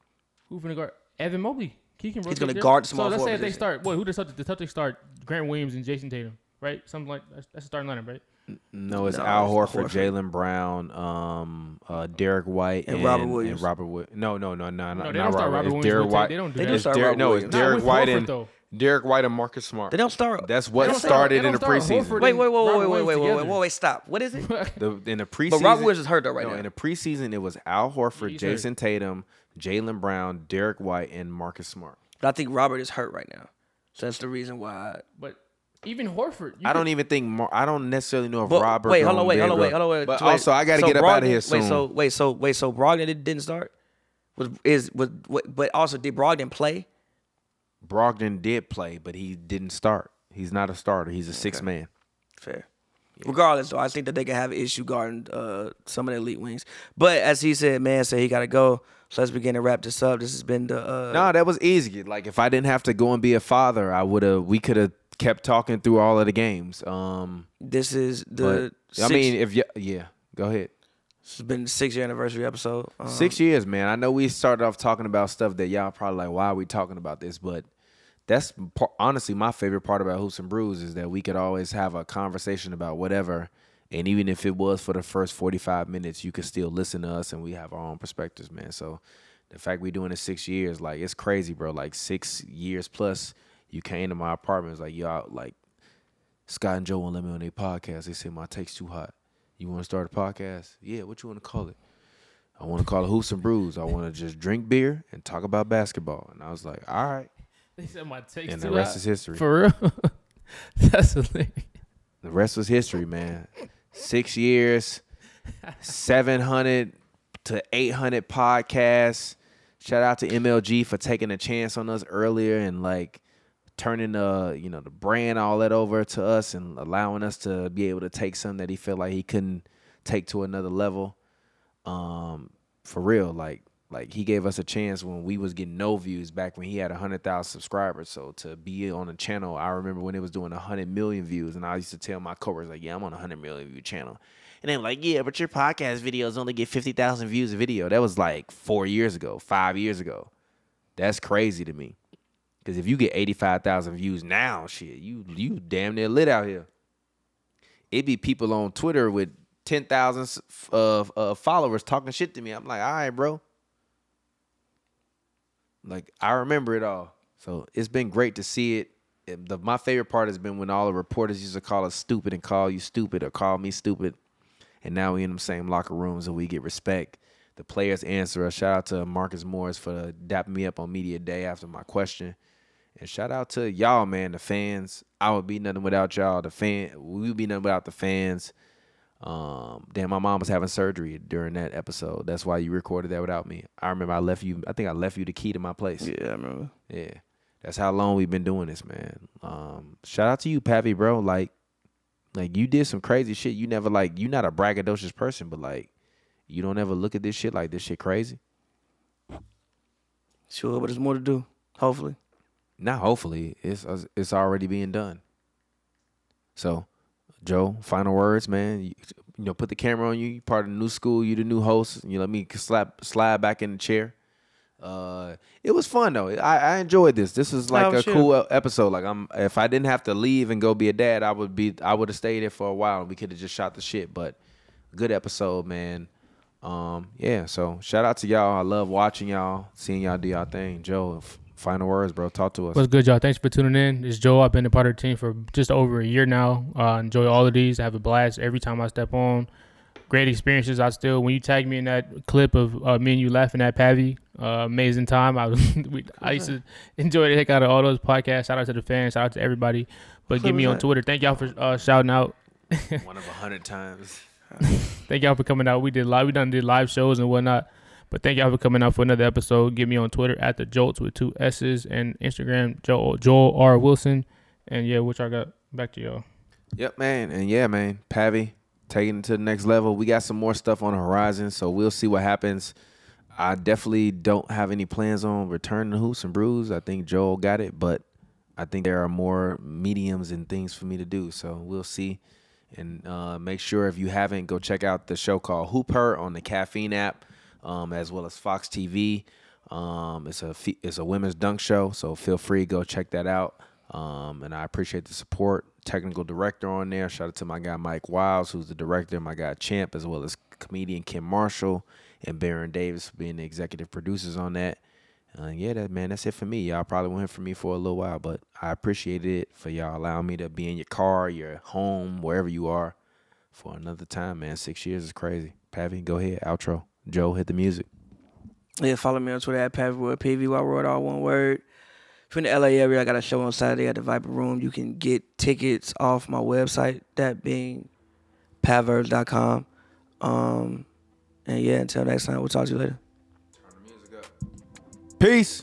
S3: Who finna guard Evan Mobley? He can. rotate
S1: gonna
S3: there.
S1: guard
S3: So
S1: small
S3: let's say
S1: forward
S3: if they
S1: position.
S3: start. What? Who the Celtics? The Celtics start Grant Williams and Jason Tatum, right? Something like that's, that's the starting lineup, right?
S2: No, it's
S1: No,
S2: Al
S1: it's
S2: Horford,
S1: Horford.
S2: Jalen Brown, um, uh, Derek White, and,
S1: And Robert Williams.
S2: And Robert Wi- No, no, no, no, no.
S3: No, they
S2: not
S3: don't start Robert
S2: Robert. It's
S3: Williams
S2: Derek
S3: with
S2: White.
S3: They don't do
S1: They
S3: that.
S1: do
S2: It's
S1: start
S2: Derek-
S1: Robert
S2: no, it's
S1: Williams.
S3: Not
S2: Derek
S3: with
S2: White
S3: Horford,
S2: and
S3: though.
S2: Derek White and Marcus Smart.
S1: They don't start.
S2: That's
S3: They
S2: what
S3: don't start-
S2: started
S3: they
S2: in the
S3: don't start
S2: preseason.
S3: Horford.
S1: wait, wait, wait,
S3: Robert
S1: wait, wait, wait,
S3: Williams
S1: wait, wait,
S3: together.
S1: wait, wait, stop. What is it?
S2: The, in the preseason,
S1: Williams is hurt though right
S2: no,
S1: now.
S2: In the preseason, it was Al Horford,
S3: he's hurt.
S2: Jason Tatum, Jalen Brown, Derek White, and Marcus Smart.
S1: But I think Robert is hurt right now. So that's the reason why.
S3: But even Horford, you
S2: I
S3: could-
S2: don't even think Mar- I don't necessarily know if
S1: But
S2: Robert.
S1: wait, hold on,
S2: gonna
S1: wait,
S2: be
S1: hold on,
S2: able-
S1: wait, hold on, wait.
S2: But
S1: wait.
S2: also, I got to
S1: So
S2: get up out of
S1: Brogdon-
S2: here soon.
S1: Wait, so wait, so wait, so Brogdon did- didn't start. Was is was what- but also did Brogdon play?
S2: Brogdon did play, but he didn't start. He's not a starter. He's a six man.
S1: Fair. Regardless, though, I think that they can have an issue guarding uh, some of the elite wings. But as he said, man, said he gotta go. So let's begin to wrap this up. This has been the uh,
S2: No, that was easy. Like if I didn't have to go and be a father, I would have. We could have kept talking through all of the games. Um,
S1: this is the
S2: but I
S1: six-
S2: mean, if y- yeah, go ahead.
S1: this has been the six year anniversary episode. Um,
S2: Six years, man. I know we started off talking about stuff that y'all probably like, why are we talking about this? But that's par- honestly my favorite part about Hoops and Brews is that we could always have a conversation about whatever. And even if it was for the first 45 minutes, you could still listen to us and we have our own perspectives, man. So the fact we're doing it six years, like, it's crazy, bro. Like, six years plus, you came to my apartment. It's like, y'all, like, Scott and Joe won't let me on their podcast. They said my take's too hot. You want to start a podcast? Yeah, what you want to call it? I want to call it Hoops and Brews. I want to just drink beer and talk about basketball. And I was like, all right.
S1: e
S3: They said my takes
S2: And the
S3: too
S2: rest
S3: high.
S2: is history.
S3: For real, that's hilarious.
S2: The rest was history, man. Six years, 700 to 800 podcasts. Shout out to MLG for taking a chance on us earlier and like turning the you know the brand all that over to us and allowing us to be able to take something that he felt like he couldn't take to another level. Um, for real, like like he gave us a chance when we was getting no views back when he had hundred thousand subscribers. So to be on a channel, I remember when it was doing hundred million views, and I used to tell my coworkers like, "Yeah, I'm on a hundred million view channel," and they were like, "Yeah, but your podcast videos only get fifty thousand views a video." That was like four years ago, five years ago. That's crazy to me. Cause if you get eighty five thousand views now, shit, you you damn near lit out here. It be people on Twitter with ten thousand uh, uh, followers talking shit to me. I'm like, all right, bro. Like I remember it all. So it's been great to see it. It- the- my favorite part has been when all the reporters used to call us stupid and call you stupid or call me stupid. And now we in the same locker rooms and we get respect. The players answer us. Shout out to Marcus Morris for dapping me up on media day after my question. And shout out to y'all, man, the fans. I would be nothing without y'all. The fan, we would be nothing without the fans. Um, damn, my mom was having surgery during that episode. That's why you recorded that without me. I remember I left you. I think I left you the key to my place.
S1: yeah, I remember.
S2: Yeah. That's how long we've been doing this, man. Um, shout out to you, Pappy, bro. Like, like you did some crazy shit. You never like you not a braggadocious person, but like you don't ever look at this shit like this shit crazy.
S1: Sure, but there's more to do. Hopefully,
S2: Now, hopefully, it's uh, it's already being done. So, Joe, final words, man. You, you know, put the camera on you. You part of the new school. You the new host. You let me slap slide back in the chair. Uh, it was fun though. I, I enjoyed this. This is like
S1: Oh,
S2: a
S1: sure.
S2: cool e, episode. Like I'm, if I didn't have to leave and go be a dad, I would be. I would have stayed there for a while and we could have just shot the shit. But good episode, man. Um, yeah. So shout out to y'all. I love watching y'all, seeing y'all do y'all thing. Joe, f- final words, bro. Talk to us.
S3: What's good, y'all? Thanks for tuning in. It's Joe. I've been a part of the team for just over a year now. Uh, enjoy all of these. I have a blast every time I step on. Great experiences. I still, when you tag me in that clip of uh, me and you laughing at Pavi, uh, amazing time. I was, we, I used to enjoy the heck out of all those podcasts. Shout out to the fans. Shout out to everybody. But get me on Twitter. Thank y'all for uh, shouting out.
S2: One of a hundred times.
S3: Thank y'all for coming out. We did live. We done did live shows and whatnot. But thank y'all for coming out for another episode. Get me on Twitter at the Jolts with two S's and Instagram Joel Joel R Wilson. And yeah, which I got back to y'all.
S2: Yep, man. And yeah, man, Pavi taking it to the next level. We got some more stuff on the horizon, so we'll see what happens. I definitely don't have any plans on returning to Hoops and Brews. I think Joel got it, but I think there are more mediums and things for me to do, so we'll see. And uh, make sure if you haven't, go check out the show called Hoop Her on the Caffeine app, um, as well as Fox TV. Um, it's a fe- it's a women's dunk show, so feel free to go check that out. Um, and I appreciate the support. Technical director on there. Shout out to my guy Mike Wiles, who's the director. My guy Champ, as well as comedian Kim Marshall and Baron Davis for being the executive producers on that. Uh, yeah, that man, that's it for me. Y'all probably won't hear from me for a little while, but I appreciate it for y'all allowing me to be in your car, your home, wherever you are, for another time, man. Six years is crazy. Pavi, go ahead. Outro. Joe, hit the music.
S1: Yeah, follow me on Twitter at Pavywood, PVY all one word. If you're in the LA area, I got a show on Saturday at the Viper Room. You can get tickets off my website, that being paverve.com. Um, and yeah, until next time, we'll talk to you later.
S4: Peace.